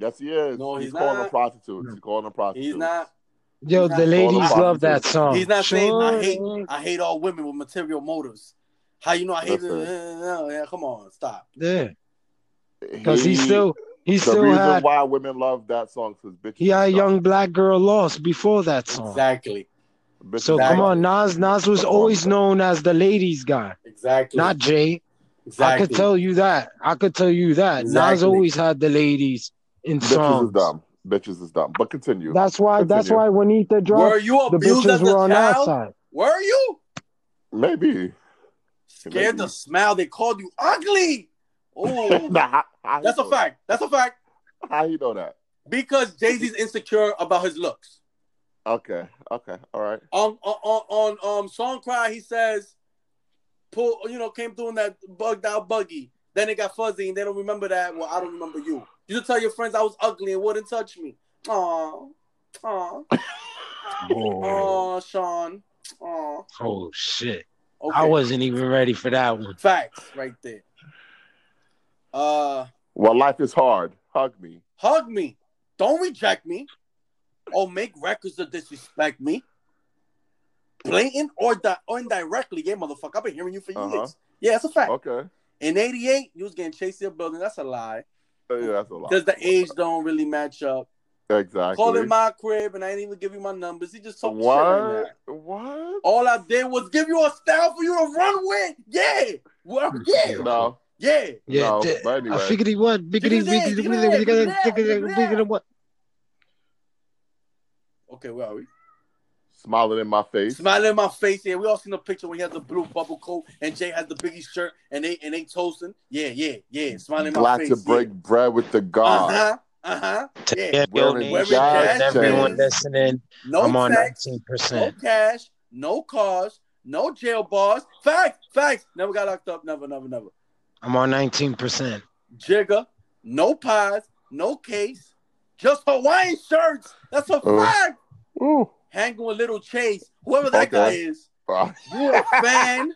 S2: Yes, he is.
S1: No, he's
S2: calling
S1: not.
S2: a prostitute.
S3: No.
S2: He's calling a prostitute.
S1: He's not.
S3: Yo,
S1: He's
S3: the
S1: not-
S3: ladies
S2: Hold
S3: love
S2: on.
S3: that song.
S1: He's not saying I hate.
S3: Shorty.
S1: I hate all women with material motives. How you know I hate?
S2: Listen.
S1: No, yeah, come on, stop.
S3: Yeah, because he,
S2: He-
S3: still he
S2: The
S3: still
S2: reason
S3: had
S2: why women love that song is 'cause bitches.
S3: he had
S2: is
S3: a
S2: dumb.
S3: young black girl lost before that song.
S1: Exactly,
S2: Bitches
S3: So
S2: is
S3: come
S1: Exactly.
S2: dumb.
S3: on, Nas Nas was
S2: That's all
S3: always
S2: I'm saying.
S3: known as the ladies guy,
S1: exactly,
S3: not Jay. I
S1: exactly.
S3: could tell you that. I could tell you that. Nas
S1: Exactly.
S3: always had the ladies in
S2: Bitches is
S3: songs.
S2: dumb. Bitches is dumb. But continue.
S3: That's why. That's
S2: Continue.
S3: why when Ether
S1: Were
S3: dropped,
S1: you
S3: the
S1: abused
S3: bitches
S1: as a
S3: were on our
S1: child?
S3: side.
S1: Were you
S2: Maybe.
S1: scared
S2: Maybe.
S1: to smile? They called you ugly. Oh,
S2: Nah, how- how he
S1: that's a
S2: know
S1: fact. That's a fact.
S2: that? How you know that?
S1: Because Jay Z's insecure about his looks.
S2: Okay. Okay. All right.
S1: on on on um song cry he says pull you know came through in that bugged out buggy then it got fuzzy and they don't remember that well i don't remember you you should tell your friends i was ugly and wouldn't touch me oh oh
S3: Oh,
S1: oh sean oh
S3: oh shit!
S1: okay
S3: I wasn't even ready for that one.
S1: facts right there uh
S2: Well, life is hard. Hug me.
S1: hug me don't reject me or make records to disrespect me blatant or, di- or indirectly yeah motherfucker i've been hearing you for years
S2: Uh-huh.
S1: yeah it's a fact
S2: Okay.
S1: In '88, you was getting chased in a building. That's a lie.
S2: Uh, Yeah, that's a lot.
S1: Because the age don't really match up.
S2: Exactly.
S1: Calling my crib and I didn't even give you my numbers. He just talking shit right now.
S2: what? What?
S1: All I did was give you a style for you to run with. Yeah. Well, yeah.
S2: No.
S1: Yeah.
S3: Yeah,
S2: No,
S3: th-
S2: but anyway.
S3: I figured he would. Biggity,
S1: Jiggity
S3: biggity,
S1: dick,
S3: biggity,
S1: jiggity
S3: biggity,
S1: dick,
S3: biggity,
S1: jiggity
S3: biggity,
S1: dick.
S3: what?
S1: Okay, where are we?
S2: Smiling in my face.
S1: Smiling in my face. Yeah, we all seen the picture when he has the blue bubble coat and Jay has the biggie shirt and they and they toasting. Yeah, yeah, yeah. Smiling in my
S2: Glad
S1: face.
S2: to break bread with the
S1: Uh
S2: God.
S1: huh. Uh huh. Yeah.
S3: Damn, yo,
S2: Wearing
S3: nation,
S1: Wearing
S2: jazz
S1: everyone
S3: everyone
S2: chains.
S3: listening.
S1: No
S3: I'm on
S1: sex.
S3: 19%.
S1: No cash, no cars, no jail bars. Facts, facts. Never got locked up. Never, never, never.
S3: I'm on 19%.
S1: Jigga, no pies, no case, just Hawaiian shirts. That's a
S2: Oh.
S1: fact.
S2: Ooh.
S1: Hanging with Little Chase, whoever that
S2: Okay.
S1: guy is.
S2: Wow.
S1: You a fan,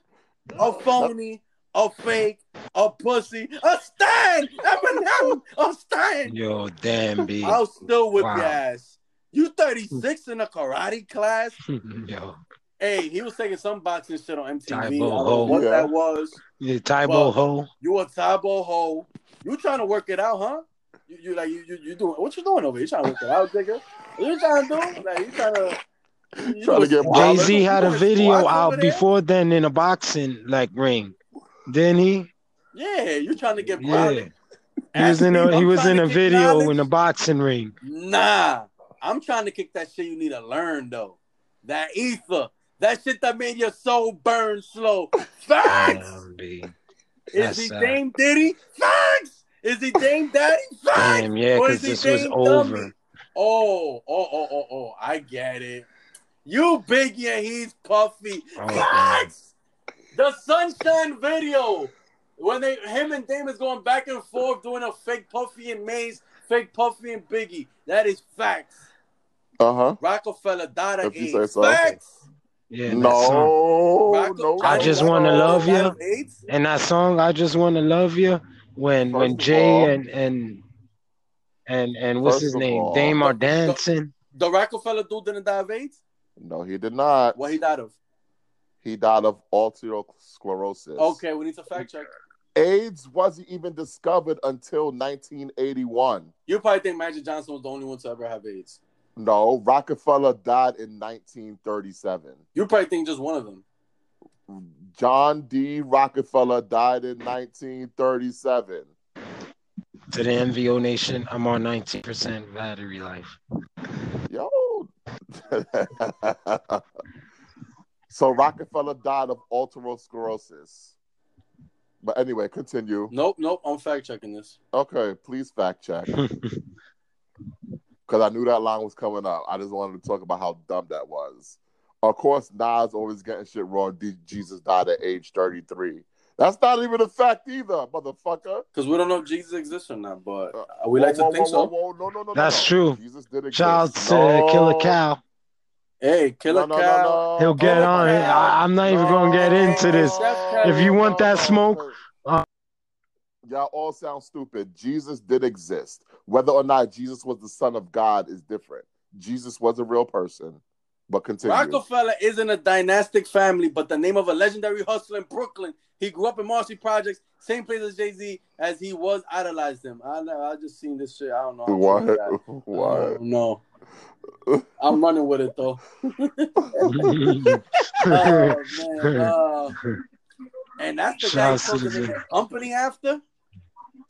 S1: a phony, a fake, a pussy, a Stein, Eminem, a Stein.
S3: Yo, damn, B.
S1: I'll still whip
S3: Wow.
S1: your ass. You 36 in a karate class?
S3: Yo,
S1: Hey, he was taking some boxing shit on MTV. I don't
S3: Tybo
S1: know
S3: Ho.
S1: what
S2: Yeah.
S1: that was.
S3: you Tybo
S1: Well-
S3: Ho.
S1: You a Tybo hoe. You trying to work it out, huh? You, you like you, you you doing what you doing over here? You trying to work it out, nigga? What you trying to do? Like you trying to you
S2: Trying to get
S1: doing-
S2: Wow,
S3: Jay Z
S1: you
S3: had a
S1: doing
S3: video
S1: squats over
S3: out
S1: there?
S3: before then in a boxing like ring. Didn't he?
S1: Yeah, you trying to get
S3: Yeah.
S1: violent.
S3: He was in
S1: Ask me,
S3: a he
S1: I'm
S3: was
S1: trying
S3: in
S1: to
S3: a
S1: get
S3: video
S1: knowledge.
S3: in a boxing ring.
S1: Nah, I'm trying to kick that shit. You need to learn though. That ether, that shit that made your soul burn slow. Facts.
S3: Damn, B.
S1: Is he
S3: that's sad.
S1: Dame Diddy? Facts. Is he Dame Daddy? Facts.
S3: Damn, yeah,
S1: Or
S3: because
S1: is he
S3: this
S1: Dame
S3: was
S1: Dummy?
S3: over.
S1: Oh, oh, oh, oh, oh! I get it. You Biggie and he's Puffy.
S3: Oh, man.
S1: Facts. The Sunshine video when they him and Damon's going back and forth doing a fake Puffy and Maze, fake Puffy and Biggie. That is facts.
S2: Uh huh.
S1: Rockefeller died of
S2: If you
S1: AIDS.
S2: say so.
S1: Facts.
S3: Yeah, that song.
S2: No,
S1: Rocke-
S2: no.
S3: I
S2: no,
S3: just
S2: no.
S3: wanna love
S1: died
S3: ya.
S1: of AIDS?
S3: And that song, I just wanna love you. When when
S2: First of
S3: Jay
S2: all-
S3: and and and and what's
S2: First
S3: his
S2: of
S3: name?
S2: all-
S3: Dame
S1: The-
S3: are
S1: the-
S3: dancing.
S1: The Rockefeller dude didn't die of AIDS.
S2: No, he did not.
S1: What he died of?
S2: He died of arteriosclerosis.
S1: Okay, we need to fact check.
S2: AIDS wasn't even discovered until 1981.
S1: You probably think Magic Johnson was the only one to ever have AIDS.
S2: No, Rockefeller died in 1937.
S1: You probably think just one of them.
S2: John D. Rockefeller died in 1937.
S3: To the NVO Nation, I'm on 19% battery life.
S2: Yo. so Rockefeller died of arteriosclerosis. But anyway, continue.
S1: Nope, nope. I'm fact checking this.
S2: Okay, please fact check. Because I knew that line was coming up. I just wanted to talk about how dumb that was. Of course, Nas always getting shit wrong. D- Jesus died at age 33. That's not even a fact either, motherfucker.
S1: Because we don't know if Jesus exists or not, but uh, we like to
S2: Whoa, whoa,
S1: think
S2: whoa,
S1: so.
S2: whoa, whoa. No, no, no,
S3: That's
S2: no, no.
S3: true.
S2: Jesus did exist.
S3: Shout out to Killer Cow.
S1: Hey, Killer
S2: No, no, no,
S1: Cow.
S2: no.
S3: He'll get
S1: Killer
S3: on it.
S1: Cow.
S3: I, I'm not even gonna
S1: Oh,
S3: get into this.
S1: If
S3: you want that smoke, uh,
S2: y'all all sound stupid. Jesus did exist. Whether or not Jesus was the Son of God is different. Jesus was a real person. But continue.
S1: Rockefeller isn't a dynastic family, but the name of a legendary hustler in Brooklyn. He grew up in Marcy Projects, same place as Jay Z, as he was idolized him. I know, I just seen this shit. I don't know. how
S2: What?
S1: to say that. I
S2: What?
S1: don't know. I'm running with it though. Oh man. Uh, and that's the guy
S3: Shots
S1: he's supposed to
S3: is
S1: make a company after.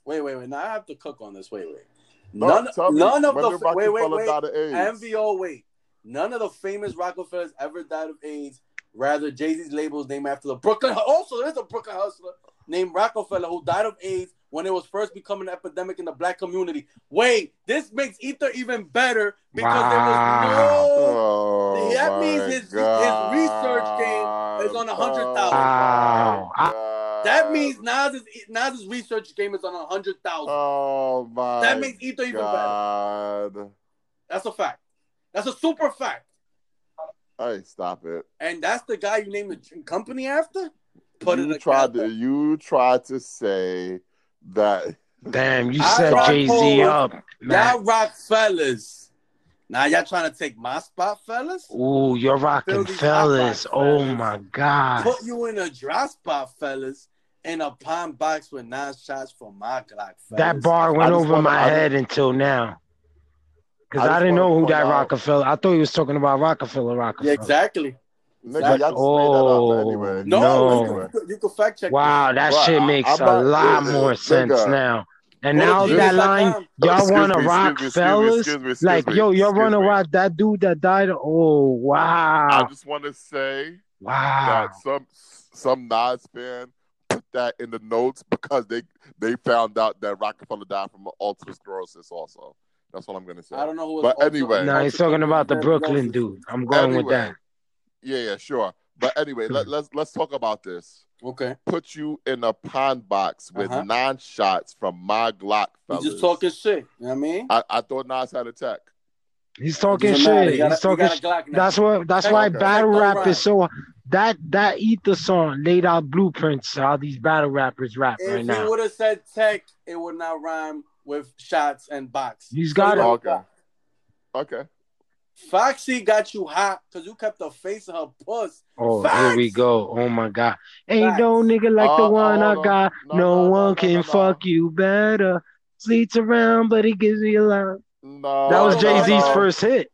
S1: Wait, wait, wait. Now I have to cook on this. Wait, wait.
S2: No,
S1: None,
S2: tell me,
S1: none of
S2: when
S1: the
S2: did
S1: wait, wait,
S2: Rockefeller
S1: wait.
S2: die of AIDS?
S1: MVO, wait. None of the famous Rockefellers ever died of AIDS. Rather, Jay Z's label is named after the Brooklyn. Also, there's a Brooklyn hustler named Rockefeller who died of AIDS when it was first becoming an epidemic in the black community. Wait, this makes Ether even better because
S3: Wow.
S1: there was no.
S2: Oh,
S1: That means
S2: my
S1: his- his
S2: God.
S1: research game is on a hundred thousand.
S2: Oh, my
S1: That
S2: God.
S1: means Nas's Nas's research game is on a hundred thousand.
S2: Oh my.
S1: that makes Ether even better.
S2: God.
S1: That's a fact. That's a super fact.
S2: Hey, stop it.
S1: And that's the guy you named the tr- company after. Put
S2: you
S1: it in
S2: tried
S1: the
S2: to you tried to say that
S3: Damn, you
S1: I
S3: set
S1: rock
S3: Jay Z
S1: hard.
S3: up, man.
S1: Y'all rock fellas. Now y'all trying to take my spot, fellas.
S3: Ooh, you're rocking
S1: Filthy
S3: fellas.
S1: hotbox,
S3: Oh
S1: fellas.
S3: my god.
S1: Put you in a dry spot, fellas, in a pine box with nine shots from my Glock, fellas.
S3: That bar
S2: I
S3: went
S2: just
S3: over
S2: wanna-
S3: my
S2: I just-
S3: head until now. Cause
S2: I
S3: I,
S2: just
S3: didn't
S2: wanna
S3: know who
S2: point
S3: that
S2: out-
S3: Rockefeller. I thought he was talking about Rockefeller.
S1: Yeah,
S3: Rockefeller.
S1: exactly.
S2: nigga, y'all just made that up. But
S3: Oh.
S2: anyway,
S1: No,
S3: No.
S1: You, can, you can fact check.
S3: Wow, that
S2: Right,
S3: shit
S2: I-
S3: makes
S2: I'm
S3: a
S2: not-
S3: lot
S2: uh, uh,
S3: more sense
S2: nigga.
S3: now. And
S1: Go to
S3: now that
S1: genius.com.
S3: line, y'all
S2: Excuse
S3: want to
S2: me,
S3: rock
S2: excuse me, excuse me,
S3: fellas?
S2: excuse me, excuse
S3: like,
S2: me,
S3: yo, y'all
S2: excuse
S3: want to
S2: me.
S3: rock that dude that died? Oh,
S2: I
S3: wow.
S2: just want to say
S3: Wow.
S2: that some some Nas fan put that in the notes because they they found out that Rockefeller died from ulcerative sclerosis. Also, that's what I'm gonna say.
S1: I don't know who.
S2: But
S1: also-
S2: anyway.
S3: No, he's talking about the Brooklyn dude. I'm going with
S2: Anyway.
S3: that.
S2: Yeah, yeah, sure. But anyway,
S3: Hmm.
S2: let, let's let's talk about this.
S1: Okay,
S2: Put you in a pine box with
S1: Uh-huh.
S2: nine shots from my Glock,
S1: you
S2: fellas.
S1: just talking shit. You know what I mean?
S2: I, I thought Nas had a tech.
S3: He's talking
S1: Doesn't matter.
S3: shit.
S1: You got a-
S3: He's
S1: you
S3: talking.
S1: got a Glock now.
S3: That's what. That's
S1: Take-
S3: why
S2: take
S3: battle
S1: the
S3: rap
S1: rap.
S3: is so. That that ether song laid out blueprints to how these battle rappers rap
S1: If
S3: right
S1: he
S3: now.
S1: would have said tech, it would not rhyme with shots and box.
S3: He's got it.
S2: Okay. Okay.
S1: Foxy got you hot because you kept the face of her puss.
S3: Oh, here
S1: Facts.
S3: we go. Oh my God. Ain't no
S1: Facts.
S3: nigga like
S2: Uh,
S3: the one I
S2: hold on.
S3: got.
S2: No,
S3: No,
S2: no, no,
S3: one
S2: no,
S3: can
S2: no, no.
S3: fuck you better. Sleeps around, but he gives me a line.
S2: No.
S3: That was
S2: Oh, no,
S3: Jay Z's
S2: no.
S3: first hit.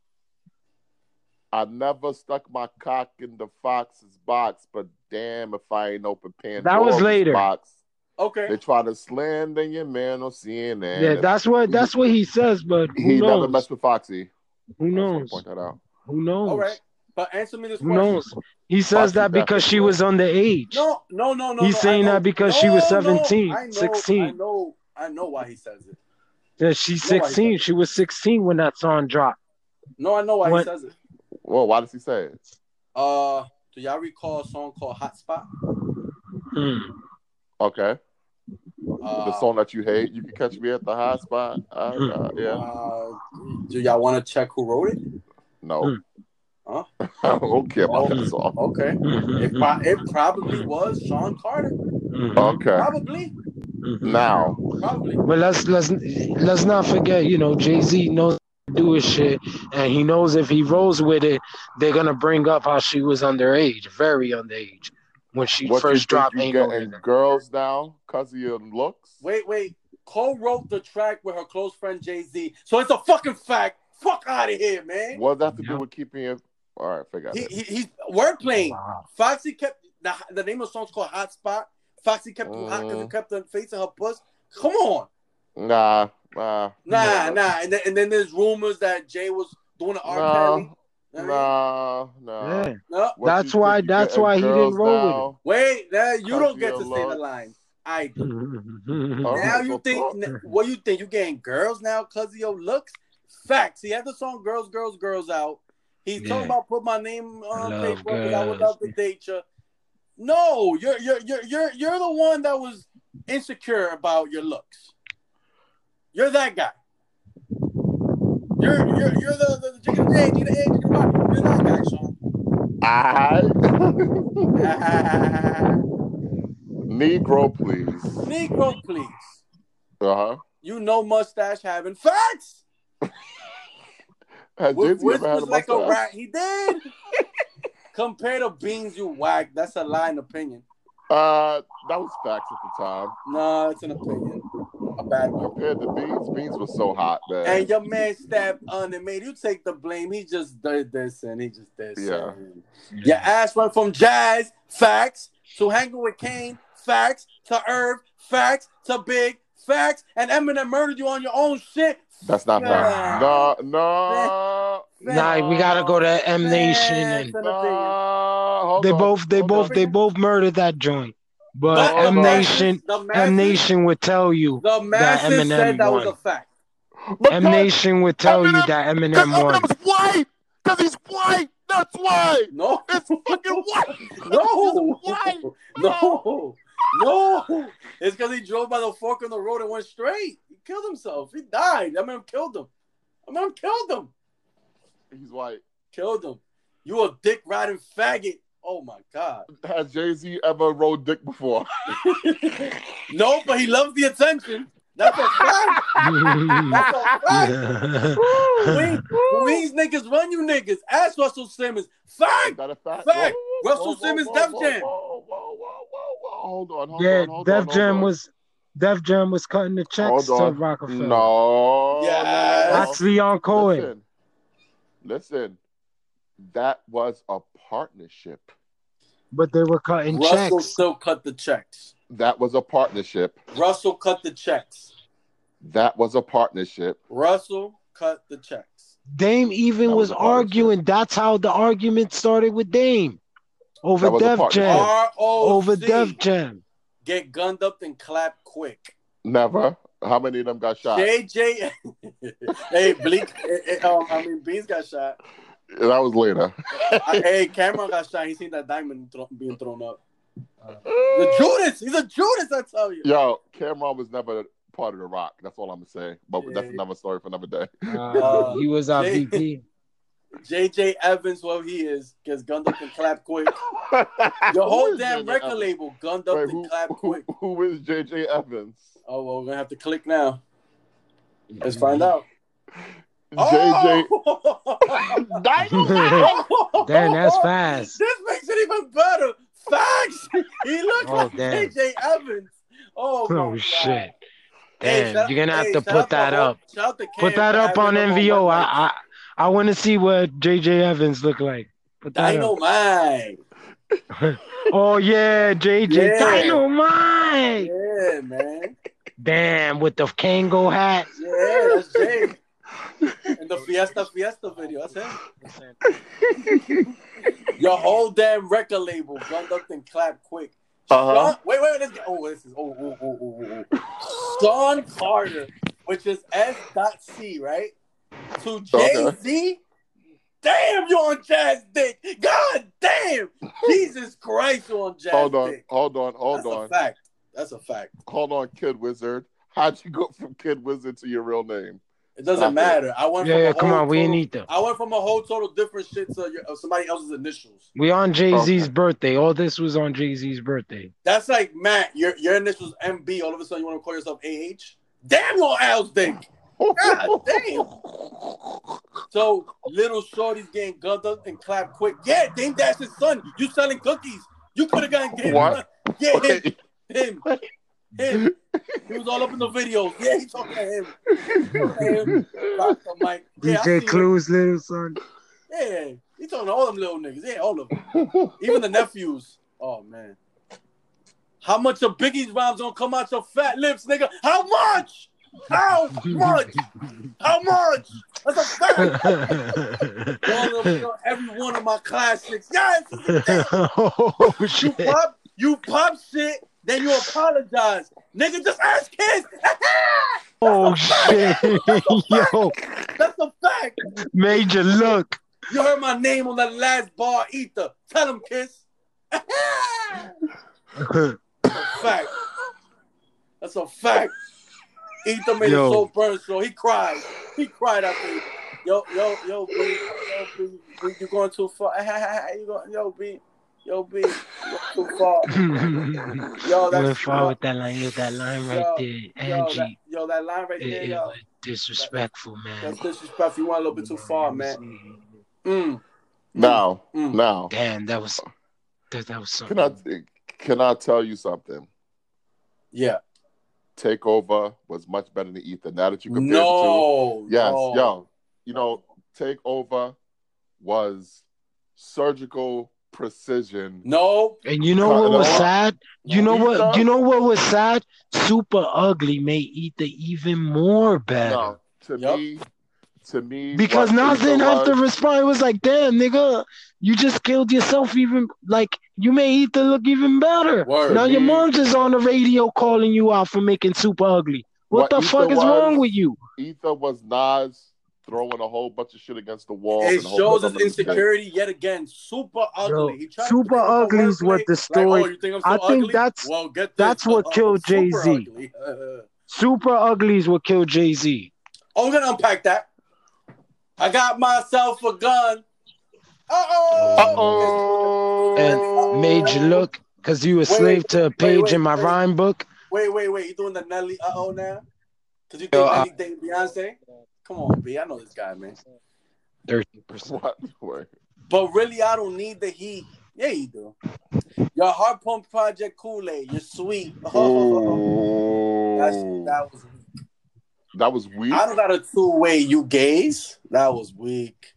S2: I never stuck my cock in the fox's box, but damn if I ain't open Pandora's
S3: That was later.
S2: box.
S1: Okay.
S2: They try to slander your man on CNN.
S3: Yeah, that's what
S2: he-
S3: that's what he says, but who
S2: he never
S3: knows?
S2: messed with Foxy.
S3: who
S2: I just wanna
S3: knows?
S2: Point that out.
S3: Who knows?
S1: All right. But answer me this
S3: Who
S1: question.
S3: knows? He says
S2: Foxy
S3: that because
S2: definitely
S3: she was underage.
S1: No, no, no, no.
S3: He's
S1: no, I
S3: saying
S1: know-
S3: that because she was
S1: No, no,
S3: 17,
S1: I know,
S3: 16.
S1: I know, I know why he says it.
S3: Yeah, she's
S1: No, I
S3: 16.
S1: don't.
S3: She was 16 when that song dropped.
S1: No, I know why
S3: What?
S1: he says it.
S2: Whoa, why does he say it?
S1: Uh, do y'all recall a song called Hot Spot?
S3: Mm.
S2: Okay.
S1: Uh,
S2: the song that you hate, you can catch me at the high spot. Uh, uh, yeah.
S1: uh, do y'all want to check who wrote it?
S2: No.
S3: Hmm.
S1: Huh?
S2: I don't care about that song.
S1: Okay. It,
S3: Mm-hmm.
S1: pro- it probably was Sean Carter.
S2: Okay.
S1: Probably. Hmm.
S2: Now,
S3: Hmm.
S1: Probably.
S3: But let's let's let's not forget, you know, Jay Z knows how to do his shit, and he knows if he rolls with it, they're gonna bring up how she was underage, very underage, when she
S2: what you
S3: first
S2: think
S3: dropped
S2: you
S3: Ain't No
S2: getting
S3: Nigga.
S2: girls now because of your looks?
S1: Wait, wait. Cole wrote the track with her close friend Jay Z. So it's a fucking fact. Fuck out of here, man.
S2: What does that have to do
S3: Yeah.
S2: with keeping it? All right, figure
S1: He,
S2: it.
S1: he, he's word playing.
S3: Wow.
S1: Foxy kept the, the name of the song's called Hot Spot. Foxy kept you hot because
S2: Mm.
S1: it kept on facing her puss. Come on.
S2: Nah, nah,
S1: Nah, nah. And then, and then there's rumors that Jay was doing an R. Kelly. I
S2: no,
S1: mean,
S2: no, no.
S3: Yeah.
S1: No.
S2: What
S3: That's
S2: you think
S3: why-
S2: you
S3: that's
S2: getting
S3: why he didn't
S2: girls
S3: roll with
S2: now?
S1: Wait, now you
S2: Cut
S1: don't get
S2: your
S1: to say the
S2: locks.
S1: line. I do.
S3: Oh,
S2: All
S1: Now
S2: right,
S1: you
S2: so
S1: think
S3: talk.
S1: what you think you getting girls now because of your looks? Facts. He had the song "Girls, Girls, Girls" out. He's
S3: Yeah.
S1: talking about put my name on
S3: Love
S1: paper because I would
S3: girls.
S1: love to date you. No, you're you're you're you're you're the one that was insecure about your looks. You're that guy. You're you're you're the the, the chicken egg, chicken egg, chicken rock. You're that guy, Sean.
S2: I Negro, please.
S1: Negro, please.
S2: Uh huh.
S1: You know mustache having facts.
S2: Has
S1: With
S2: Jay Z ever had a
S1: whispers like a
S2: mustache?
S1: rat, he did. Compare to beans, you whack. That's a lying opinion.
S2: Uh, that was facts at the time.
S1: No, it's an opinion. A bad one.
S2: Compared to Beans, Beans was so hot, man.
S1: And your man stabbed on and made you take the blame. He just did this and he just did this.
S2: Yeah.
S1: and- Your ass went from jazz facts to hanging with Kane facts to Herb facts to Big facts and Eminem murdered you on your own shit.
S2: That's not
S1: Yeah.
S2: facts. No, no.
S3: Nah, we gotta go to M Nation and
S1: Facts and
S2: No,
S1: opinion.
S2: hold
S3: they
S2: on,
S3: both they
S2: hold
S3: both
S2: on.
S3: they both murdered that joint. But
S2: Hold
S3: M
S2: on.
S3: Nation
S1: the masses,
S3: M Nation would tell you
S1: the masses
S3: Eminem
S1: said that was
S3: won.
S1: a fact.
S2: Because-
S3: M Nation would tell you
S2: Eminem-
S3: that
S2: 'cause
S3: Eminem won.
S2: Eminem's white. Because he's white. That's why.
S1: No,
S2: It's fucking white.
S1: No,
S2: He's white.
S1: no, no. It's because he drove by the fork in the road and went straight. He killed himself. He died. I mean, killed him. I mean, killed him.
S2: He's white.
S1: Killed him. You a dick riding faggot. Oh my god.
S2: Has Jay Z ever rode dick before?
S1: No, but he loves the attention. That's a fact. That's a fact. Queens, Queens niggas run you niggas. Ask Russell Simmons.
S2: Is
S1: Fact.
S2: that a fact?
S1: Fact.
S2: Whoa,
S1: Russell Simmons, Def
S2: whoa,
S1: Jam.
S2: Whoa, whoa, whoa, whoa, whoa. Hold on, hold
S3: yeah,
S2: on, hold on.
S3: Def
S2: hold
S3: Jam
S2: on.
S3: was Def Jam was cutting the checks
S2: Hold
S3: to
S2: on.
S3: Rockefeller.
S2: No.
S1: Yes.
S3: That's Leon Cohen.
S2: Listen, listen. That was a partnership.
S3: But they were cutting
S1: Russell
S3: checks.
S1: still cut the checks.
S2: That was a partnership.
S1: Russell cut the checks.
S2: That was a partnership.
S1: Russell cut the checks.
S3: Dame even
S2: That was
S3: was,
S2: a partnership.
S3: arguing. That's how the argument started with Dame
S2: That
S3: over
S2: was a
S3: Def
S2: partnership.
S3: Jam.
S1: R O
S3: Over
S1: C.
S3: Def Jam.
S1: Get gunned up and clap quick.
S2: Never. How many of them got shot?
S1: JJ. hey, Bleak. eh, eh, um, I mean, Beans got shot.
S2: That was later.
S1: I- hey, Cameron got shot. He seen that diamond thro- being
S2: Uh,
S1: thrown up. The Judas. He's a Judas, I tell you.
S2: Yo, Cameron was never part of the rock. That's all I'm gonna say. But that's
S1: Yeah.
S2: another story for another day.
S3: Uh, he was our
S1: Jay-
S3: VP.
S1: JJ Evans, well he is, because Gunned up and clap quick.
S2: Who
S1: Your whole
S2: is
S1: damn
S2: JJ
S1: record
S2: Evans?
S1: label gunned up
S2: Right,
S1: and
S2: who,
S1: clap
S2: who,
S1: quick.
S2: who is JJ Evans?
S1: Oh well, we're gonna have to click now. Let's find out.
S2: JJ.
S1: Oh!
S2: Dynamite!
S3: Damn, that's fast.
S1: This makes it even better. Facts. He looked
S3: Oh,
S1: like
S3: damn.
S1: JJ Evans. Oh, my
S3: Oh
S1: God.
S3: shit.
S1: Hey,
S3: Damn,
S1: shout-
S3: you're gonna have
S1: hey,
S3: to
S1: shout out
S3: put that
S1: the whole-
S3: up.
S1: Shout out to Cam oh
S3: Put that
S1: for
S3: up on
S1: having him one
S3: NVO. I
S1: night.
S3: I, I want to see what JJ Evans look like. Put that up.
S1: Dynamite.
S3: Oh yeah, JJ
S1: Yeah.
S3: Dynamite.
S1: Yeah, man.
S3: Damn, with the Kango hat.
S1: Yeah, that's Jay. And the Fiesta Fiesta video. That's him. Your whole damn record label gunned up and clap quick.
S2: Uh-huh.
S1: Sean- wait, wait, let's get, oh, this is oh, oh, oh, oh, oh, oh. Sean Carter, which is S.C, right? To Jay Z. Damn, you on Jazz Dick. God damn. Jesus Christ, you on Jazz
S2: Hold on,
S1: Dick.
S2: hold on, hold
S1: That's a
S2: on,
S1: fact. That's a fact.
S2: hold on, Kid Wizard. How'd you go from Kid Wizard to your real name?
S1: It doesn't
S2: Stop it.
S1: matter. I went
S3: Yeah,
S1: from a
S3: yeah, come
S1: whole
S3: on, we
S1: total-
S3: need them.
S1: I went from a whole total different shit to your, of somebody else's initials.
S3: We on Jay Z's
S2: Okay.
S3: birthday. All this was on Jay Z's birthday.
S1: That's like Matt, your your initials MB. All of a sudden, you want to call yourself AH? Damn, you on Al's dick. God damn. So little shorty's getting gunned up and clapped quick. Yeah, Dame Dash's son. You selling cookies. You could have gotten game.
S2: What?
S1: Yeah, him,
S2: Wait,
S1: him, him. He was all up in the videos. Yeah, he talking to him. him. Dropped the mic. Yeah, I
S3: DJ
S1: see it.
S3: Clues, little son.
S1: Yeah, he talking to all them little niggas. Yeah, all of them. Even the nephews. Oh man. How much of Biggie's rhymes don't come out your fat lips, nigga? How much? How much? How much? That's a fact. One of them, every one of my classics. Yes,
S3: oh
S1: you
S3: shit!
S1: pop, you pop shit, then you apologize, nigga. Just ask kids.
S3: Oh shit!
S1: Oh
S3: Yo,
S1: That's a fact.
S3: major look.
S1: You heard my name on that last bar, Ether. Tell him, kiss. fact. That's a fact. Ether made
S3: Yo.
S1: it so burn, so he cried. He cried after it. Yo, yo, yo, B, yo, B, B you going too far. you going, yo, B, yo, B, you going too far. Yo,
S3: Went
S1: that's
S3: far with that line. Yo, that line right
S1: Yo,
S3: there,
S1: yo, that,
S3: Angie.
S1: yo, that line right
S3: it-
S1: there,
S3: it
S1: yo.
S3: was disrespectful, man.
S1: That's disrespectful. You went a little bit too far, man. Mm,
S2: Now,
S1: mm.
S2: now,
S3: Damn, that was that, that was something.
S2: can I can I tell you something?
S1: Yeah.
S2: Takeover was much better than Ether. Now that you compare the
S1: No.
S2: two, yes,
S1: no.
S2: yo, you know, Takeover was surgical precision.
S1: No.
S3: and you know
S2: Cut
S3: what
S2: it
S3: was
S2: off.
S3: sad? You know what?
S2: Ether?
S3: You know what was sad? Super ugly made Ether even more bad.
S2: No, to
S1: Yup.
S2: me, to me,
S3: Because
S2: what
S3: Nas
S2: Ether
S3: didn't have to
S2: was-
S3: respond. It was like, damn, nigga, you just killed yourself. Even like you made Ether look even better.
S1: Word.
S3: Now your
S2: Mhm.
S3: mom's just on the radio calling you out for making super ugly. What,
S2: What
S3: the
S2: Ether
S3: fuck is
S2: was-
S3: wrong with you?
S2: Ether was Nas throwing a whole bunch of shit against the wall.
S1: It
S2: and
S1: shows
S2: hoping
S1: his
S2: somebody would take it.
S1: insecurity yet again. Super ugly. He tried to
S3: super
S1: play with the
S3: ugly is what
S1: wordplay,
S3: the
S1: Like,
S3: story-
S1: oh, you think I'm
S3: I
S1: so
S3: think
S1: ugly?
S3: that's-
S1: well, get this.
S3: that's what
S1: Uh,
S3: killed
S1: super
S3: Jay-Z.
S1: ugly. Uh,
S3: Super uglies will kill Jay Z.
S1: oh, we're gonna unpack that. I got myself a gun. Uh
S2: Uh
S1: oh.
S2: oh.
S3: And Major look, cause you a slave to a page
S1: wait,
S3: in my
S1: wait.
S3: rhyme book.
S1: Wait, wait, wait. You doing the Nelly uh oh now? Cause you think
S3: Yo, I-
S1: Nelly dated Beyonce? Come on, B. I know this guy, man.
S3: Thirty percent.
S2: What? Wait.
S1: But really, I don't need the heat. Yeah, you do. Your heart pump project Kool Aid. You're sweet. That's,
S2: Oh.
S1: that was
S2: That was weak.
S1: I don't got a two way. You gays? That was weak.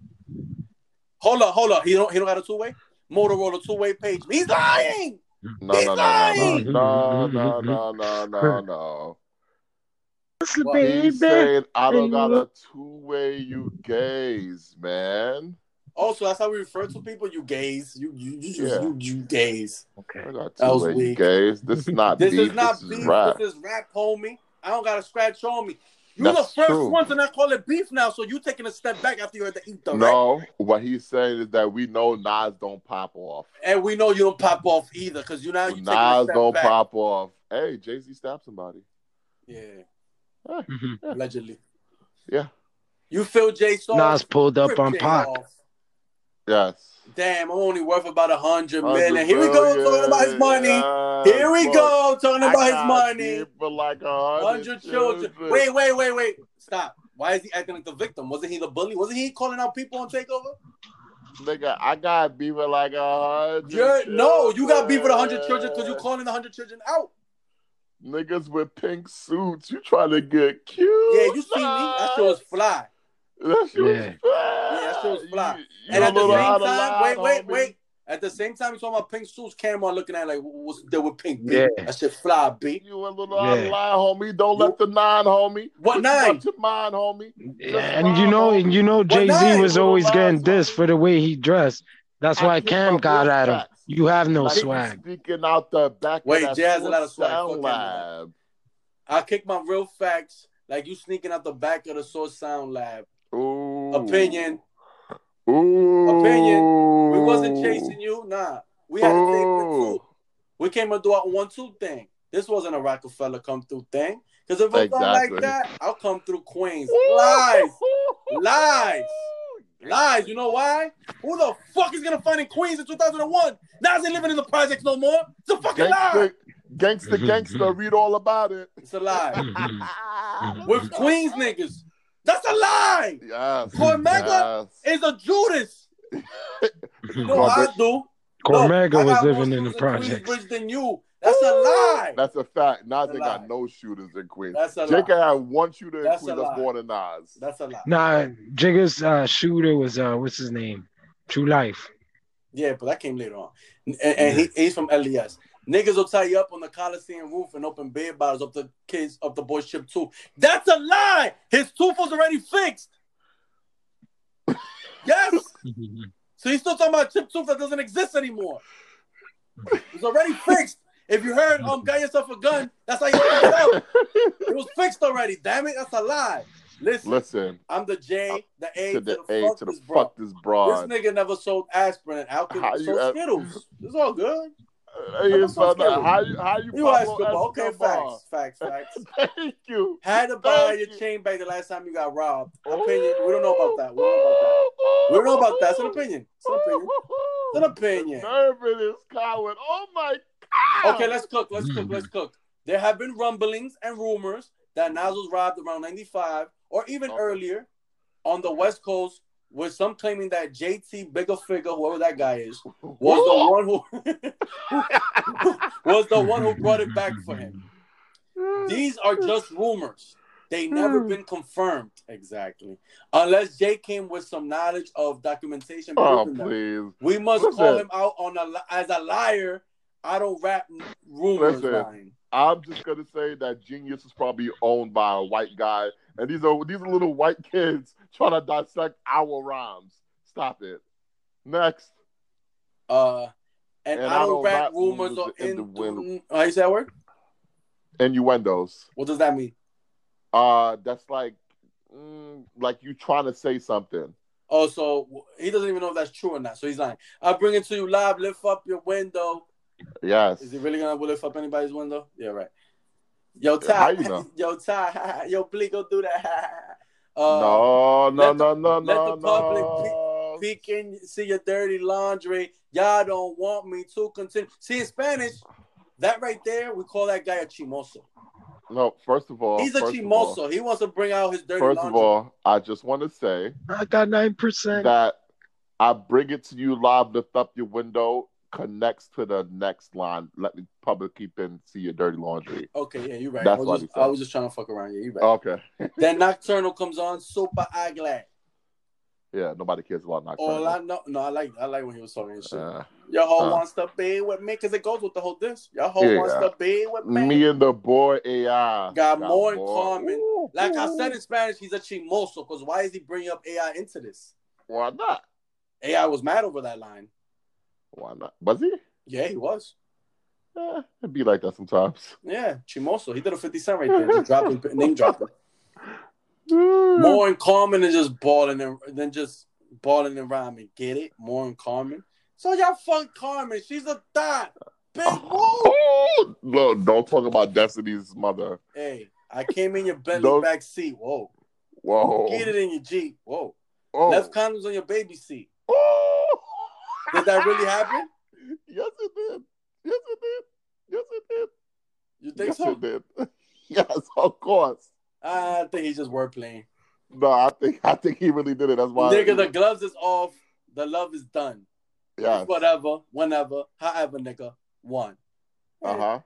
S1: Hold up, hold up. He don't. He don't got a two way. Motorola two way page. He's lying.
S2: No, no, no,
S1: He's
S2: no, no, no, no, no, no, no.
S1: Well,
S2: He's
S3: Baby.
S2: saying I don't got a two-way you gays, man.
S1: Also, that's how we refer to people. You gays. You you you just,
S2: Yeah.
S1: you, you gays.
S2: I don't got
S1: That was
S2: two-way you
S1: weak.
S2: gays. This is not
S1: This
S2: beef.
S1: is not
S2: this
S1: beef.
S2: is rap.
S1: This is rap, homie. I don't got a scratch on me. You the
S2: That's
S1: first
S2: true.
S1: ones to not call it beef now, so you taking a step back after you heard the ether, right?
S2: No, what he's saying is that we know Nas don't pop off.
S1: And we know you don't pop off either, because you now you taking a
S2: Nas
S1: step
S2: don't
S1: back.
S2: pop off. Hey, Jay Z stabbed somebody.
S1: Yeah.
S3: Mhm.
S1: allegedly.
S2: Yeah.
S1: You feel Jay Sauce?
S3: Nas pulled up on
S1: Rip Jay
S3: Pac.
S1: off.
S2: Yes.
S1: Damn, I'm only worth about a hundred
S2: Hundred
S1: million. Here we go, talking about his money.
S2: billion. Yeah,
S1: Here we
S2: fuck.
S1: go, talking
S2: I
S1: about his
S2: got
S1: money.
S2: people like a
S1: Hundred children. Wait, wait, wait, wait. Stop. Why is he acting like the victim? Wasn't he the bully? Wasn't he calling out people on Takeover?
S2: Nigga, I got beef with like a 100
S1: You're, no, you got beef with hundred children
S2: children.
S1: because you calling the hundred children out.
S2: Niggas with pink suits. You trying to get cute.
S1: Yeah, you see me? That shit was fly.
S2: That shit was
S3: Yeah.
S2: fly.
S1: Yeah, that shit was fly.
S2: You- you
S1: And
S2: a
S1: at the
S2: little
S1: same
S2: out of
S1: time,
S2: line,
S1: wait, wait,
S2: homie.
S1: wait. At the same time, you saw my pink suits camera looking at it like what's there with pink? B?
S3: Yeah.
S1: That shit fly, B.
S2: You a little out of
S3: Yeah.
S2: line, homie. Don't let the nine, homie.
S1: What
S2: Put
S1: nine?
S2: Your mind, homie.
S3: And you know, and you know, Jay Z
S1: not?
S3: was always getting this for the way he dressed. That's
S2: I
S3: why
S2: get
S3: Cam
S2: my
S3: got
S2: boy
S3: at him.
S2: facts.
S3: You have no
S2: Like,
S3: swag.
S2: Speaking out the back.
S1: Wait,
S2: of that
S1: Jazz, a lot of swag.
S2: sound
S1: Fuck that
S2: lab.
S1: I kick my real facts like you sneaking out the back of the Source Sound Lab.
S2: Ooh.
S1: Opinion.
S2: Ooh.
S1: Opinion. We
S2: Mm.
S1: wasn't chasing you, nah. We had a thing for
S2: Ooh.
S1: two. We came and do our one two thing. This wasn't a Rockefeller come through thing. Cause if it's not like
S2: Exactly.
S1: that, I'll come through Queens. Lies, lies, lies. You know why? Who the fuck is gonna find in Queens in 2001? Nas ain't living in the projects no more. It's a fucking lie.
S2: Gangsta, gangsta, gangsta. Read all about it.
S1: It's a lie.
S3: Mhm.
S1: With Queens niggas, that's a lie.
S2: Yes.
S1: Cormega
S2: yes.
S1: It's a Judas. You know what I do?
S3: Cormega
S1: Look, I
S3: was
S1: got
S3: living
S1: more
S3: in the
S1: shoes Queens
S3: projects.
S1: Bridge than you. That's a lie.
S2: That's a fact. Nas
S1: That's a
S2: ain't got
S1: lie.
S2: no shooters in Queens.
S1: That's a
S2: Jake
S1: lie.
S2: had one shooter in
S1: That's a
S2: Queens
S1: lie.
S2: that's more than Nas.
S1: That's a lie.
S3: Nah, Jigga's uh, shooter was uh, what's his name? True Life.
S1: Yeah, but that came later on. And, and he, he's from LES. Niggas will tie you up on the Coliseum roof and open beer bottles up the kids up the boys' chip too. That's a lie. His tooth was already fixed. Yes. So he's still talking about chip tooth that doesn't exist anymore. It's already fixed. If you heard um got yourself a gun, that's how you fix it up. It was fixed already. Damn it, that's a lie. Listen,
S2: Listen
S1: I'm the J, the A
S2: to the
S1: A fuck
S2: A to the
S1: this bro.
S2: fuck this broad.
S1: This nigga never sold aspirin and alcohol.
S2: How
S1: He
S2: you
S1: sold
S2: at-
S1: Skittles. It's all good.
S2: Hey,
S1: Nigga,
S2: it's not
S1: so scary.
S2: that. How you how you
S1: You are
S2: Pablo
S1: Escobar. Okay,
S2: Escobar?
S1: facts, facts, facts.
S2: Thank you.
S1: Had to buy
S2: Thank
S1: your
S2: you.
S1: chain back the last time you got robbed. Opinion. We don't know about that. We don't know about that. We don't know about that. It's an opinion. It's an opinion. It's an opinion.
S2: The nerve in his coward. Oh my god.
S1: Okay, let's cook. Let's cook. Let's cook. There have been rumblings and rumors that Nas was robbed around 95 or even
S2: Okay.
S1: earlier on the West Coast, with some claiming that JT, bigger figure, whoever that guy is, was the one who was the one who brought it back for him. These are just rumors. They never been confirmed exactly, unless Jay came with some knowledge of documentation.
S2: Oh
S1: proving them.
S2: please.
S1: We must
S2: Listen.
S1: call him out on a li- as a liar. I don't rap n- rumors
S2: Listen.
S1: line.
S2: I'm just gonna say that Genius is probably owned by a white guy, and these are these are little white kids trying to dissect our rhymes. Stop it. Next.
S1: Uh, and, I, don't rap, rumors or in
S2: the wind.
S1: How you say that word?
S2: Innuendos.
S1: What does that mean?
S2: Uh that's like mm, like you trying to say something.
S1: Oh, so w- he doesn't even know if that's true or not. So he's lying. I bring it to you live. Lift up your window.
S2: Yes.
S1: Is he really gonna lift up anybody's window? Yeah, right. Yo,
S2: How
S1: Ty.
S2: you know?
S1: Yo, Ty. Yo, Bleak, go do that. uh,
S2: No, no,
S1: let
S2: no, no,
S1: let
S2: no,
S1: the public
S2: no.
S1: Peek in, see your dirty laundry. Y'all don't want me to continue. See, in Spanish, that right there, we call that guy a chimoso.
S2: No, first of all,
S1: He's a
S2: Oh, first of all-
S1: chimoso. He wants to bring out his dirty
S2: First
S1: laundry.
S2: of all, I just want to say
S3: I got nine percent.
S2: that I bring it to you live. Lift up your window. Connects to the next line. Let the public keep in see your dirty laundry.
S1: okay, yeah, you're right.
S2: That's
S1: I,
S2: what
S1: was
S2: he
S1: just,
S2: said.
S1: I was just trying to fuck around. Yeah, you're right.
S2: Okay.
S1: then Nocturnal comes on, super eye glad.
S2: Yeah. Nobody cares about
S1: All I
S2: nocturnal.
S1: know, no, I like, I like when he was talking and shit.
S2: Uh,
S1: Your hoe
S2: uh.
S1: wants to be with me because it goes with the whole this. Your hoe
S2: Yeah.
S1: wants to be with me.
S2: me and the boy AI
S1: Got more in common.
S2: Ooh,
S1: like I
S2: ooh.
S1: said in Spanish, he's a chimoso. Because why is he bringing up AI into this?
S2: Why not?
S1: AI was mad over that line.
S2: Why not? Was he?
S1: Yeah, he was.
S2: Eh, it'd be like that sometimes.
S1: Yeah, Chimoso. He did a 50 Cent right there. Just dropping, name dropping.
S2: More
S1: More in common than just balling and than just balling and rhyming. Get it? More in common. So y'all fuck Carmen. She's a thot. Big move.
S2: Oh, no, don't talk about Destiny's mother.
S1: Hey, I came in your Bentley
S2: Those-
S1: back seat. Whoa.
S2: Whoa.
S1: Get it in your Jeep. Whoa.
S2: Oh.
S1: Left condoms on your baby seat.
S2: Oh.
S1: Did that really happen?
S2: Yes, it did. Yes, it did. Yes, it did.
S1: You think
S2: yes,
S1: so?
S2: it did. yes, of course.
S1: I think he's just word playing.
S2: No, I think I think he really did it. That's why.
S1: Nigga, the gloves is off. The love is done.
S2: yes.
S1: Whatever, whenever, however, nigga, one.
S2: Uh huh.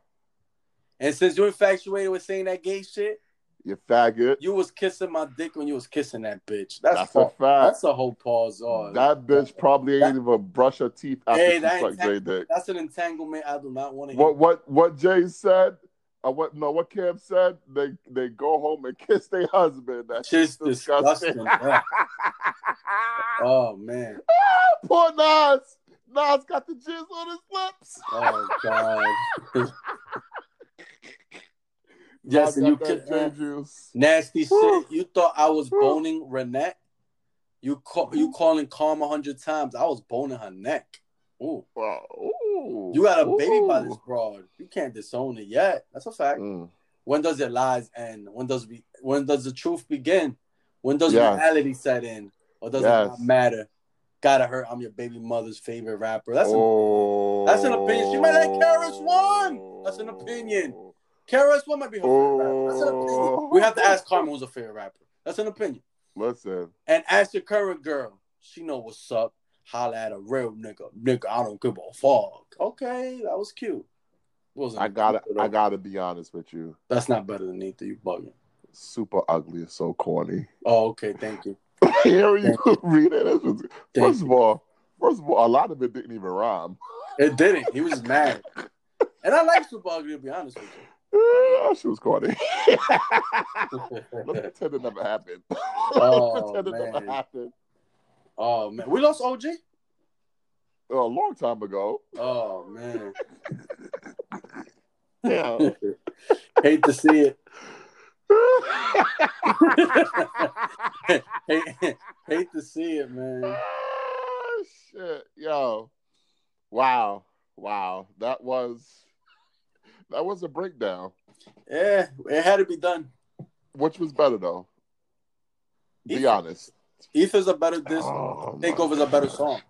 S1: And since you infatuated with saying that gay shit,
S2: You faggot.
S1: you was kissing my dick when you was kissing that bitch. That's
S2: That's, a
S1: pause.
S2: fact.
S1: that's a whole pause. On.
S2: that bitch probably ain't even brush her teeth after
S1: Hey,
S2: she
S1: that
S2: sucked Jay
S1: ain't-
S2: dick.
S1: that's an entanglement I do not want to hear.
S2: What what what Jay said? Uh, what no? What Cam said? They they go home and kiss their husband. That's
S1: Shit's
S2: disgusting.
S1: disgusting. yeah. oh man.
S2: Poor Nas. Nas got the jizz on his lips.
S1: Oh god. yes, and
S2: Nas
S1: you
S2: got that
S1: could. uh,
S2: J juice.
S1: Nasty
S2: Woo.
S1: shit. You thought I was
S2: Woo.
S1: boning Renette? You call
S2: Mm-hmm.
S1: you calling calm a hundred times. I was boning her neck. Ooh.
S2: Wow. Ooh.
S1: You got a baby by this
S2: Ooh.
S1: broad. You can't disown it yet. That's a fact.
S2: Mm.
S1: When does your lies end? When does be when does the truth begin? When does
S2: Yes.
S1: reality set in? Or does it
S2: Yes.
S1: not matter? Gotta hurt. I'm your baby mother's favorite rapper. That's a
S2: oh.
S1: that's an opinion. She might like Karis One. That's an opinion. KRS One might be her favorite rapper. That's an
S2: Oh.
S1: opinion. We have to ask Carmen who's a favorite rapper. That's an opinion.
S2: Listen.
S1: And ask your current girl. She know what's up. Holla at a real nigga. Nigga, I don't give a fuck. Okay, that was cute. Wasn't
S2: I gotta,
S1: cute at
S2: I
S1: all.
S2: gotta be honest with you.
S1: That's not better than Ether. You bugging.
S2: Super ugly and so corny.
S1: Oh, okay. Thank you.
S2: Here you read it. That's what's-
S1: Thank
S2: First of all, first of all, a lot of it didn't even rhyme.
S1: It didn't. He was mad. And I like Super Ugly, to be honest with
S2: Eh, she was corny. Let's
S1: you.
S2: pretend it never happened.
S1: Oh,
S2: Let's pretend it never
S1: man.
S2: happened.
S1: oh, man. We lost OG?
S2: A long time ago.
S1: Oh, man.
S2: Yeah.
S1: Hate to see it. hate, hate to see it, man.
S2: Ah, shit, yo, wow, wow, that was that was a breakdown.
S1: Yeah, it had to be done.
S2: Which was better though? Be
S1: Ether.
S2: honest.
S1: Ether's a better disc.
S2: Oh, my
S1: Takeover's a better
S2: God.
S1: song.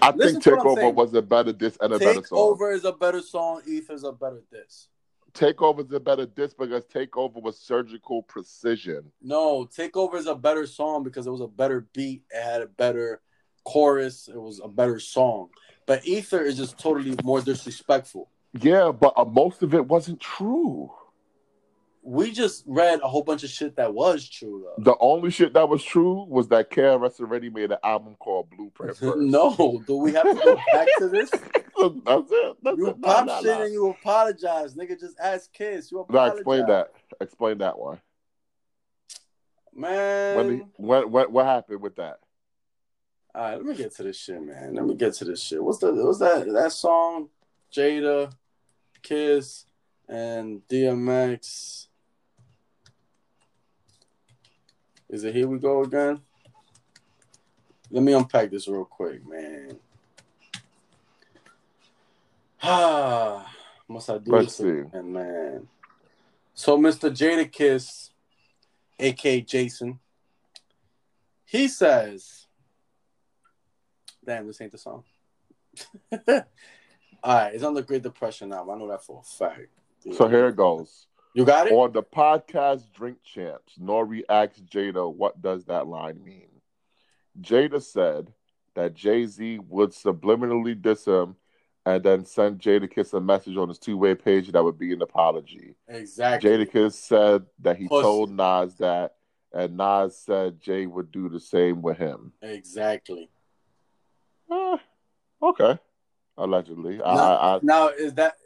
S2: I
S1: Listen
S2: think
S1: to what I'm
S2: Takeover
S1: saying.
S2: was a better diss and a better song.
S1: Takeover is a better song. Ether's a better disc.
S2: Takeover's a better diss because Takeover was surgical precision.
S1: No, Takeover is a better song because it was a better beat. It had a better chorus. It was a better song. But Ether is just totally more disrespectful.
S2: Yeah, but uh, most of it wasn't true.
S1: We just read a whole bunch of shit that was true
S2: The only shit that was true was that KRS already made an album called Blueprint
S1: though.
S2: First.
S1: no, do we have to go back to this?
S2: that's it. That's
S1: You
S2: it. No,
S1: pop
S2: no,
S1: shit
S2: no.
S1: and you apologize, nigga. Just ask Kiss. You
S2: No,
S1: apologize.
S2: explain that. Explain that one.
S1: man.
S2: When the, what what what happened with that?
S1: All right, let me get to this shit, man. Let me get to this shit. What's the what's that that song? Jada, Kiss, and DMX. Is it here we go again? Let me unpack this real quick, man. Ah, must I do
S2: Let's
S1: this
S2: see.
S1: again, man? So, Mr. Jada Kiss, aka Jason, he says. Damn, this ain't the song. All right, it's on the Great Depression now. I know that for a fact.
S2: So here it goes.
S1: you got it.
S2: On the podcast Drink Champs, Nori asks Jada, what does that line mean? Jada said that Jay Z would subliminally diss him and then send Jada Kiss a message on his two way page that would be an apology.
S1: Exactly.
S2: Jada Kiss said that he
S1: Pussy.
S2: told Nas that, and Nas said Jay would do the same with him.
S1: Exactly.
S2: Eh, okay. Allegedly. I,
S1: No.
S2: I, I,
S1: Now is that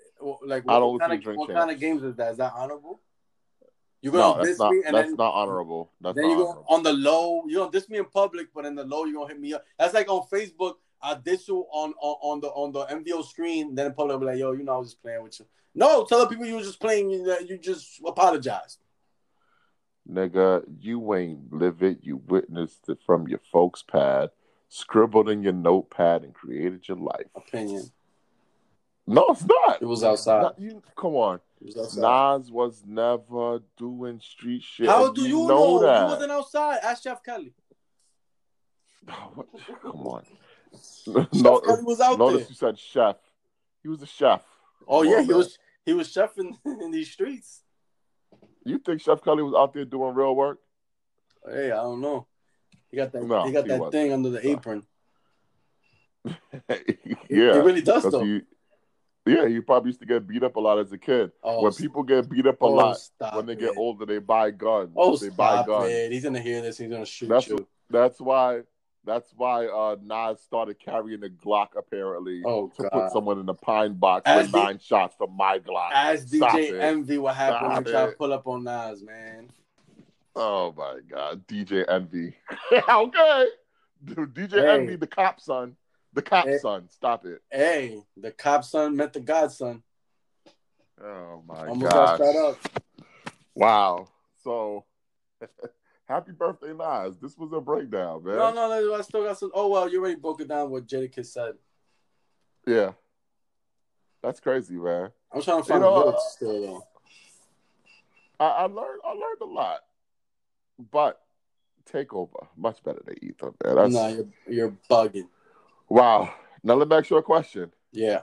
S1: like
S2: I
S1: what,
S2: don't
S1: kind,
S2: see
S1: of,
S2: drink
S1: what kind of games
S2: champs.
S1: is that? Is that honorable? You're
S2: no,
S1: gonna
S2: that's
S1: diss
S2: not,
S1: me
S2: that's
S1: and then,
S2: not honorable. That's
S1: then
S2: not
S1: you go
S2: honorable.
S1: on the low. You don't diss me in public, but in the low you're gonna hit me up. That's like on Facebook. I diss you on on, on the on the MVO screen. Then in public, I'll be like, yo, you know, I was just playing with you. No, tell the people you were just playing. That you just apologize.
S2: Nigga, you ain't live it. You witnessed it from your folks' pad, scribbled in your notepad, and created your life.
S1: Opinion.
S2: No, it's not.
S1: It was outside.
S2: Not- you, come on.
S1: was outside.
S2: Nas was never doing street shit.
S1: How
S2: and
S1: do you know? You
S2: that?
S1: wasn't outside. Ask Chef Kelly.
S2: What? Come on.
S1: Chef
S2: no,
S1: Kelly was out
S2: notice
S1: there.
S2: you said chef. He was a chef.
S1: Oh
S2: Come
S1: yeah,
S2: on,
S1: he
S2: man.
S1: was he was chefing in these streets.
S2: You think Chef Kelly was out there doing real work?
S1: Hey, I don't know. He got that.
S2: No,
S1: he got
S2: he
S1: that
S2: wasn't.
S1: thing under the apron. He
S2: yeah.
S1: really does
S2: 'cause
S1: though.
S2: he- yeah, he probably used to get beat up a lot as a kid.
S1: oh,
S2: when people get beat up a
S1: oh,
S2: lot,
S1: stop
S2: when they
S1: it.
S2: get older, they buy guns.
S1: oh,
S2: they buy
S1: stop
S2: guns.
S1: it. He's gonna hear this. He's gonna shoot
S2: That's-
S1: you.
S2: That's why. That's why uh, Nas started carrying a Glock apparently
S1: Oh
S2: to
S1: God.
S2: put someone in the pine box
S1: As
S2: with
S1: the-
S2: nine shots from my Glock.
S1: Ask
S2: Stop
S1: DJ
S2: it.
S1: Envy what happened
S2: Stop
S1: when y'all
S2: it.
S1: pull up on Nas, man.
S2: oh my God, DJ Envy. okay, Dude, DJ
S1: Hey.
S2: Envy, the cop son, the cop
S1: Hey.
S2: son. Stop it.
S1: Hey, the cop son met the godson.
S2: Oh my
S1: Almost got
S2: God.
S1: shot up.
S2: Wow. So, happy birthday, Nas. This was a breakdown, man.
S1: No, no, no, I still got some. Oh well, you already broke it down what Jadakiss said.
S2: Yeah. That's crazy, man.
S1: I'm trying to find
S2: You know,
S1: the lyrics still though.
S2: I, I learned I learned a lot. But Takeover, much better than Ether, man. That's
S1: No, you're, you're bugging.
S2: wow. Now let me ask you a question.
S1: Yeah,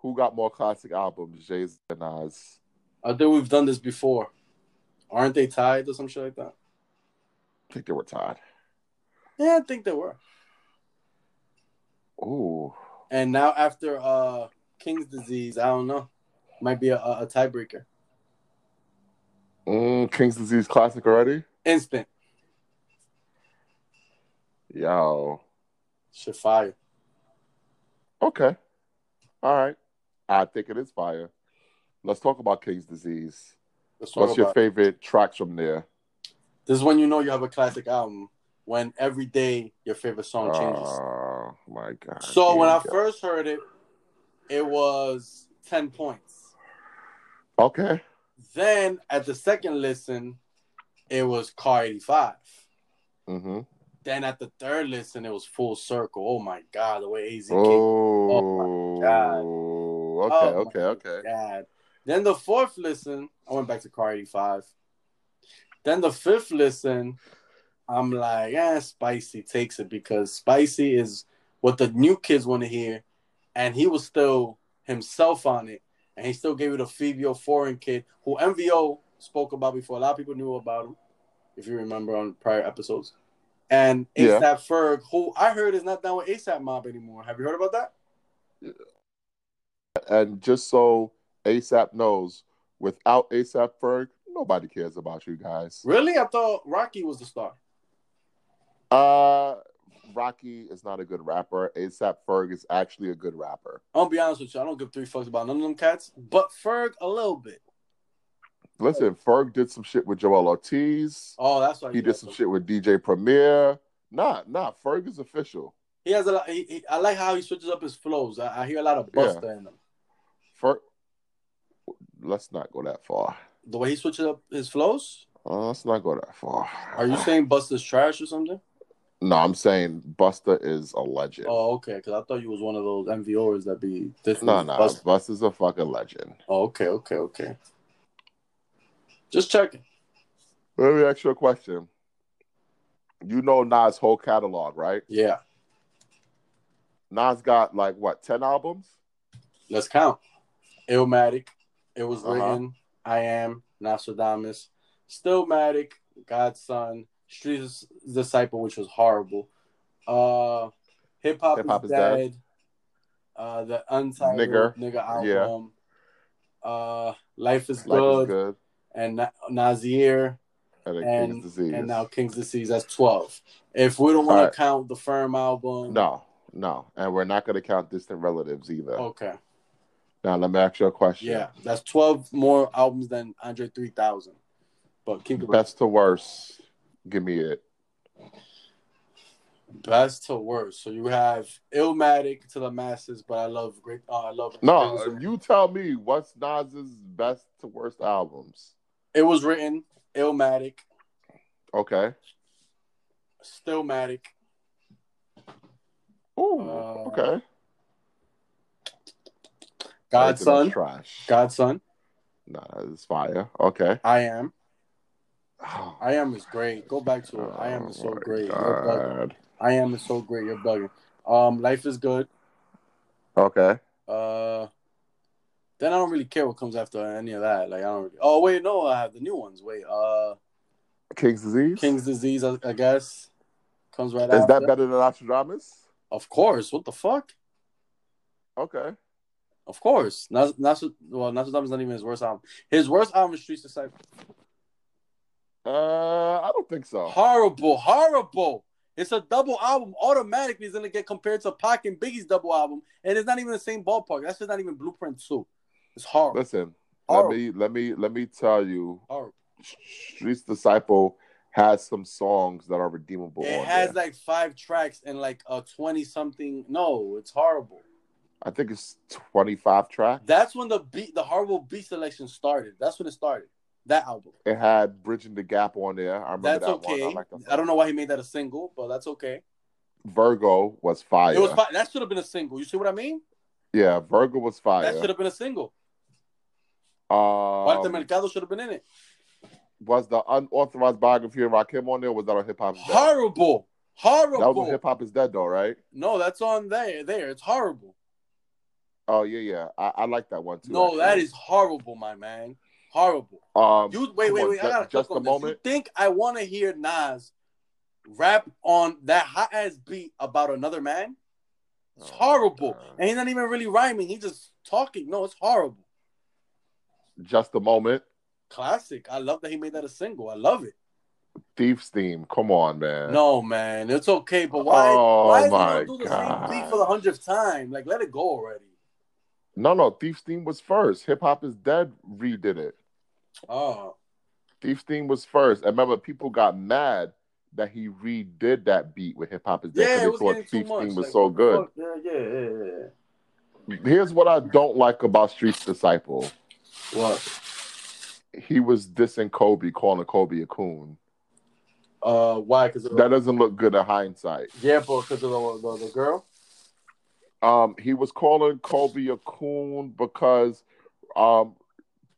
S2: Who got more classic albums, Jay Z and Nas?
S1: I think we've done this before. Aren't they tied or some shit like that?
S2: I think they were tied.
S1: Yeah, I think they were.
S2: Ooh.
S1: And now after uh King's disease, I don't know, might be a, a, a tiebreaker.
S2: Mm, King's Disease classic already?
S1: Instant,
S2: Yo.
S1: shit fire.
S2: Okay. All right. I think it is fire. Let's talk about King's Disease.
S1: Let's talk
S2: What's your
S1: about-
S2: favorite tracks from there?
S1: This is when you know you have a classic album. When every day your favorite song changes.
S2: Oh my god.
S1: so
S2: Here
S1: when
S2: we
S1: I
S2: go.
S1: first heard it, it was ten points.
S2: Okay.
S1: Then at the second listen, it was Car 85.
S2: Mm-hmm.
S1: Then at the third listen, it was Full Circle. Oh my God, the way AZ kicked.
S2: Oh,
S1: my God.
S2: Okay,
S1: Oh,
S2: okay, okay.
S1: God. Then the fourth listen, I went back to Car 85. Then the fifth listen, I'm like, eh, Spicy takes it because Spicy is what the new kids want to hear. And he was still himself on it. And he still gave it a E Fabio Foreign kid who E MVO spoke about before. A lot of people knew about him, if you remember on prior episodes. And
S2: Yeah.
S1: ASAP Ferg, who I heard is not down with ASAP Mob anymore. Have you heard about that?
S2: And just so ASAP knows, without ASAP Ferg, nobody cares about you guys.
S1: Really? I thought Rocky was the star.
S2: Uh, Rocky is not a good rapper. ASAP Ferg is actually a good rapper.
S1: I'm gonna be honest with you. I don't give three fucks about none of them cats, but Ferg a little bit.
S2: Listen, Ferg did some shit with Joel Ortiz.
S1: Oh, that's why
S2: He did
S1: does
S2: some
S1: them.
S2: shit with DJ Premier. Nah, nah, Ferg is official.
S1: He has a lot. He, he, I like how he switches up his flows. I, I hear a lot of Buster in them.
S2: Ferg, let's not go that far.
S1: The way he switches up his flows.
S2: Uh, let's not go that far.
S1: Are you saying Buster's trash or something?
S2: No, I'm saying Buster is a legend.
S1: Oh, okay. Because I thought you was one of those MVOers that be different.
S2: No,
S1: with
S2: no,
S1: Busta.
S2: Bus is a fucking legend.
S1: Oh, okay, okay, okay. Just checking.
S2: Let me ask you a question. You know Nas' whole catalog, right?
S1: Yeah,
S2: Nas got like what, 10 albums?
S1: let's count. Illmatic. It was
S2: Uh-huh.
S1: written. I am Nostradamus. Stillmatic. Godson. Streets Disciple, which was horrible. Uh, Hip Hop
S2: Hip Hop
S1: is,
S2: is
S1: dead.
S2: Dead.
S1: Uh, the Untitled
S2: Nigger.
S1: Nigga, album. Uh, Life is
S2: Life
S1: Good.
S2: is good.
S1: And Na- Nazir.
S2: And then
S1: And-
S2: King's Disease.
S1: And now King's Disease. That's twelve. If we don't want
S2: Alright.
S1: to count the Firm album,
S2: No, no. And we're not gonna count distant relatives either.
S1: Okay.
S2: Now let me ask you a question.
S1: Oh. Yeah, that's 12 more albums than Andre 3000. But keep it best,
S2: Best to worst. Give me it.
S1: best to worst. So you have Illmatic to the masses, but I love great. Uh, I love It was,
S2: No, you tell me what's Nas's best to worst albums.
S1: it was written Illmatic,
S2: Okay.
S1: Stillmatic.
S2: Ooh,
S1: Uh,
S2: okay. Everything is
S1: Godson,
S2: Trash.
S1: Godson,
S2: Nah, that's fire. Okay.
S1: I am. I am is great. Go back to it. I am is so
S2: Oh my
S1: great. You're bugging.
S2: God.
S1: I am is so great. You're bugging. Um, life is good.
S2: Okay.
S1: Uh, then I don't really care what comes after any of that. Like I don't. Really, oh wait, no, I have the new ones. Wait, uh,
S2: King's Disease.
S1: King's Disease, I, I guess, comes right
S2: Is
S1: after.
S2: that better than Nostradamus?
S1: Of course. What the fuck?
S2: Okay.
S1: Of course. Not not well. Nostradamus is not even his worst album. His worst album is Streets of Cypher.
S2: Uh, I don't think so.
S1: Horrible, horrible. It's a double album. Automatically, it's gonna get compared to Pac and Biggie's double album, and it's not even the same ballpark. That's just not even Blueprint Two. It's horrible.
S2: Listen,
S1: Horrible.
S2: let me let me let me tell you,
S1: horrible.
S2: Streets Disciple has some songs that are redeemable.
S1: It
S2: on
S1: has
S2: there.
S1: like five tracks and like a twenty something. No, it's horrible.
S2: I think it's twenty five track.
S1: That's when the beat, the horrible beat selection started. That's when it started. That album.
S2: It had Bridging the Gap on there. I remember
S1: That's
S2: that
S1: okay.
S2: one. I,
S1: I,
S2: like that song.
S1: don't know why he made that a single, but that's okay.
S2: Virgo was fire.
S1: It was fi- that should have been a single. You see what I mean?
S2: yeah, Virgo was fire.
S1: That should have been a single. Walter
S2: Ah, Um,
S1: Mercado should have been in it.
S2: was the unauthorized biography of Rakim on there? Or was that on Hip Hop Is Dead?
S1: Horrible, horrible.
S2: That was on Hip Hop Is Dead though, right?
S1: No, that's on there. There, it's horrible.
S2: Oh yeah, yeah. I, I like that one too.
S1: no, that
S2: actually.
S1: is horrible, my man. Horrible.
S2: Um,
S1: You wait,
S2: come
S1: wait,
S2: on,
S1: wait.
S2: ju-
S1: I gotta
S2: just
S1: click
S2: a
S1: on this.
S2: moment.
S1: You think I want to hear Nas rap on that hot ass beat about another man? It's
S2: Oh,
S1: horrible,
S2: God.
S1: and he's not even really rhyming. He's just talking. No, it's horrible.
S2: Just a moment.
S1: Classic. I love that he made that a single. I love it.
S2: Thief's theme. Come on, man.
S1: No, man, it's okay. But why?
S2: Oh,
S1: why is he
S2: my
S1: gonna do the
S2: God.
S1: same beat for the hundredth time? Like, let it go already.
S2: no, no. Thief's theme was first. Hip Hop is Dead redid it.
S1: Oh,
S2: Thief's theme was first. I remember people got mad that he redid that beat with Hip Hop is Dead
S1: yeah, it
S2: because
S1: was
S2: they
S1: getting
S2: thought
S1: too
S2: Thief's
S1: much.
S2: theme was
S1: Like,
S2: so
S1: what the
S2: good.
S1: fuck? Yeah, yeah, yeah,
S2: Here's what I don't like about Streets Disciple.
S1: yeah. What?
S2: He was dissing Kobe, calling Kobe a coon.
S1: Uh, why? Because
S2: That doesn't look good in hindsight.
S1: yeah, but because of the, the, the girl.
S2: um, he was calling Kobe a coon because um,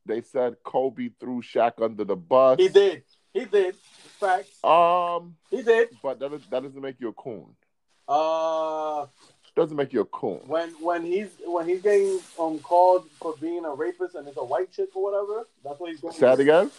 S2: they said Kobe threw Shaq under the bus.
S1: He did. He did. Facts.
S2: Um,
S1: He did.
S2: but that, is, that doesn't make you a coon.
S1: Uh,
S2: Doesn't make you a coon.
S1: when when he's when he's getting um called for being a rapist and it's a white chick or whatever, that's what he's going.
S2: Say that again.